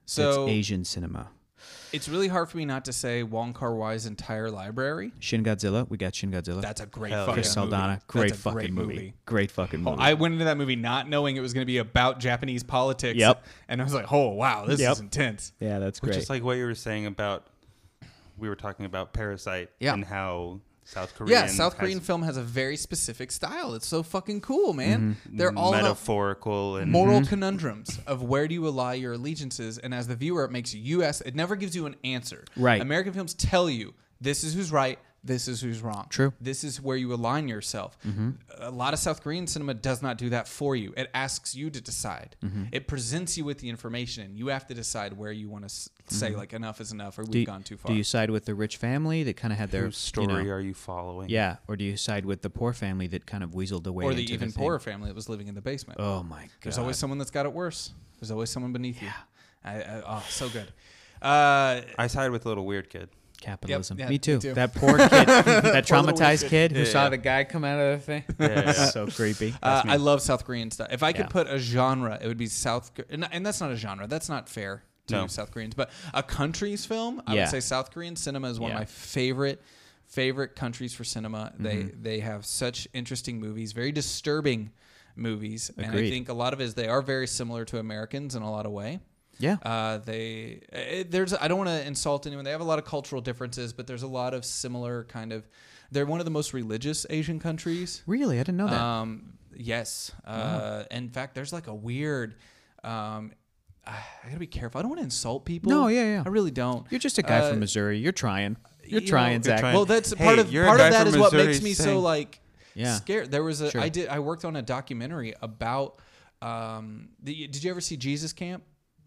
[SPEAKER 1] So
[SPEAKER 2] it's
[SPEAKER 1] it's,
[SPEAKER 2] Asian cinema.
[SPEAKER 1] really hard for me not to say Wong Kar Wai's entire library.
[SPEAKER 2] Shin Godzilla. We got Shin Godzilla.
[SPEAKER 1] That's a great
[SPEAKER 3] Hell
[SPEAKER 1] fucking
[SPEAKER 2] Chris Saldana.
[SPEAKER 1] movie.
[SPEAKER 2] Great
[SPEAKER 1] That's a
[SPEAKER 2] fucking movie. Great fucking movie.
[SPEAKER 1] I went into that movie not knowing it was going to be about Japanese politics.
[SPEAKER 2] Yep.
[SPEAKER 1] And I was like, oh, wow, this
[SPEAKER 2] Yep.
[SPEAKER 1] is intense.
[SPEAKER 2] yeah, that's
[SPEAKER 3] Which
[SPEAKER 2] great.
[SPEAKER 3] is like what you were saying about we were talking about Parasite
[SPEAKER 1] Yeah.
[SPEAKER 3] and how South Korean
[SPEAKER 1] Yeah, South
[SPEAKER 3] has
[SPEAKER 1] Korean film has a very specific style. It's so fucking cool, man.
[SPEAKER 2] Mm-hmm.
[SPEAKER 1] They're all about
[SPEAKER 3] metaphorical and
[SPEAKER 1] moral conundrums of where do you ally your allegiances, and as the viewer, it makes you ask. It never gives you an answer.
[SPEAKER 2] Right.
[SPEAKER 1] American films tell you this is who's right, this is who's wrong.
[SPEAKER 2] True. Mm-hmm.
[SPEAKER 1] This is where you align yourself. A lot of South Korean cinema does not do that for you. It asks you to decide.
[SPEAKER 2] Mm-hmm.
[SPEAKER 1] It presents you with the information, and you have to decide where you want to s- say like enough is enough, or we've
[SPEAKER 2] Mm-hmm. do, you-
[SPEAKER 1] gone too far.
[SPEAKER 2] do you side with the rich family that kind of had their
[SPEAKER 3] whose story
[SPEAKER 2] You know,
[SPEAKER 3] are you following?
[SPEAKER 2] yeah, or do you side with the poor family that kind of weaseled away?
[SPEAKER 1] or the
[SPEAKER 2] into
[SPEAKER 1] even
[SPEAKER 2] thing?
[SPEAKER 1] poorer family that was living in the basement.
[SPEAKER 2] Oh my god!
[SPEAKER 1] There's always someone that's got it worse. There's always someone beneath you. I, I, oh, so good. Uh,
[SPEAKER 3] I side with Little Weird Kid.
[SPEAKER 2] capitalism.
[SPEAKER 1] yeah,
[SPEAKER 2] me,
[SPEAKER 1] me
[SPEAKER 2] too.
[SPEAKER 1] too.
[SPEAKER 2] That poor
[SPEAKER 1] (laughs)
[SPEAKER 2] kid, that traumatized kid who
[SPEAKER 3] Yeah,
[SPEAKER 2] saw
[SPEAKER 3] yeah.
[SPEAKER 2] the guy come out of the thing. so creepy.
[SPEAKER 1] uh, I love South Korean stuff. If I could
[SPEAKER 2] Yeah.
[SPEAKER 1] put a genre, it would be South. Ko- And, and that's not a genre. That's not fair to
[SPEAKER 3] No.
[SPEAKER 1] South Koreans. But a country's film, I
[SPEAKER 2] Yeah.
[SPEAKER 1] would say South Korean cinema is one
[SPEAKER 2] Yeah.
[SPEAKER 1] of my favorite favorite countries for cinema. They
[SPEAKER 2] Mm-hmm.
[SPEAKER 1] they have such interesting movies, very disturbing movies, and
[SPEAKER 2] Agreed.
[SPEAKER 1] I think a lot of it is they are very similar to Americans in a lot of way.
[SPEAKER 2] yeah,
[SPEAKER 1] Uh, they it, there's I don't want to insult anyone. They have a lot of cultural differences, but there's a lot of similar kind of. They're one of the most religious Asian countries.
[SPEAKER 2] really, I didn't know that.
[SPEAKER 1] Um, yes. Uh, In fact, there's like a weird. Um, I gotta be careful. I don't want to insult people.
[SPEAKER 2] No, yeah, yeah.
[SPEAKER 1] I really don't.
[SPEAKER 2] you're just a guy
[SPEAKER 1] uh,
[SPEAKER 2] from Missouri. You're trying. You're
[SPEAKER 1] you know,
[SPEAKER 2] trying,
[SPEAKER 1] you're
[SPEAKER 2] Zach.
[SPEAKER 3] trying.
[SPEAKER 1] Well, that's
[SPEAKER 3] Hey,
[SPEAKER 1] part of
[SPEAKER 3] you're a
[SPEAKER 1] part
[SPEAKER 3] guy
[SPEAKER 1] of that
[SPEAKER 3] from
[SPEAKER 1] is what
[SPEAKER 3] Missouri
[SPEAKER 1] makes me so
[SPEAKER 3] saying-
[SPEAKER 1] like
[SPEAKER 2] Yeah.
[SPEAKER 1] scared. There was a I
[SPEAKER 2] Sure.
[SPEAKER 1] did I worked on a documentary about. Um, the, did you ever see Jesus Camp?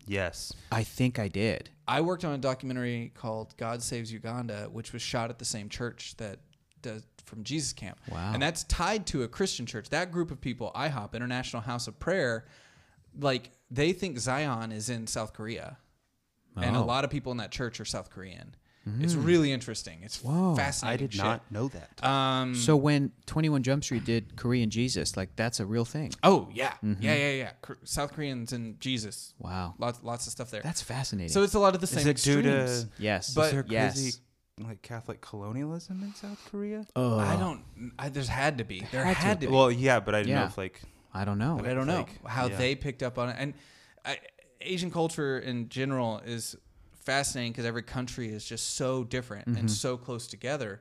[SPEAKER 3] Yes.
[SPEAKER 2] I think I did.
[SPEAKER 1] I worked on a documentary called God Saves Uganda, which was shot at the same church that does from Jesus Camp.
[SPEAKER 2] Wow.
[SPEAKER 1] And that's tied to a Christian church. That group of people, IHOP, International House of Prayer, like they think Zion is in South Korea. And a
[SPEAKER 2] Oh.
[SPEAKER 1] lot of people in that church are South Korean. It's really interesting. It's fascinating.
[SPEAKER 4] I did
[SPEAKER 1] shit.
[SPEAKER 4] not know that.
[SPEAKER 1] Um,
[SPEAKER 2] So when 21 Jump Street did Korean Jesus, like that's a real thing.
[SPEAKER 1] oh, yeah. Yeah, yeah, yeah. Kor- South Koreans and Jesus.
[SPEAKER 2] Wow,
[SPEAKER 1] Lots, lots of stuff there.
[SPEAKER 2] that's fascinating.
[SPEAKER 1] so it's a lot of the
[SPEAKER 3] Is
[SPEAKER 1] same
[SPEAKER 3] it due
[SPEAKER 1] extremes.
[SPEAKER 3] to
[SPEAKER 2] yes,
[SPEAKER 1] but-
[SPEAKER 3] is there
[SPEAKER 2] yes.
[SPEAKER 3] crazy like Catholic colonialism in South Korea?
[SPEAKER 2] Oh.
[SPEAKER 1] I don't. I, there's had to be. There,
[SPEAKER 2] had
[SPEAKER 1] had,
[SPEAKER 2] to
[SPEAKER 1] to be.
[SPEAKER 3] Well, yeah, but I don't
[SPEAKER 2] Yeah.
[SPEAKER 3] know if like
[SPEAKER 2] I don't know.
[SPEAKER 1] but I don't know
[SPEAKER 3] like,
[SPEAKER 1] how
[SPEAKER 3] yeah.
[SPEAKER 1] they picked up on it. And I, Asian culture in general is fascinating because every country is just so different
[SPEAKER 2] Mm-hmm.
[SPEAKER 1] and so close together.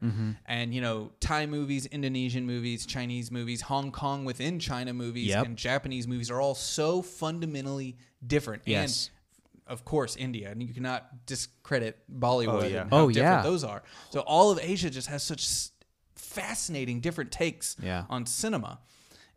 [SPEAKER 1] And you know, Thai movies, Indonesian movies, Chinese movies, Hong Kong within China movies,
[SPEAKER 2] Yep.
[SPEAKER 1] and Japanese movies are all so fundamentally different.
[SPEAKER 2] Yes.
[SPEAKER 1] And of course, India, and you cannot discredit Bollywood.
[SPEAKER 3] yeah.
[SPEAKER 1] and how
[SPEAKER 2] Oh,
[SPEAKER 1] different
[SPEAKER 2] yeah.
[SPEAKER 1] those are. So all of Asia just has such s- fascinating different takes
[SPEAKER 2] Yeah.
[SPEAKER 1] on cinema.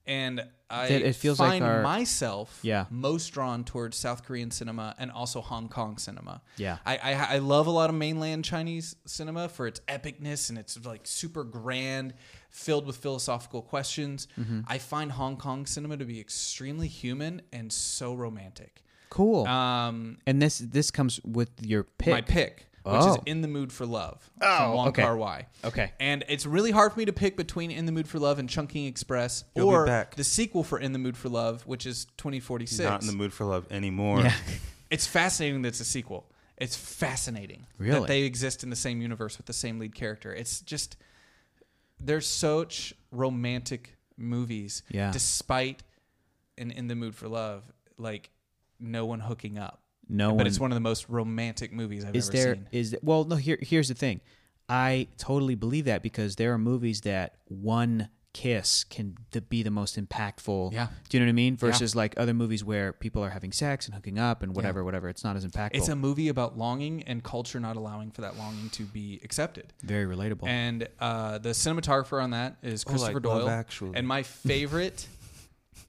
[SPEAKER 1] and I
[SPEAKER 2] That it feels like
[SPEAKER 1] find
[SPEAKER 2] our-
[SPEAKER 1] myself
[SPEAKER 2] Yeah.
[SPEAKER 1] most drawn towards South Korean cinema and also Hong Kong cinema.
[SPEAKER 2] Yeah.
[SPEAKER 1] I, I I love a lot of mainland Chinese cinema for its epicness and it's like super grand, filled with philosophical questions.
[SPEAKER 2] Mm-hmm.
[SPEAKER 1] I find Hong Kong cinema to be extremely human and so romantic.
[SPEAKER 2] Cool.
[SPEAKER 1] Um,
[SPEAKER 2] and this this comes with your pick.
[SPEAKER 1] my pick, which is
[SPEAKER 2] Oh.
[SPEAKER 1] In the Mood for Love from Wong
[SPEAKER 2] okay.
[SPEAKER 1] Kar Wai.
[SPEAKER 2] Okay.
[SPEAKER 1] and it's really hard for me to pick between In the Mood for Love and Chungking Express,
[SPEAKER 3] You'll be
[SPEAKER 1] or
[SPEAKER 3] back.
[SPEAKER 1] the sequel for In the Mood for Love, which is 2046.
[SPEAKER 3] Not in the mood for love anymore. (laughs)
[SPEAKER 2] Yeah.
[SPEAKER 1] It's fascinating that it's a sequel. It's fascinating
[SPEAKER 2] Really?
[SPEAKER 1] that they exist in the same universe with the same lead character. It's just they're such romantic movies,
[SPEAKER 2] (laughs) Yeah.
[SPEAKER 1] despite an In the Mood for Love, like no one hooking up.
[SPEAKER 2] No
[SPEAKER 1] but
[SPEAKER 2] one-
[SPEAKER 1] it's one of the most romantic movies I've
[SPEAKER 2] is
[SPEAKER 1] ever
[SPEAKER 2] there is
[SPEAKER 1] seen.
[SPEAKER 2] th- well no here here's the thing i totally believe that because there are movies that one kiss can th- be the most impactful
[SPEAKER 1] Yeah.
[SPEAKER 2] do you know what i mean versus like other movies where people are having sex and hooking up and whatever
[SPEAKER 1] Yeah.
[SPEAKER 2] whatever it's not as impactful
[SPEAKER 1] It's a movie about longing and culture not allowing for that longing to be accepted.
[SPEAKER 2] very relatable
[SPEAKER 1] And uh, the cinematographer on that is Christopher
[SPEAKER 3] like Love
[SPEAKER 1] Doyle.
[SPEAKER 3] Actually.
[SPEAKER 1] And my favorite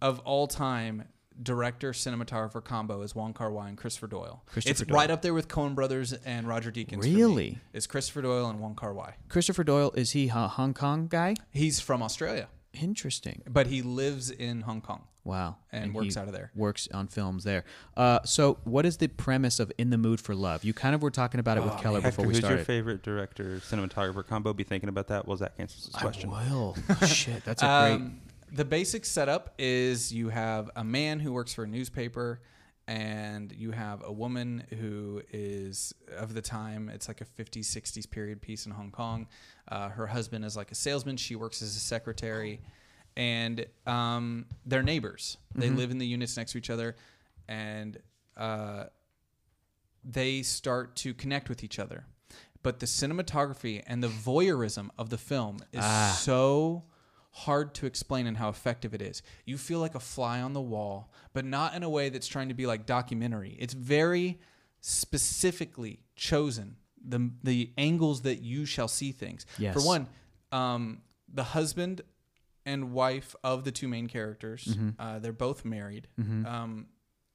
[SPEAKER 1] of all time director cinematographer combo is Wong Kar Wai and Christopher Doyle.
[SPEAKER 2] Christopher
[SPEAKER 1] it's
[SPEAKER 2] Doyle.
[SPEAKER 1] right up there with Coen Brothers and Roger Deakins. for me.
[SPEAKER 2] Really?
[SPEAKER 1] It's Christopher Doyle and Wong Kar Wai.
[SPEAKER 2] christopher doyle is he a hong kong guy
[SPEAKER 1] He's from Australia,
[SPEAKER 2] interesting
[SPEAKER 1] but he lives in Hong Kong.
[SPEAKER 2] wow he
[SPEAKER 1] And works out of there.
[SPEAKER 2] works on films there uh, so what is the premise of in the mood for love you kind of were talking about it
[SPEAKER 1] Oh,
[SPEAKER 2] with keller
[SPEAKER 3] Hector,
[SPEAKER 2] before we
[SPEAKER 3] who's
[SPEAKER 2] started
[SPEAKER 3] your favorite director cinematographer combo? Be thinking about that. Well, Zach answers this question.
[SPEAKER 2] I will. (laughs) Shit, that's a great.
[SPEAKER 1] (laughs) Um, the basic setup is you have a man who works for a newspaper, and you have a woman who is of the time. It's like a 50s, 60s period piece in Hong Kong. Uh, her husband is like a salesman. She works as a secretary, and um, they're neighbors.
[SPEAKER 2] Mm-hmm.
[SPEAKER 1] They live in the units next to each other, and uh, they start to connect with each other. But the cinematography and the voyeurism of the film is so hard to explain and how effective it is. You feel like a fly on the wall, but not in a way that's trying to be like documentary. It's very specifically chosen the the angles that you shall see things.
[SPEAKER 2] Yes.
[SPEAKER 1] For one, um, the husband and wife of the two main characters,
[SPEAKER 2] Mm-hmm.
[SPEAKER 1] uh, they're both married. Um,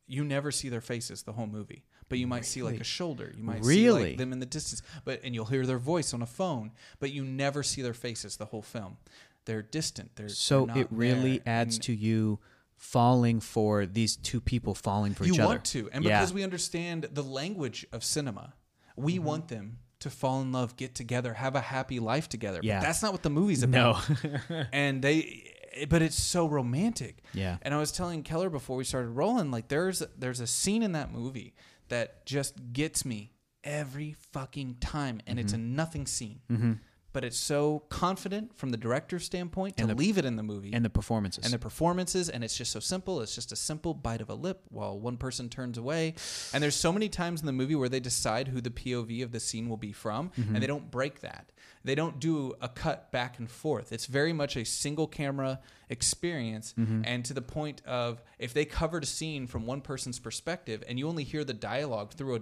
[SPEAKER 1] you never see their faces the whole movie, but you might see like a shoulder. You might see
[SPEAKER 2] Really?
[SPEAKER 1] like them in the distance, but and you'll hear their voice on a phone, but you never see their faces the whole film. They're distant. They're
[SPEAKER 2] So
[SPEAKER 1] they're
[SPEAKER 2] it
[SPEAKER 1] not
[SPEAKER 2] really
[SPEAKER 1] there.
[SPEAKER 2] adds to you falling for these two people falling for
[SPEAKER 1] you
[SPEAKER 2] each
[SPEAKER 1] want
[SPEAKER 2] other.
[SPEAKER 1] to, and
[SPEAKER 2] Yeah.
[SPEAKER 1] because we understand the language of cinema, we
[SPEAKER 2] Mm-hmm.
[SPEAKER 1] want them to fall in love, get together, have a happy life together.
[SPEAKER 2] Yeah.
[SPEAKER 1] but that's not what the movie's
[SPEAKER 2] No.
[SPEAKER 1] about.
[SPEAKER 2] (laughs)
[SPEAKER 1] and they, but it's so romantic.
[SPEAKER 2] Yeah.
[SPEAKER 1] And I was telling Keller before we started rolling, like there's there's a scene in that movie that just gets me every fucking time, and it's a
[SPEAKER 2] Mm-hmm.
[SPEAKER 1] nothing scene. But it's so confident from the director's standpoint to leave it in the movie
[SPEAKER 2] and the performances.
[SPEAKER 1] and the performances and it's just so simple it's just a simple bite of a lip while one person turns away and there's so many times in the movie where they decide who the pov of the scene will be from and they don't break that they don't do a cut back and forth it's very much a single camera experience and to the point of if they covered a scene from one person's perspective and you only hear the dialogue through a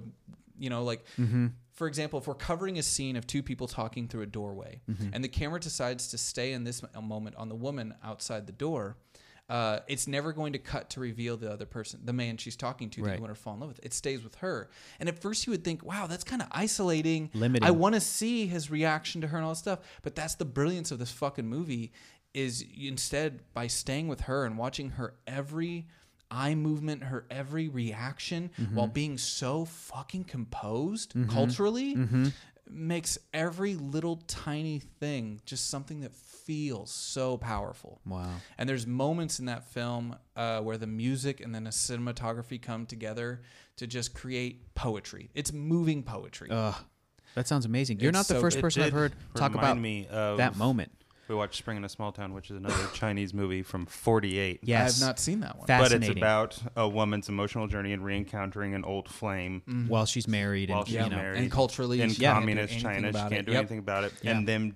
[SPEAKER 1] you know like for example if we're covering a scene of two people talking through a doorway
[SPEAKER 2] Mm-hmm.
[SPEAKER 1] and the camera decides to stay in this m- moment on the woman outside the door uh, it's never going to cut to reveal the other person the man she's talking to that
[SPEAKER 2] Right.
[SPEAKER 1] you want to fall in love with it stays with her and at first you would think wow that's kind of isolating
[SPEAKER 2] Limiting.
[SPEAKER 1] i want to see his reaction to her and all this stuff but that's the brilliance of this fucking movie is you- instead by staying with her and watching her every eye movement her every reaction while being so fucking composed culturally makes every little tiny thing just something that feels so powerful
[SPEAKER 2] wow.
[SPEAKER 1] and there's moments in that film uh, where the music and then the cinematography come together to just create poetry. It's moving poetry.
[SPEAKER 2] Ugh. That sounds amazing. You're
[SPEAKER 1] It's
[SPEAKER 2] not the
[SPEAKER 1] so
[SPEAKER 2] first
[SPEAKER 1] good.
[SPEAKER 2] person I've
[SPEAKER 3] did
[SPEAKER 2] heard talk
[SPEAKER 3] remind
[SPEAKER 2] about
[SPEAKER 3] me of
[SPEAKER 2] that moment.
[SPEAKER 3] We watched Spring in a Small Town, which
[SPEAKER 2] (sighs)
[SPEAKER 3] is another Chinese movie from '48.
[SPEAKER 1] I
[SPEAKER 2] Yes.
[SPEAKER 1] have not seen that one.
[SPEAKER 3] but it's
[SPEAKER 2] Fascinating.
[SPEAKER 3] about a woman's emotional journey and reencountering an old flame.
[SPEAKER 2] while she's married
[SPEAKER 3] While
[SPEAKER 2] and
[SPEAKER 3] she's
[SPEAKER 2] you know.
[SPEAKER 3] married.
[SPEAKER 1] and culturally,
[SPEAKER 3] in
[SPEAKER 1] she can't do
[SPEAKER 3] communist
[SPEAKER 1] anything
[SPEAKER 3] China, she
[SPEAKER 1] about
[SPEAKER 3] can't
[SPEAKER 1] it.
[SPEAKER 3] do
[SPEAKER 1] Yep.
[SPEAKER 3] anything about it.
[SPEAKER 2] Yeah.
[SPEAKER 3] And them,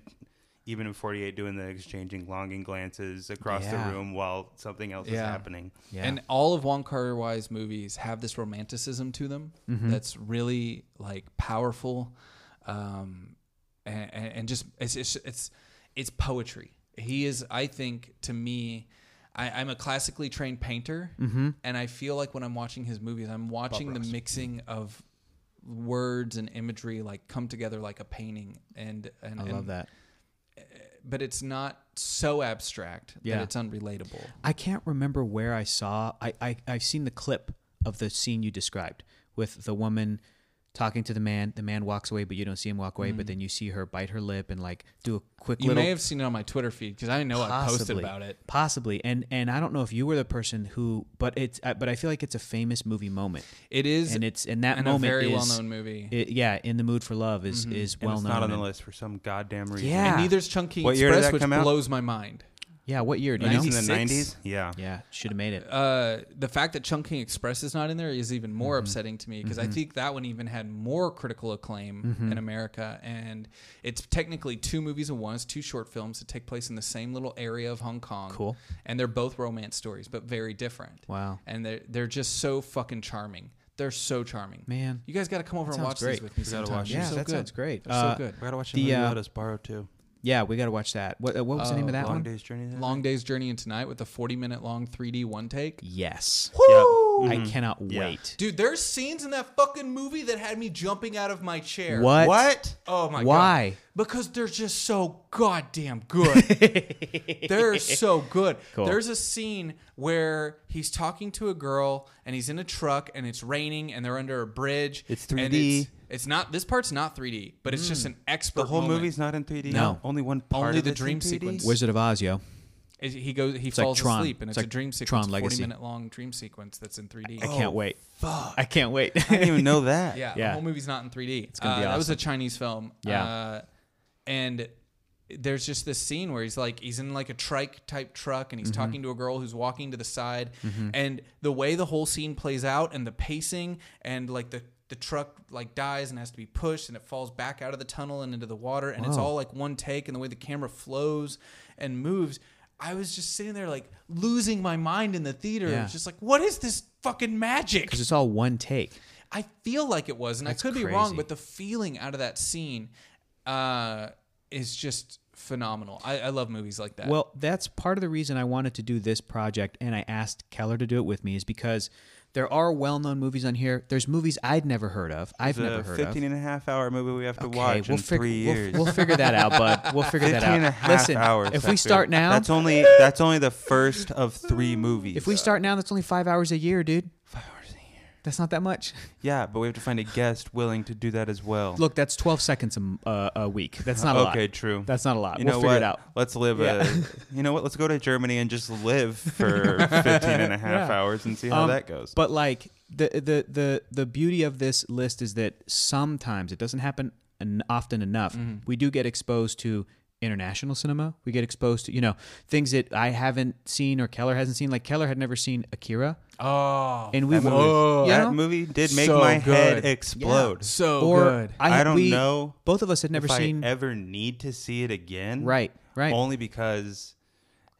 [SPEAKER 3] even in '48, doing the exchanging longing glances across
[SPEAKER 2] Yeah.
[SPEAKER 3] the room while something else is
[SPEAKER 1] Yeah.
[SPEAKER 3] happening.
[SPEAKER 2] Yeah.
[SPEAKER 1] And all of Wong Kar Wai's movies have this romanticism to them
[SPEAKER 2] Mm-hmm.
[SPEAKER 1] that's really like powerful, um, and, and and just it's, it's it's it's poetry. He is, I think, to me, I, I'm a classically trained painter,
[SPEAKER 2] Mm-hmm.
[SPEAKER 1] and I feel like when I'm watching his movies, I'm watching the mixing of words and imagery like come together like a painting. And, and
[SPEAKER 2] I love that.
[SPEAKER 1] but it's not so abstract
[SPEAKER 2] Yeah.
[SPEAKER 1] that it's unrelatable.
[SPEAKER 2] I can't remember where I saw. I, I I've seen the clip of the scene you described with the woman talking to the man. The man walks away, but you don't see him walk away. But then you see her bite her lip and like do a quick
[SPEAKER 1] You
[SPEAKER 2] little.
[SPEAKER 1] may have seen it on my Twitter feed because I know I posted about it.
[SPEAKER 2] Possibly, and and I don't know if you were the person who, but it's uh, but I feel like it's a famous movie moment,
[SPEAKER 1] It is,
[SPEAKER 2] and it's and that
[SPEAKER 1] and
[SPEAKER 2] moment
[SPEAKER 1] a very
[SPEAKER 2] is
[SPEAKER 1] well-known movie.
[SPEAKER 2] it- yeah, in the mood for love is is
[SPEAKER 3] And
[SPEAKER 2] well
[SPEAKER 3] it's
[SPEAKER 2] known.
[SPEAKER 3] not on the
[SPEAKER 2] and-
[SPEAKER 3] list for some goddamn reason.
[SPEAKER 2] Yeah.
[SPEAKER 1] and neither's Chunky
[SPEAKER 3] What year did
[SPEAKER 1] Express,
[SPEAKER 3] that
[SPEAKER 1] which
[SPEAKER 3] come out?
[SPEAKER 1] blows my mind.
[SPEAKER 2] Yeah, what year do you
[SPEAKER 3] It's
[SPEAKER 2] know?
[SPEAKER 3] in the
[SPEAKER 1] 96?
[SPEAKER 3] nineties. Yeah.
[SPEAKER 2] Yeah, should have made it.
[SPEAKER 1] Uh, the fact that Chunking Express is not in there is even more
[SPEAKER 2] Mm-hmm.
[SPEAKER 1] upsetting to me because I think that one even had more critical acclaim
[SPEAKER 2] Mm-hmm.
[SPEAKER 1] in America, and it's technically two movies in one. It's two short films that take place in the same little area of Hong Kong.
[SPEAKER 2] Cool.
[SPEAKER 1] and they're both romance stories, but very different.
[SPEAKER 2] Wow.
[SPEAKER 1] and they're they're just so fucking charming. They're so charming,
[SPEAKER 2] Man.
[SPEAKER 1] You guys got to come over and
[SPEAKER 2] sounds
[SPEAKER 1] watch
[SPEAKER 2] great.
[SPEAKER 1] these with me.
[SPEAKER 3] We gotta
[SPEAKER 1] Sometime.
[SPEAKER 3] watch
[SPEAKER 1] They're
[SPEAKER 2] yeah,
[SPEAKER 1] so
[SPEAKER 2] that
[SPEAKER 1] good.
[SPEAKER 2] sounds great.
[SPEAKER 1] They're
[SPEAKER 2] Uh,
[SPEAKER 1] so good.
[SPEAKER 3] I gotta watch
[SPEAKER 2] The,
[SPEAKER 3] the movie
[SPEAKER 2] uh,
[SPEAKER 3] Let Us Borrow too.
[SPEAKER 2] Yeah, we got to watch that. What uh, what was the name of that
[SPEAKER 3] Long
[SPEAKER 2] one?
[SPEAKER 3] Day's Journey. Long.
[SPEAKER 1] Long Day's Journey into Night with a 40 minute long 3D one take.
[SPEAKER 2] Yes.
[SPEAKER 3] Woo!
[SPEAKER 2] I cannot wait.
[SPEAKER 1] Dude, there's scenes in that fucking movie that had me jumping out of my chair.
[SPEAKER 2] What?
[SPEAKER 3] What?
[SPEAKER 1] Oh my god.
[SPEAKER 2] Why?
[SPEAKER 1] Because they're just so goddamn good.
[SPEAKER 2] (laughs)
[SPEAKER 1] they're so good.
[SPEAKER 2] Cool.
[SPEAKER 1] There's a scene where he's talking to a girl and he's in a truck and it's raining and they're under a bridge.
[SPEAKER 4] It's
[SPEAKER 1] and
[SPEAKER 4] 3D.
[SPEAKER 1] It's, it's not this part's not 3D, but it's
[SPEAKER 2] Mm.
[SPEAKER 1] just an expert.
[SPEAKER 3] The whole
[SPEAKER 1] moment.
[SPEAKER 3] movie's not in 3D.
[SPEAKER 2] Oh No.
[SPEAKER 3] Only one part.
[SPEAKER 1] Only
[SPEAKER 3] of
[SPEAKER 1] the
[SPEAKER 3] it's in
[SPEAKER 1] dream
[SPEAKER 3] 3D?
[SPEAKER 1] sequence.
[SPEAKER 2] Wizard of Oz, yo.
[SPEAKER 1] Is- He goes. He
[SPEAKER 2] like
[SPEAKER 1] falls
[SPEAKER 2] Tron.
[SPEAKER 1] asleep, and
[SPEAKER 2] It's
[SPEAKER 1] it's,
[SPEAKER 2] like
[SPEAKER 1] a dream
[SPEAKER 2] Tron
[SPEAKER 1] sequence,
[SPEAKER 2] Legacy.
[SPEAKER 1] forty-minute long dream sequence that's in Oh. 3D.
[SPEAKER 2] I can't wait. Fuck. I can't wait.
[SPEAKER 3] Oh,
[SPEAKER 2] (laughs)
[SPEAKER 3] I didn't even know (laughs) that.
[SPEAKER 1] Yeah,
[SPEAKER 2] Yeah.
[SPEAKER 1] the whole movie's not in 3D. It's
[SPEAKER 2] gonna be
[SPEAKER 1] That was a
[SPEAKER 2] awesome.
[SPEAKER 1] Chinese film.
[SPEAKER 2] Yeah.
[SPEAKER 1] uh, and there's just this scene where he's like, he's in like a trike type truck, and he's
[SPEAKER 2] Mm-hmm.
[SPEAKER 1] talking to a girl who's walking to the side, and the way the whole scene plays out, and the pacing, and like the the truck like dies and has to be pushed and it falls back out of the tunnel and into the water and it's all like one take and the way the camera flows and moves i was just sitting there like losing my mind in the theater
[SPEAKER 2] Yeah.
[SPEAKER 1] It's just like what is this fucking magic
[SPEAKER 2] Because it's all one take.
[SPEAKER 1] I feel like it was, and
[SPEAKER 2] That's
[SPEAKER 1] I could be
[SPEAKER 2] crazy.
[SPEAKER 1] wrong, but the feeling out of that scene uh, is just phenomenal. I, I love movies like that.
[SPEAKER 2] Well, that's part of the reason I wanted to do this project and I asked Keller to do it with me is because there are well known movies on here. There's movies I'd never heard of. I've never
[SPEAKER 3] The
[SPEAKER 2] heard
[SPEAKER 3] 15
[SPEAKER 2] of.
[SPEAKER 3] and a half hour movie we have to watch in
[SPEAKER 2] fig-
[SPEAKER 3] three years.
[SPEAKER 2] We'll, we'll figure that out, bud.
[SPEAKER 3] (laughs)
[SPEAKER 2] We'll figure that
[SPEAKER 3] 15
[SPEAKER 2] out.
[SPEAKER 3] and a half
[SPEAKER 2] Listen,
[SPEAKER 3] hours.
[SPEAKER 2] if we
[SPEAKER 3] Hector.
[SPEAKER 2] start now,
[SPEAKER 3] that's only that's only the first of three movies.
[SPEAKER 2] if we start now, that's only five hours a year, dude. Five hours a year. That's not that much.
[SPEAKER 3] yeah, but we have to find a guest willing to do that as well.
[SPEAKER 2] Look, that's 12 seconds a, m- uh, a week. That's not a lot.
[SPEAKER 3] okay, true.
[SPEAKER 2] That's not a lot.
[SPEAKER 3] you
[SPEAKER 2] we'll
[SPEAKER 3] know
[SPEAKER 2] figure
[SPEAKER 3] what?
[SPEAKER 2] it out.
[SPEAKER 3] Let's live a. (laughs) You know what? Let's go to Germany and just live for 15 and a half
[SPEAKER 2] Yeah.
[SPEAKER 3] hours and see how
[SPEAKER 2] Um,
[SPEAKER 3] that goes.
[SPEAKER 2] But like the the the the beauty of this list is that sometimes it doesn't happen en- often enough.
[SPEAKER 3] Mm-hmm.
[SPEAKER 2] We do get exposed to international cinema. We get exposed to you know things that I haven't seen or Keller hasn't seen. Like Keller had never seen Akira,
[SPEAKER 1] oh,
[SPEAKER 2] and we
[SPEAKER 3] that, movie,
[SPEAKER 2] you
[SPEAKER 3] that
[SPEAKER 2] know?
[SPEAKER 3] movie did make
[SPEAKER 1] So
[SPEAKER 3] my head
[SPEAKER 1] good.
[SPEAKER 3] explode.
[SPEAKER 1] so
[SPEAKER 2] or
[SPEAKER 1] good.
[SPEAKER 2] I,
[SPEAKER 3] I don't
[SPEAKER 2] we-
[SPEAKER 3] know
[SPEAKER 2] Both of us had never
[SPEAKER 3] if
[SPEAKER 2] seen.
[SPEAKER 3] I ever need to see it again.
[SPEAKER 2] right, right.
[SPEAKER 3] Only because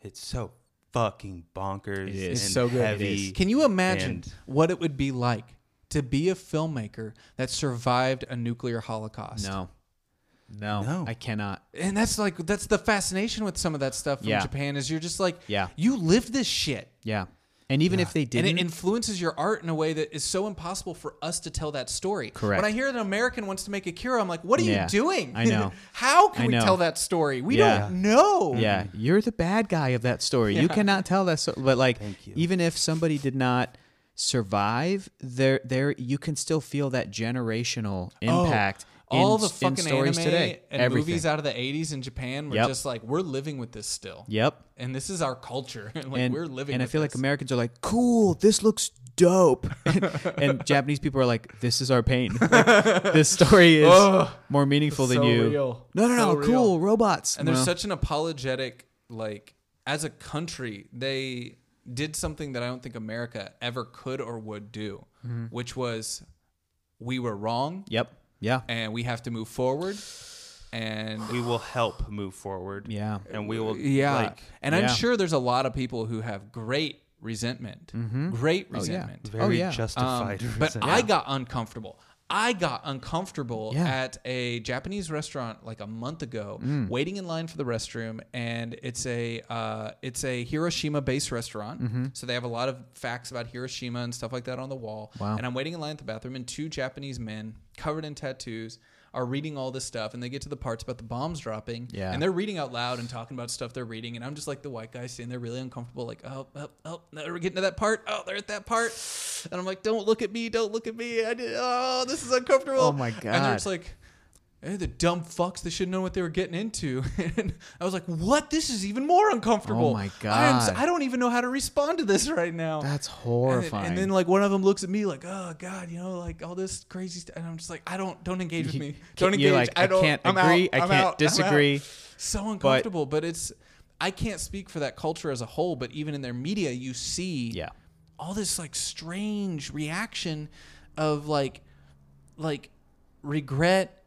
[SPEAKER 3] it's so fucking bonkers.
[SPEAKER 2] It is.
[SPEAKER 1] It's
[SPEAKER 3] and
[SPEAKER 1] so good.
[SPEAKER 3] Heavy.
[SPEAKER 1] Can you imagine
[SPEAKER 3] and-
[SPEAKER 1] what it would be like to be a filmmaker that survived a nuclear holocaust?
[SPEAKER 2] no, no,
[SPEAKER 3] No.
[SPEAKER 2] I cannot.
[SPEAKER 1] And that's like that's the fascination with some of that stuff from
[SPEAKER 2] Yeah.
[SPEAKER 1] Japan is you're just like,
[SPEAKER 2] Yeah.
[SPEAKER 1] you lived this shit.
[SPEAKER 2] Yeah, and even if they didn't,
[SPEAKER 1] And it influences your art in a way that is so impossible for us to tell that story.
[SPEAKER 2] Correct.
[SPEAKER 1] When I hear that an American wants to make a cure, I'm like, what are
[SPEAKER 2] Yeah.
[SPEAKER 1] you doing?
[SPEAKER 2] I know.
[SPEAKER 1] (laughs) How
[SPEAKER 2] I
[SPEAKER 1] can we
[SPEAKER 2] know.
[SPEAKER 1] tell that story? We
[SPEAKER 2] Yeah.
[SPEAKER 1] don't know.
[SPEAKER 2] Yeah, you're the bad guy of that story. You cannot tell that. So- but like,
[SPEAKER 3] Thank you.
[SPEAKER 2] even if somebody did not survive, there, there, you can still feel that generational
[SPEAKER 1] Oh,
[SPEAKER 2] impact. in
[SPEAKER 1] all the
[SPEAKER 2] s- in
[SPEAKER 1] fucking
[SPEAKER 2] stories
[SPEAKER 1] anime
[SPEAKER 2] today,
[SPEAKER 1] and
[SPEAKER 2] Everything.
[SPEAKER 1] movies out of the 80s in Japan were
[SPEAKER 2] Yep.
[SPEAKER 1] just like, we're living with this still.
[SPEAKER 2] Yep.
[SPEAKER 1] And this is our culture. (laughs) and like,
[SPEAKER 2] and
[SPEAKER 1] we're living
[SPEAKER 2] And I
[SPEAKER 1] with
[SPEAKER 2] feel like
[SPEAKER 1] this.
[SPEAKER 2] Americans are like, "Cool, this looks dope," (laughs) and
[SPEAKER 1] (laughs)
[SPEAKER 2] Japanese people are like, "This is our pain. Like, this story is more meaningful than
[SPEAKER 1] so
[SPEAKER 2] you."
[SPEAKER 1] real.
[SPEAKER 2] No, no, no.
[SPEAKER 1] So real.
[SPEAKER 2] cool robots.
[SPEAKER 1] And there's
[SPEAKER 2] No.
[SPEAKER 1] such an apologetic, like, as a country, they did something that I don't think America ever could or would do,
[SPEAKER 2] Mm-hmm.
[SPEAKER 1] which was we were wrong
[SPEAKER 2] Yep. Yeah.
[SPEAKER 1] and we have to move forward. And
[SPEAKER 3] we will help move forward.
[SPEAKER 2] Yeah.
[SPEAKER 3] And we will
[SPEAKER 1] yeah.
[SPEAKER 3] like
[SPEAKER 1] and
[SPEAKER 2] yeah.
[SPEAKER 1] I'm sure there's a lot of people who have great resentment, great resentment.
[SPEAKER 2] Oh,
[SPEAKER 3] very
[SPEAKER 2] yeah. (laughs) Um,
[SPEAKER 3] justified.
[SPEAKER 1] But I got uncomfortable. I got uncomfortable
[SPEAKER 2] Yeah.
[SPEAKER 1] at a Japanese restaurant like a month ago,
[SPEAKER 2] Mm.
[SPEAKER 1] waiting in line for the restroom, and it's a uh, it's a Hiroshima-based restaurant,
[SPEAKER 2] Mm-hmm.
[SPEAKER 1] so they have a lot of facts about Hiroshima and stuff like that on the wall.
[SPEAKER 2] Wow.
[SPEAKER 1] And I'm waiting in line at the bathroom, and two Japanese men covered in tattoos are reading all this stuff, and they get to the parts about the bombs dropping,
[SPEAKER 2] Yeah.
[SPEAKER 1] and they're reading out loud and talking about stuff they're reading, and I'm just like the white guy sitting there really uncomfortable, like oh oh oh, no, we're getting to that part, oh they're at that part, and I'm like don't look at me, don't look at me, I did, oh this is uncomfortable.
[SPEAKER 2] Oh my
[SPEAKER 1] And
[SPEAKER 2] God.
[SPEAKER 1] they're just like. Hey, the dumb fucks! They should know what they were getting into. (laughs) And I was like, "What? This is even more uncomfortable."
[SPEAKER 2] Oh my
[SPEAKER 1] I, am, s-
[SPEAKER 2] God.
[SPEAKER 1] I don't even know how to respond to this right now.
[SPEAKER 2] That's
[SPEAKER 1] And then-
[SPEAKER 2] horrifying.
[SPEAKER 1] And then, like one of them looks at me like, "Oh God, you know, like all this crazy stuff." And I'm just like, "I don't, don't engage with
[SPEAKER 2] You-
[SPEAKER 1] me.
[SPEAKER 2] can't-
[SPEAKER 1] Don't engage.
[SPEAKER 2] you're like,
[SPEAKER 1] I
[SPEAKER 2] I
[SPEAKER 1] don't.
[SPEAKER 2] can't
[SPEAKER 1] I'm
[SPEAKER 2] agree,
[SPEAKER 1] Out,
[SPEAKER 2] I
[SPEAKER 1] I'm
[SPEAKER 2] can't
[SPEAKER 1] out, I'm out."
[SPEAKER 2] disagree.
[SPEAKER 1] So uncomfortable, but, it's. I can't speak for that culture as a whole, but even in their media, you see
[SPEAKER 2] yeah.
[SPEAKER 1] all this like strange reaction of like like regret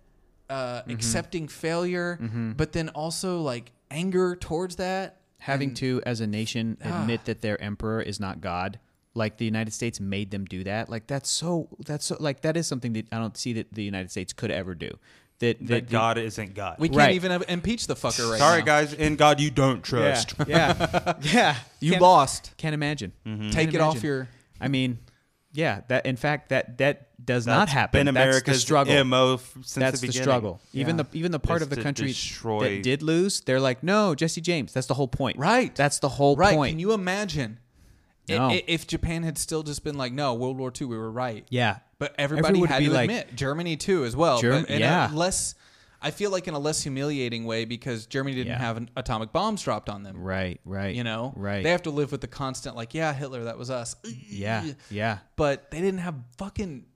[SPEAKER 1] uh
[SPEAKER 2] Mm-hmm.
[SPEAKER 1] accepting failure but then also like anger towards that
[SPEAKER 2] Having to, as a nation,
[SPEAKER 1] (sighs)
[SPEAKER 2] admit that their emperor is not God. Like the United States made them do that. Like that's so. That's so. Like that is something that I don't see that the United States could ever do. That,
[SPEAKER 3] that
[SPEAKER 2] the-
[SPEAKER 3] God isn't God.
[SPEAKER 1] we can't
[SPEAKER 2] Right.
[SPEAKER 1] even have, impeach the fucker right
[SPEAKER 3] Sorry,
[SPEAKER 1] now.
[SPEAKER 3] guys. In God, you don't
[SPEAKER 2] Yeah.
[SPEAKER 3] trust.
[SPEAKER 2] Yeah.
[SPEAKER 1] (laughs)
[SPEAKER 2] yeah.
[SPEAKER 1] you
[SPEAKER 2] Can't-
[SPEAKER 1] lost
[SPEAKER 2] Can't imagine.
[SPEAKER 3] Mm-hmm.
[SPEAKER 1] take
[SPEAKER 2] Can't
[SPEAKER 1] it off
[SPEAKER 2] imagine.
[SPEAKER 1] your
[SPEAKER 2] I mean, yeah. That in fact that that does not
[SPEAKER 3] That's
[SPEAKER 2] happen.
[SPEAKER 3] Been
[SPEAKER 2] that's
[SPEAKER 3] America's
[SPEAKER 2] the struggle.
[SPEAKER 3] MO f- since
[SPEAKER 2] that's
[SPEAKER 3] the,
[SPEAKER 2] the
[SPEAKER 3] beginning.
[SPEAKER 2] struggle. Even
[SPEAKER 1] Yeah.
[SPEAKER 2] the even the part
[SPEAKER 3] Is
[SPEAKER 2] of the
[SPEAKER 3] to
[SPEAKER 2] country
[SPEAKER 3] destroy-
[SPEAKER 2] that did lose, they're like, no, Jesse James. That's the whole point.
[SPEAKER 1] Right.
[SPEAKER 2] That's the whole
[SPEAKER 1] right
[SPEAKER 2] point.
[SPEAKER 1] can you imagine i-
[SPEAKER 2] No.
[SPEAKER 1] i- if japan had still just been like no world war ii we were right
[SPEAKER 2] yeah.
[SPEAKER 1] But everybody
[SPEAKER 2] Everyone would
[SPEAKER 1] had
[SPEAKER 2] be
[SPEAKER 1] to
[SPEAKER 2] like-
[SPEAKER 1] admit Germany too, as well.
[SPEAKER 2] Germ-
[SPEAKER 1] but in
[SPEAKER 2] yeah.
[SPEAKER 1] a less, I feel like in a less humiliating way because Germany didn't
[SPEAKER 2] Yeah.
[SPEAKER 1] have an atomic bombs dropped on them.
[SPEAKER 2] Right. Right.
[SPEAKER 1] You know,
[SPEAKER 2] Right.
[SPEAKER 1] They have to live with the constant, like, yeah, Hitler, that was us.
[SPEAKER 2] yeah. Yeah.
[SPEAKER 1] But they didn't have fucking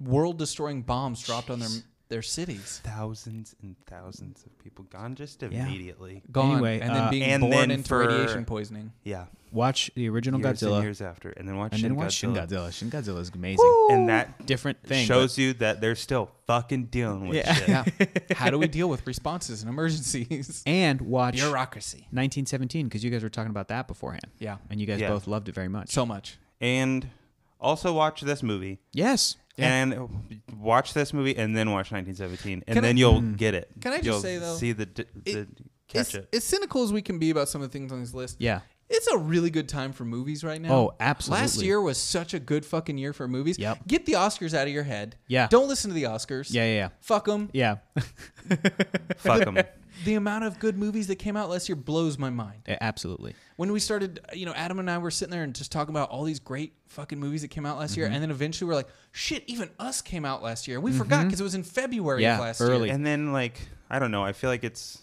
[SPEAKER 1] world-destroying bombs dropped on their their cities.
[SPEAKER 3] Thousands and thousands of people gone just
[SPEAKER 2] Yeah.
[SPEAKER 3] immediately.
[SPEAKER 1] Gone
[SPEAKER 2] Anyway,
[SPEAKER 1] and then
[SPEAKER 2] uh,
[SPEAKER 1] being
[SPEAKER 3] and
[SPEAKER 1] born
[SPEAKER 3] then
[SPEAKER 1] into
[SPEAKER 3] for-
[SPEAKER 1] radiation poisoning.
[SPEAKER 3] Yeah.
[SPEAKER 2] Watch the original
[SPEAKER 3] Years
[SPEAKER 2] Godzilla,
[SPEAKER 3] and
[SPEAKER 2] and,
[SPEAKER 3] years after, and then watch
[SPEAKER 2] then
[SPEAKER 3] Shin
[SPEAKER 2] watch Shin
[SPEAKER 3] Godzilla.
[SPEAKER 2] Godzilla. Shin Godzilla is amazing.
[SPEAKER 3] And that
[SPEAKER 2] Different thing.
[SPEAKER 3] shows you that they're still fucking dealing with
[SPEAKER 2] Yeah.
[SPEAKER 3] shit.
[SPEAKER 1] Yeah. (laughs) How do we deal with responses and
[SPEAKER 2] (laughs)
[SPEAKER 1] emergencies?
[SPEAKER 2] but- and watch
[SPEAKER 1] Bureaucracy.
[SPEAKER 2] 1917 because you guys were talking about that beforehand.
[SPEAKER 1] Yeah.
[SPEAKER 2] And you guys
[SPEAKER 3] Yeah.
[SPEAKER 2] both loved it very much.
[SPEAKER 1] So much.
[SPEAKER 3] And also watch this movie.
[SPEAKER 2] yes.
[SPEAKER 3] And watch this movie and then watch 1917, and
[SPEAKER 1] Can I-
[SPEAKER 3] then you'll get it.
[SPEAKER 1] Can I just
[SPEAKER 3] You'll
[SPEAKER 1] say, though,
[SPEAKER 3] see the, d- the catch
[SPEAKER 1] It's,
[SPEAKER 3] it.
[SPEAKER 1] as cynical as we can be about some of the things on this list,
[SPEAKER 2] Yeah.
[SPEAKER 1] It's a really good time for movies right now.
[SPEAKER 2] Oh, absolutely.
[SPEAKER 1] Last year was such a good fucking year for movies.
[SPEAKER 2] Yep.
[SPEAKER 1] Get the Oscars out of your head.
[SPEAKER 2] Yeah.
[SPEAKER 1] Don't listen to the Oscars.
[SPEAKER 2] Yeah. Yeah.
[SPEAKER 1] Fuck them.
[SPEAKER 2] Yeah. yeah.
[SPEAKER 3] Fuck them.
[SPEAKER 1] The amount of good movies that came out last year blows my mind.
[SPEAKER 2] A- (laughs) Absolutely.
[SPEAKER 1] When we started, you know, Adam and I were sitting there and just talking about all these great fucking movies that came out last year,
[SPEAKER 2] Mm-hmm.
[SPEAKER 1] and then eventually we're like, shit, even Us came out last year, and we forgot because it was in February
[SPEAKER 2] Yeah,
[SPEAKER 1] of last
[SPEAKER 2] early.
[SPEAKER 1] year.
[SPEAKER 3] And then like I don't know. I feel like it's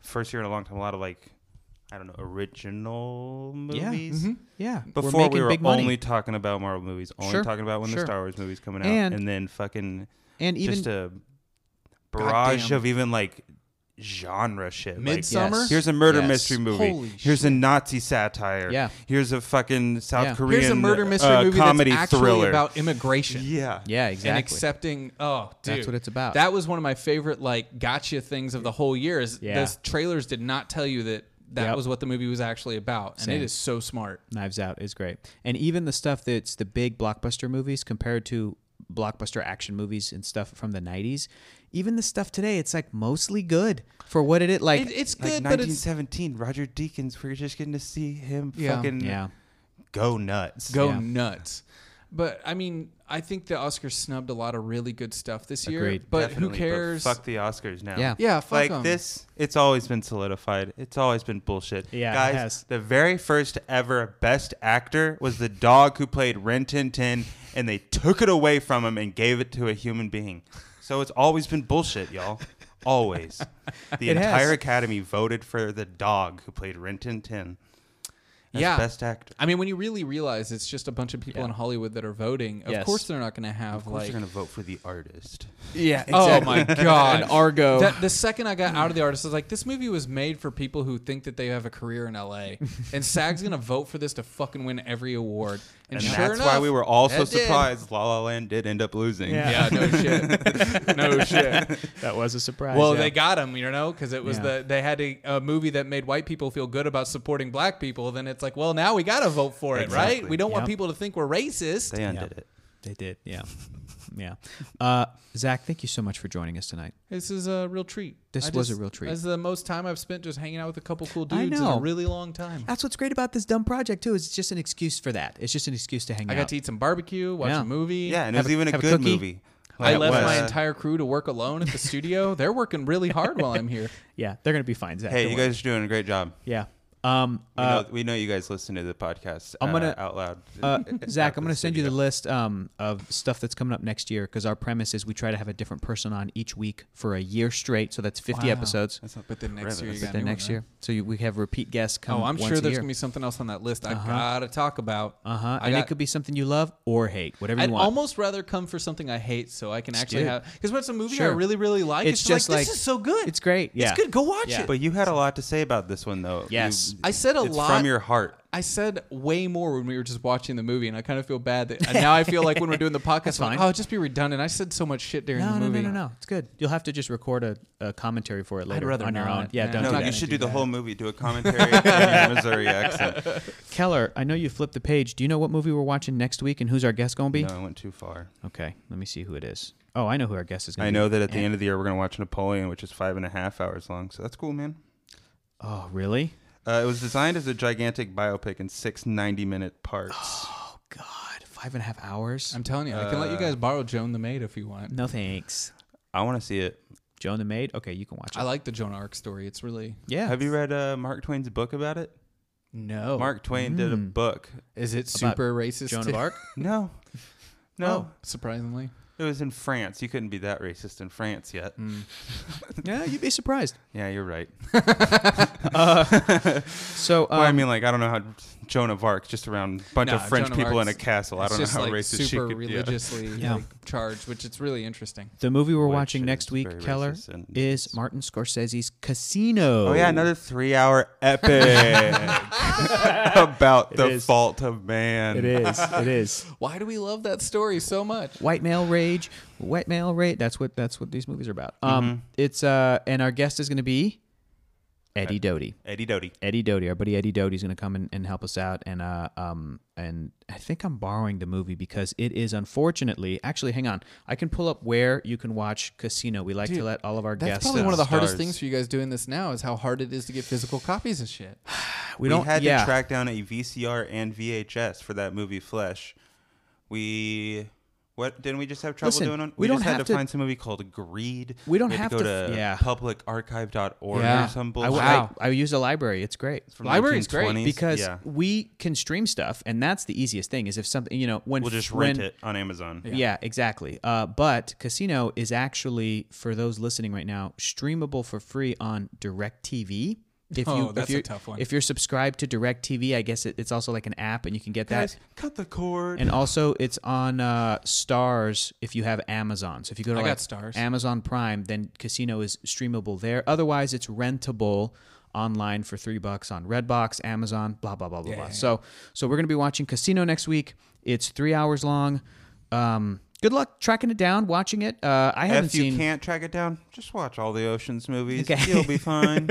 [SPEAKER 3] first year in a long time. A lot of like I don't know original
[SPEAKER 2] Yeah. Mm-hmm.
[SPEAKER 3] movies.
[SPEAKER 1] Mhm.
[SPEAKER 2] Yeah.
[SPEAKER 3] Before we
[SPEAKER 2] making
[SPEAKER 3] were
[SPEAKER 2] big money.
[SPEAKER 3] only talking about Marvel movies, only
[SPEAKER 2] Sure,
[SPEAKER 3] talking about when
[SPEAKER 2] sure.
[SPEAKER 3] the Star Wars movies coming out,
[SPEAKER 2] And-
[SPEAKER 3] and, then fucking
[SPEAKER 2] and even
[SPEAKER 3] just a barrage
[SPEAKER 1] Goddamn.
[SPEAKER 3] of even like genre shit. Like,
[SPEAKER 1] Midsummer.
[SPEAKER 2] Yes.
[SPEAKER 3] here's a murder
[SPEAKER 2] Yes.
[SPEAKER 3] mystery movie.
[SPEAKER 1] Holy
[SPEAKER 3] here's a Nazi satire.
[SPEAKER 2] Yeah.
[SPEAKER 3] Here's a fucking South
[SPEAKER 2] Yeah. Here's a
[SPEAKER 3] Korean
[SPEAKER 1] Here's a murder mystery
[SPEAKER 3] uh,
[SPEAKER 1] movie
[SPEAKER 3] comedy
[SPEAKER 1] that's actually
[SPEAKER 3] thriller.
[SPEAKER 1] about immigration.
[SPEAKER 3] yeah.
[SPEAKER 2] yeah, exactly.
[SPEAKER 1] and accepting. Oh, dude,
[SPEAKER 2] That's what it's about.
[SPEAKER 1] That was one of my favorite like gotcha things of the whole year. Is
[SPEAKER 2] Yeah.
[SPEAKER 1] the trailers did not tell you that that
[SPEAKER 2] Yep.
[SPEAKER 1] was what the movie was actually about, and
[SPEAKER 2] Same.
[SPEAKER 1] it is so smart.
[SPEAKER 2] Knives Out is great. And even the stuff that's the big blockbuster movies compared to blockbuster action movies and stuff from the 90s, even the stuff today, it's like mostly good for what it is. Like,
[SPEAKER 1] It, it's
[SPEAKER 3] Like
[SPEAKER 1] good, but it's
[SPEAKER 3] 1917, Roger Deakins. We're just getting to see him
[SPEAKER 1] Yeah.
[SPEAKER 3] fucking
[SPEAKER 2] yeah.
[SPEAKER 4] Go nuts.
[SPEAKER 1] go
[SPEAKER 2] yeah.
[SPEAKER 1] nuts. But I mean, I think the Oscars snubbed a lot of really good stuff this year.
[SPEAKER 2] Agreed.
[SPEAKER 1] But who
[SPEAKER 3] Definitely,
[SPEAKER 1] cares?
[SPEAKER 3] Fuck the Oscars now.
[SPEAKER 2] Yeah.
[SPEAKER 1] yeah, fuck
[SPEAKER 3] like
[SPEAKER 1] 'em.
[SPEAKER 3] this, it's always been solidified. It's always been bullshit.
[SPEAKER 2] Yeah, it
[SPEAKER 3] guys,
[SPEAKER 2] has.
[SPEAKER 3] the very first ever Best Actor was the dog who played Ren Tin Tin, and they took it away from him and gave it to a human being. So it's always been bullshit, y'all.
[SPEAKER 2] (laughs)
[SPEAKER 3] Always. The
[SPEAKER 2] It has.
[SPEAKER 3] entire Academy voted for the dog who played Ren Tin Tin as
[SPEAKER 1] Yeah.
[SPEAKER 3] Best Actor.
[SPEAKER 1] I mean, when you really realize it's just a bunch of people
[SPEAKER 2] Yeah.
[SPEAKER 1] in Hollywood that are voting, of
[SPEAKER 2] Yes.
[SPEAKER 1] course they're not going to have
[SPEAKER 3] Of course,
[SPEAKER 1] like
[SPEAKER 3] you're gonna vote for the artist.
[SPEAKER 2] (laughs) Yeah.
[SPEAKER 1] Oh my god,
[SPEAKER 2] And Argo.
[SPEAKER 1] That, the second I got out of
[SPEAKER 3] (clears throat)
[SPEAKER 1] the artist, I was like, this movie was made for people who think that they have a career in L.A. and SAG's gonna vote for this to fucking win every award. And,
[SPEAKER 3] And
[SPEAKER 1] sure
[SPEAKER 3] that's
[SPEAKER 1] enough,
[SPEAKER 3] why we were all so
[SPEAKER 1] it did.
[SPEAKER 3] surprised La La Land did end up losing.
[SPEAKER 2] Yeah.
[SPEAKER 3] (laughs)
[SPEAKER 1] Yeah, no shit, no shit.
[SPEAKER 2] (laughs) that was a surprise.
[SPEAKER 1] Well,
[SPEAKER 2] yeah.
[SPEAKER 1] they got him, you know, because it was
[SPEAKER 2] Yeah.
[SPEAKER 1] the they had a, a movie that made white people feel good about supporting black people. Then it's like, well, now we gotta vote for it, right?
[SPEAKER 3] Exactly.
[SPEAKER 1] We don't want
[SPEAKER 2] Yep.
[SPEAKER 1] people to think we're racist.
[SPEAKER 3] They undid it.
[SPEAKER 2] They did. Yeah. Yeah. Uh, Zach, thank you so much for joining us tonight.
[SPEAKER 1] This is a real treat.
[SPEAKER 2] This
[SPEAKER 1] I
[SPEAKER 2] was a
[SPEAKER 1] just-
[SPEAKER 2] real treat.
[SPEAKER 1] This is the most time I've spent just hanging out with a couple cool
[SPEAKER 2] I
[SPEAKER 1] dudes in
[SPEAKER 2] know.
[SPEAKER 1] a really long time.
[SPEAKER 2] That's what's great about this dumb project too. Is it's just an excuse for that. It's just an excuse to hang
[SPEAKER 1] I
[SPEAKER 2] out.
[SPEAKER 1] got to eat some barbecue, watch
[SPEAKER 2] Yeah.
[SPEAKER 1] a movie.
[SPEAKER 3] Yeah, and it
[SPEAKER 2] Have
[SPEAKER 3] was
[SPEAKER 2] a-
[SPEAKER 3] even a
[SPEAKER 2] have a
[SPEAKER 3] good
[SPEAKER 2] cookie?
[SPEAKER 3] movie.
[SPEAKER 1] I
[SPEAKER 3] Like,
[SPEAKER 1] left
[SPEAKER 3] was-
[SPEAKER 1] my entire crew to work alone at the studio. They're working really hard while
[SPEAKER 2] (laughs)
[SPEAKER 1] I'm here.
[SPEAKER 2] yeah, they're gonna be fine, Zach.
[SPEAKER 3] Hey,
[SPEAKER 2] Don't
[SPEAKER 3] you
[SPEAKER 2] worry.
[SPEAKER 3] guys are doing a great job.
[SPEAKER 2] Yeah. Um.
[SPEAKER 3] We,
[SPEAKER 2] uh,
[SPEAKER 3] know, we know you guys listen to the podcast.
[SPEAKER 2] I'm
[SPEAKER 3] uh,
[SPEAKER 2] gonna-
[SPEAKER 3] out loud.
[SPEAKER 2] uh,
[SPEAKER 3] at
[SPEAKER 2] Zach, I'm going
[SPEAKER 3] the
[SPEAKER 2] to send you the
[SPEAKER 3] studio.
[SPEAKER 2] list um, of stuff that's coming up next year because our premise is we try to have a different person on each week for a year straight. So that's 50
[SPEAKER 1] Wow.
[SPEAKER 2] episodes.
[SPEAKER 3] That's not
[SPEAKER 1] But then next
[SPEAKER 3] Really?
[SPEAKER 1] year, you
[SPEAKER 3] But
[SPEAKER 1] got a
[SPEAKER 2] Then
[SPEAKER 1] new one,
[SPEAKER 2] next
[SPEAKER 1] huh?
[SPEAKER 2] year, so you, we have repeat guests come.
[SPEAKER 1] Oh, I'm
[SPEAKER 2] once
[SPEAKER 1] sure
[SPEAKER 2] a
[SPEAKER 1] there's
[SPEAKER 2] year.
[SPEAKER 1] gonna be something else on that list I gotta talk about.
[SPEAKER 2] Uh huh.
[SPEAKER 1] I
[SPEAKER 2] And it
[SPEAKER 1] got-
[SPEAKER 2] could be something you love or hate, whatever
[SPEAKER 1] I'd
[SPEAKER 2] you want.
[SPEAKER 1] almost rather come for something I hate, so I can actually
[SPEAKER 2] do it.
[SPEAKER 1] have. Because when it's a movie I
[SPEAKER 2] Sure.
[SPEAKER 1] really, really like, it's,
[SPEAKER 2] It's
[SPEAKER 1] just
[SPEAKER 2] just
[SPEAKER 1] like, this
[SPEAKER 2] like-
[SPEAKER 1] is so good.
[SPEAKER 2] it's great, yeah.
[SPEAKER 1] it's good. Go watch
[SPEAKER 2] Yeah.
[SPEAKER 3] (laughs)
[SPEAKER 1] it.
[SPEAKER 3] But you had a lot to say about this one, though.
[SPEAKER 2] Yes.
[SPEAKER 3] You-
[SPEAKER 1] I said a
[SPEAKER 3] it's
[SPEAKER 1] lot.
[SPEAKER 3] from your heart.
[SPEAKER 1] I said way more when we were just watching the movie, and I kind of feel bad that and now I feel like when we're
[SPEAKER 2] (laughs)
[SPEAKER 1] doing the podcast, I'm
[SPEAKER 2] fine.
[SPEAKER 1] like, oh, it'd just be redundant. I said so much shit during
[SPEAKER 2] no,
[SPEAKER 1] the
[SPEAKER 2] no,
[SPEAKER 1] movie.
[SPEAKER 2] no, no, no. It's good. You'll have to just record a, a commentary for it later
[SPEAKER 1] rather
[SPEAKER 2] on your
[SPEAKER 1] not.
[SPEAKER 2] own. Yeah,
[SPEAKER 1] No,
[SPEAKER 2] don't do
[SPEAKER 3] No,
[SPEAKER 1] I'm not
[SPEAKER 3] you
[SPEAKER 1] gonna
[SPEAKER 2] that.
[SPEAKER 3] should
[SPEAKER 1] do
[SPEAKER 3] do the
[SPEAKER 1] that.
[SPEAKER 3] whole movie. Do
[SPEAKER 2] (laughs)
[SPEAKER 3] a commentary in your Missouri accent.
[SPEAKER 2] Keller, I know you flipped the page. Do you know what movie we're watching next week and who's our guest going to be?
[SPEAKER 3] No, I went too far.
[SPEAKER 2] Okay, let me see who it is. Oh, I know who our guest is going
[SPEAKER 3] I
[SPEAKER 2] to be.
[SPEAKER 3] know that at the end of the year we're gonna watch Napoleon, which is five and a half hours long. So that's cool, man.
[SPEAKER 2] Oh, really?
[SPEAKER 3] Uh, it was designed as a gigantic biopic in six 90
[SPEAKER 2] (gasps)
[SPEAKER 3] minute parts.
[SPEAKER 2] Oh, God. Five and a half hours?
[SPEAKER 1] I'm telling you, I can let you guys borrow Joan the Maid if you want.
[SPEAKER 2] Uh. No thanks.
[SPEAKER 3] I want to see it.
[SPEAKER 2] Joan the Maid. Okay, you can watch it.
[SPEAKER 1] I like the Joan Arc story. It's really
[SPEAKER 2] yeah.
[SPEAKER 3] Have you read uh, Mark Twain's book about it?
[SPEAKER 1] no.
[SPEAKER 3] Mark Twain did
[SPEAKER 1] Hmm.
[SPEAKER 3] a book.
[SPEAKER 1] is it super racist?
[SPEAKER 2] Joan
[SPEAKER 3] (laughs)
[SPEAKER 1] too?
[SPEAKER 2] of Arc?
[SPEAKER 3] No,
[SPEAKER 1] Oh.
[SPEAKER 3] no,
[SPEAKER 1] surprisingly.
[SPEAKER 3] it was in France. You couldn't be that racist in France yet.
[SPEAKER 1] Hmm.
[SPEAKER 2] yeah, you'd be surprised.
[SPEAKER 3] Yeah, you're right.
[SPEAKER 2] So, um,
[SPEAKER 3] well, I mean, like I don't know how Joan of Arc just around a bunch
[SPEAKER 1] No,
[SPEAKER 3] of French
[SPEAKER 1] Joan of
[SPEAKER 3] people in a
[SPEAKER 1] Arc's-
[SPEAKER 3] castle. I
[SPEAKER 1] it's
[SPEAKER 3] don't know
[SPEAKER 1] just
[SPEAKER 3] how
[SPEAKER 1] like
[SPEAKER 3] racist she
[SPEAKER 1] super
[SPEAKER 3] could be.
[SPEAKER 1] religiously
[SPEAKER 2] (laughs) Yeah.
[SPEAKER 1] like, charged, which it's really interesting.
[SPEAKER 2] the movie we're
[SPEAKER 3] Which
[SPEAKER 2] watching
[SPEAKER 3] is
[SPEAKER 2] next week,
[SPEAKER 3] very
[SPEAKER 2] Keller,
[SPEAKER 3] racist and-
[SPEAKER 2] is Martin Scorsese's Casino.
[SPEAKER 3] Oh yeah, another three-hour
[SPEAKER 1] (laughs)
[SPEAKER 3] epic (laughs) about the
[SPEAKER 2] is.
[SPEAKER 3] fault of
[SPEAKER 2] (laughs)
[SPEAKER 3] man.
[SPEAKER 2] It is.
[SPEAKER 3] (laughs)
[SPEAKER 2] It is.
[SPEAKER 1] Why do we love that story so much?
[SPEAKER 2] White male rage. White male rage. That's what that's what these movies are about. Um,
[SPEAKER 3] Mm-hmm.
[SPEAKER 2] it's uh, and our guest is going to be
[SPEAKER 3] E-
[SPEAKER 2] Eddie Doty.
[SPEAKER 3] Eddie Doty.
[SPEAKER 2] Eddie Doty, our buddy Eddie Doty, is going to come and, and help us out. And uh, um, and I think I'm borrowing the movie because it is unfortunately actually. Hang on, I can pull up where you can watch Casino. We like to
[SPEAKER 1] Dude,
[SPEAKER 2] let all of our
[SPEAKER 1] That's
[SPEAKER 2] guests.
[SPEAKER 1] probably
[SPEAKER 2] uh,
[SPEAKER 1] one of the hardest
[SPEAKER 3] stars.
[SPEAKER 1] things for you guys doing this now is how hard it is to get physical copies of shit.
[SPEAKER 2] we
[SPEAKER 3] We,
[SPEAKER 2] don't
[SPEAKER 3] had
[SPEAKER 2] yeah.
[SPEAKER 3] to track down a VCR and VHS for that movie Flesh. We what didn't we just have trouble
[SPEAKER 2] Listen,
[SPEAKER 3] doing? One?
[SPEAKER 2] we don't
[SPEAKER 3] just had
[SPEAKER 2] have
[SPEAKER 3] to,
[SPEAKER 2] to-
[SPEAKER 3] find some movie called Greed.
[SPEAKER 2] We don't
[SPEAKER 3] had
[SPEAKER 2] have
[SPEAKER 3] to
[SPEAKER 2] to
[SPEAKER 3] go
[SPEAKER 2] f-
[SPEAKER 3] to
[SPEAKER 2] yeah.
[SPEAKER 3] publicarchive.org
[SPEAKER 1] Yeah.
[SPEAKER 3] or some
[SPEAKER 2] I,
[SPEAKER 3] bullshit.
[SPEAKER 2] w-
[SPEAKER 1] Wow.
[SPEAKER 2] I, I use a library. It's great.
[SPEAKER 3] From
[SPEAKER 1] Library's great
[SPEAKER 3] 1920s.
[SPEAKER 2] Because
[SPEAKER 3] yeah.
[SPEAKER 2] we can stream stuff, and that's the easiest thing. Is if something you know when
[SPEAKER 3] we'll just
[SPEAKER 2] when-
[SPEAKER 3] rent it on Amazon.
[SPEAKER 2] Yeah, exactly. Uh, but Casino is actually for those listening right now streamable for free on DirecTV. If
[SPEAKER 1] Oh,
[SPEAKER 2] if
[SPEAKER 1] that's a
[SPEAKER 2] you're-
[SPEAKER 1] tough one.
[SPEAKER 2] If you're subscribed to DirecTV, I guess it, it's also like an app, and you can get that.
[SPEAKER 3] Guys, cut the cord.
[SPEAKER 2] And also, it's on uh, Stars if you have Amazon. So if you go to
[SPEAKER 1] I
[SPEAKER 2] like
[SPEAKER 1] got Starz.
[SPEAKER 2] Amazon Prime, then Casino is streamable there. Otherwise, it's rentable online for three bucks on Redbox, Amazon, blah blah blah blah blah. So so we're gonna be watching Casino next week. It's three hours long. Um, good luck tracking it down, watching it. Uh, I haven't
[SPEAKER 3] if you
[SPEAKER 2] seen.
[SPEAKER 3] can't track it down, just watch all the Ocean's movies.
[SPEAKER 2] Okay.
[SPEAKER 3] You'll be
[SPEAKER 2] (laughs)
[SPEAKER 3] fine.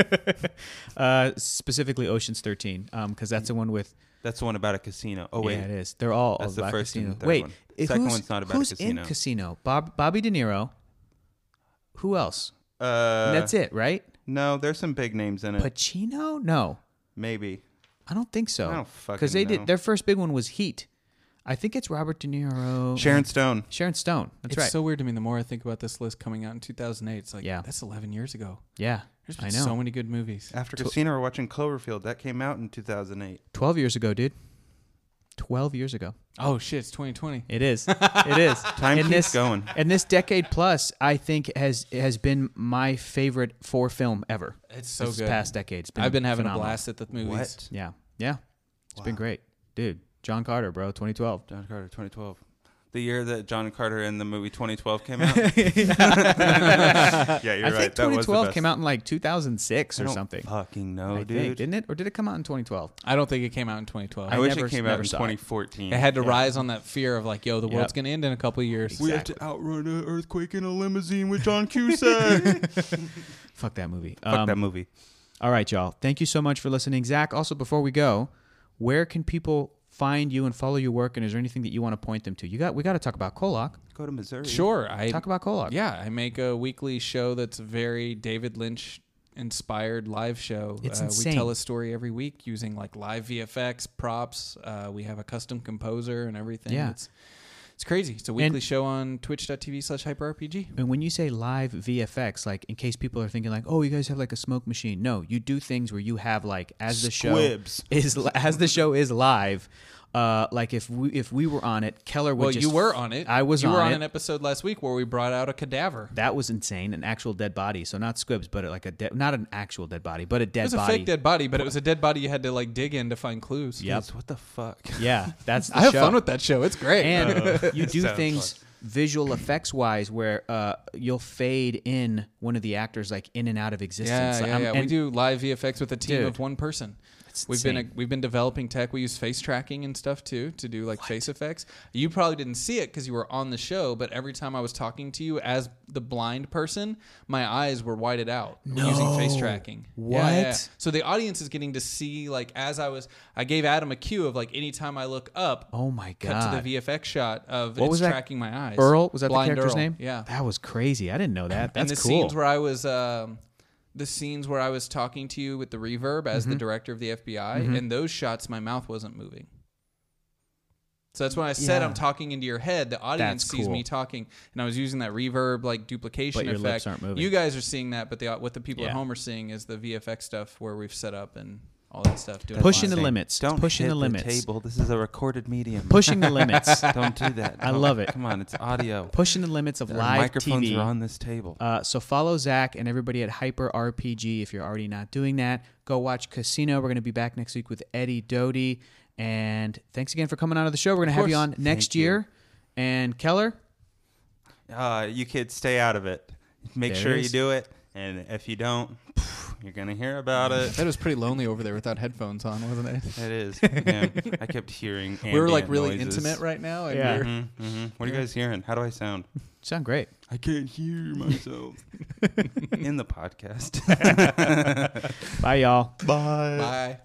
[SPEAKER 2] uh, specifically Ocean's Thirteen, because that's the one with.
[SPEAKER 3] That's the one about a casino. Oh wait,
[SPEAKER 2] Yeah, it is. They're all
[SPEAKER 3] That's
[SPEAKER 2] all
[SPEAKER 3] the
[SPEAKER 2] about
[SPEAKER 3] first and
[SPEAKER 2] casino.
[SPEAKER 3] third
[SPEAKER 2] Wait,
[SPEAKER 3] one.
[SPEAKER 2] if-
[SPEAKER 3] Second
[SPEAKER 2] who's-
[SPEAKER 3] one's not about a
[SPEAKER 2] who's in
[SPEAKER 3] casino.
[SPEAKER 2] casino. Bob, Bobby De Niro. Who else?
[SPEAKER 3] Uh,
[SPEAKER 2] That's it, right?
[SPEAKER 3] No, there's some big names in it.
[SPEAKER 2] Pacino? No,
[SPEAKER 3] Maybe.
[SPEAKER 2] I don't think so.
[SPEAKER 3] I don't fucking
[SPEAKER 2] they
[SPEAKER 3] know.
[SPEAKER 2] did their first big one was Heat. I think it's Robert De Niro.
[SPEAKER 3] Sharon Stone.
[SPEAKER 2] Sharon Stone. That's
[SPEAKER 1] it's
[SPEAKER 2] right.
[SPEAKER 1] so weird to me. The more I think about this list coming out in 2008, it's like,
[SPEAKER 2] Yeah.
[SPEAKER 1] that's 11 years ago.
[SPEAKER 2] yeah,
[SPEAKER 1] There's been
[SPEAKER 2] I know.
[SPEAKER 1] so many good movies.
[SPEAKER 3] After Casino, we're watching Cloverfield. That came out in 2008.
[SPEAKER 2] Twelve years ago, dude. Twelve years ago.
[SPEAKER 1] Oh shit, it's 2020.
[SPEAKER 2] It
[SPEAKER 3] (laughs)
[SPEAKER 2] is. It is.
[SPEAKER 3] Time keeps going.
[SPEAKER 2] And this decade plus, I think has has been my favorite four film ever.
[SPEAKER 1] It's so
[SPEAKER 2] this
[SPEAKER 1] good.
[SPEAKER 2] Past decades.
[SPEAKER 1] I've been having
[SPEAKER 2] phenomenal.
[SPEAKER 1] a blast at the movies.
[SPEAKER 3] What?
[SPEAKER 2] Yeah, yeah. It's been great, dude. John Carter, bro. 2012.
[SPEAKER 3] John Carter, 2012. The year that John Carter and the movie 2012
[SPEAKER 2] (laughs)
[SPEAKER 3] came (laughs) out. yeah, you're
[SPEAKER 2] I
[SPEAKER 3] right.
[SPEAKER 2] think
[SPEAKER 3] that was the
[SPEAKER 2] 2012
[SPEAKER 3] best.
[SPEAKER 2] came out in like 2006
[SPEAKER 3] I
[SPEAKER 2] or
[SPEAKER 3] don't
[SPEAKER 2] something.
[SPEAKER 3] Fucking no,
[SPEAKER 2] I
[SPEAKER 3] dude.
[SPEAKER 2] think, didn't it? Or did it come out in 2012?
[SPEAKER 1] I don't think it came out in 2012.
[SPEAKER 3] I,
[SPEAKER 2] I
[SPEAKER 3] wish
[SPEAKER 2] never-
[SPEAKER 3] it came
[SPEAKER 2] never
[SPEAKER 3] out in
[SPEAKER 2] saw it.
[SPEAKER 3] 2014.
[SPEAKER 1] it had to rise on that fear of like, yo, the world's
[SPEAKER 2] Yep.
[SPEAKER 1] gonna end in a couple of years.
[SPEAKER 3] We have to outrun an earthquake in a limousine with (laughs) John Cusack. Fuck
[SPEAKER 2] Fuck that movie. Um,
[SPEAKER 3] that movie.
[SPEAKER 2] All right, y'all. Thank you so much for listening, Zach. Also, before we go, where can people find you and follow your work? And is there anything that you want to point them to? You got we got to talk about Kolak.
[SPEAKER 3] Go to Missouri.
[SPEAKER 1] Sure, I
[SPEAKER 2] Talk about Kolak.
[SPEAKER 1] Uh, Yeah, I make a weekly show that's a very David Lynch inspired live show.
[SPEAKER 2] It's
[SPEAKER 1] uh,
[SPEAKER 2] insane.
[SPEAKER 1] We tell a story every week using like live VFX, props. Uh, we have a custom composer and everything.
[SPEAKER 2] Yeah.
[SPEAKER 1] It's, it's crazy. It's a weekly show on twitch.tv slash hyperrpg.
[SPEAKER 2] And when you say live VFX, like in case people are thinking like, oh, you guys have like a smoke machine. No, you do things where you have like as the
[SPEAKER 3] Squibs.
[SPEAKER 2] show is li- as the show is live. Uh, like if we if we were on it, Keller would
[SPEAKER 1] Well,
[SPEAKER 2] just
[SPEAKER 1] you were on it.
[SPEAKER 2] I was
[SPEAKER 1] You
[SPEAKER 2] on
[SPEAKER 1] were on
[SPEAKER 2] it.
[SPEAKER 1] an episode last week where we brought out a cadaver.
[SPEAKER 2] That was insane. An actual dead body. So not squibs, but like a de- not an actual dead body, but a dead
[SPEAKER 1] It was a
[SPEAKER 2] body.
[SPEAKER 1] fake dead body, but it was a dead body you had to like dig in to find clues.
[SPEAKER 2] Yep.
[SPEAKER 3] Jeez, What the fuck?
[SPEAKER 2] (laughs) Yeah, that's. The
[SPEAKER 1] I have
[SPEAKER 2] show.
[SPEAKER 1] fun with Oh, that show. It's great.
[SPEAKER 2] And
[SPEAKER 1] (laughs)
[SPEAKER 2] you do
[SPEAKER 3] Sounds
[SPEAKER 2] things visual effects wise where uh, you'll fade in one of the actors like in and out of existence.
[SPEAKER 1] yeah,
[SPEAKER 2] Like,
[SPEAKER 1] yeah,
[SPEAKER 2] I'm-
[SPEAKER 1] yeah. we
[SPEAKER 2] Um, and-
[SPEAKER 1] do live VFX with a team
[SPEAKER 2] Dude.
[SPEAKER 1] of one person.
[SPEAKER 2] That's
[SPEAKER 1] We've been
[SPEAKER 2] insane.
[SPEAKER 1] we've been developing tech. We use face tracking and stuff too to do like face effects. You probably didn't see it because you were on the show, but every time I was talking to you as the blind person, my eyes were whited out using face tracking. Yeah, yeah, yeah.
[SPEAKER 2] What?
[SPEAKER 1] So the audience is getting to see like as I was. I gave Adam a cue of like anytime I look up.
[SPEAKER 2] Oh my god!
[SPEAKER 1] Cut to the VFX shot of
[SPEAKER 2] What
[SPEAKER 1] it's
[SPEAKER 2] was that?
[SPEAKER 1] tracking my eyes.
[SPEAKER 2] Earl was that
[SPEAKER 1] Blind
[SPEAKER 2] the character's
[SPEAKER 1] Earl.
[SPEAKER 2] name?
[SPEAKER 1] Yeah,
[SPEAKER 2] that was crazy. I didn't know that. That's
[SPEAKER 1] and the
[SPEAKER 2] cool.
[SPEAKER 1] scenes where I was, um, the scenes where I was talking to you with the reverb as the director of the FBI, and those shots, my mouth wasn't moving. So that's when I said
[SPEAKER 2] Yeah.
[SPEAKER 1] I'm talking into your head. The audience
[SPEAKER 2] That's
[SPEAKER 1] sees
[SPEAKER 2] cool.
[SPEAKER 1] me talking, and I was using that reverb like duplication
[SPEAKER 2] But your
[SPEAKER 1] effect.
[SPEAKER 2] lips aren't moving.
[SPEAKER 1] You guys are seeing that, but the, what the people
[SPEAKER 2] Yeah.
[SPEAKER 1] at home are seeing is the VFX stuff where we've set up and all that stuff. Doing
[SPEAKER 2] Pushing
[SPEAKER 1] live.
[SPEAKER 2] the limits.
[SPEAKER 3] Don't
[SPEAKER 2] pushing
[SPEAKER 3] hit
[SPEAKER 2] the limits.
[SPEAKER 3] table. This is a recorded medium.
[SPEAKER 2] Pushing
[SPEAKER 1] (laughs)
[SPEAKER 2] the limits.
[SPEAKER 3] Don't do that.
[SPEAKER 2] (laughs) I
[SPEAKER 3] Don't-
[SPEAKER 2] love it.
[SPEAKER 3] Come on, it's audio.
[SPEAKER 2] Pushing the limits of
[SPEAKER 3] Our
[SPEAKER 2] live
[SPEAKER 3] microphones
[SPEAKER 2] TV.
[SPEAKER 3] are on this table.
[SPEAKER 2] Uh, so follow Zach and everybody at Hyper RPG if you're already not doing that. Go watch Casino. We're going to be back next week with Eddie Doty. And thanks again for coming on to the show. We're going to have you on
[SPEAKER 1] course.
[SPEAKER 2] next year. And Keller,
[SPEAKER 3] Uh, you kids stay out of it. Make
[SPEAKER 2] There it
[SPEAKER 3] sure you
[SPEAKER 2] is.
[SPEAKER 3] do it, and if you don't, you're gonna hear about
[SPEAKER 1] (laughs)
[SPEAKER 3] it.
[SPEAKER 1] That was pretty lonely over there without headphones on, wasn't it?
[SPEAKER 3] It
[SPEAKER 1] (laughs)
[SPEAKER 3] is. Yeah. I kept hearing.
[SPEAKER 1] we were like really intimate right now. And
[SPEAKER 2] Yeah.
[SPEAKER 1] we were-
[SPEAKER 3] hmm What are you guys hearing? How do I sound?
[SPEAKER 2] you sound great.
[SPEAKER 3] I can't hear
[SPEAKER 1] (laughs)
[SPEAKER 3] myself in the podcast. (laughs)
[SPEAKER 2] Bye, y'all.
[SPEAKER 1] Bye.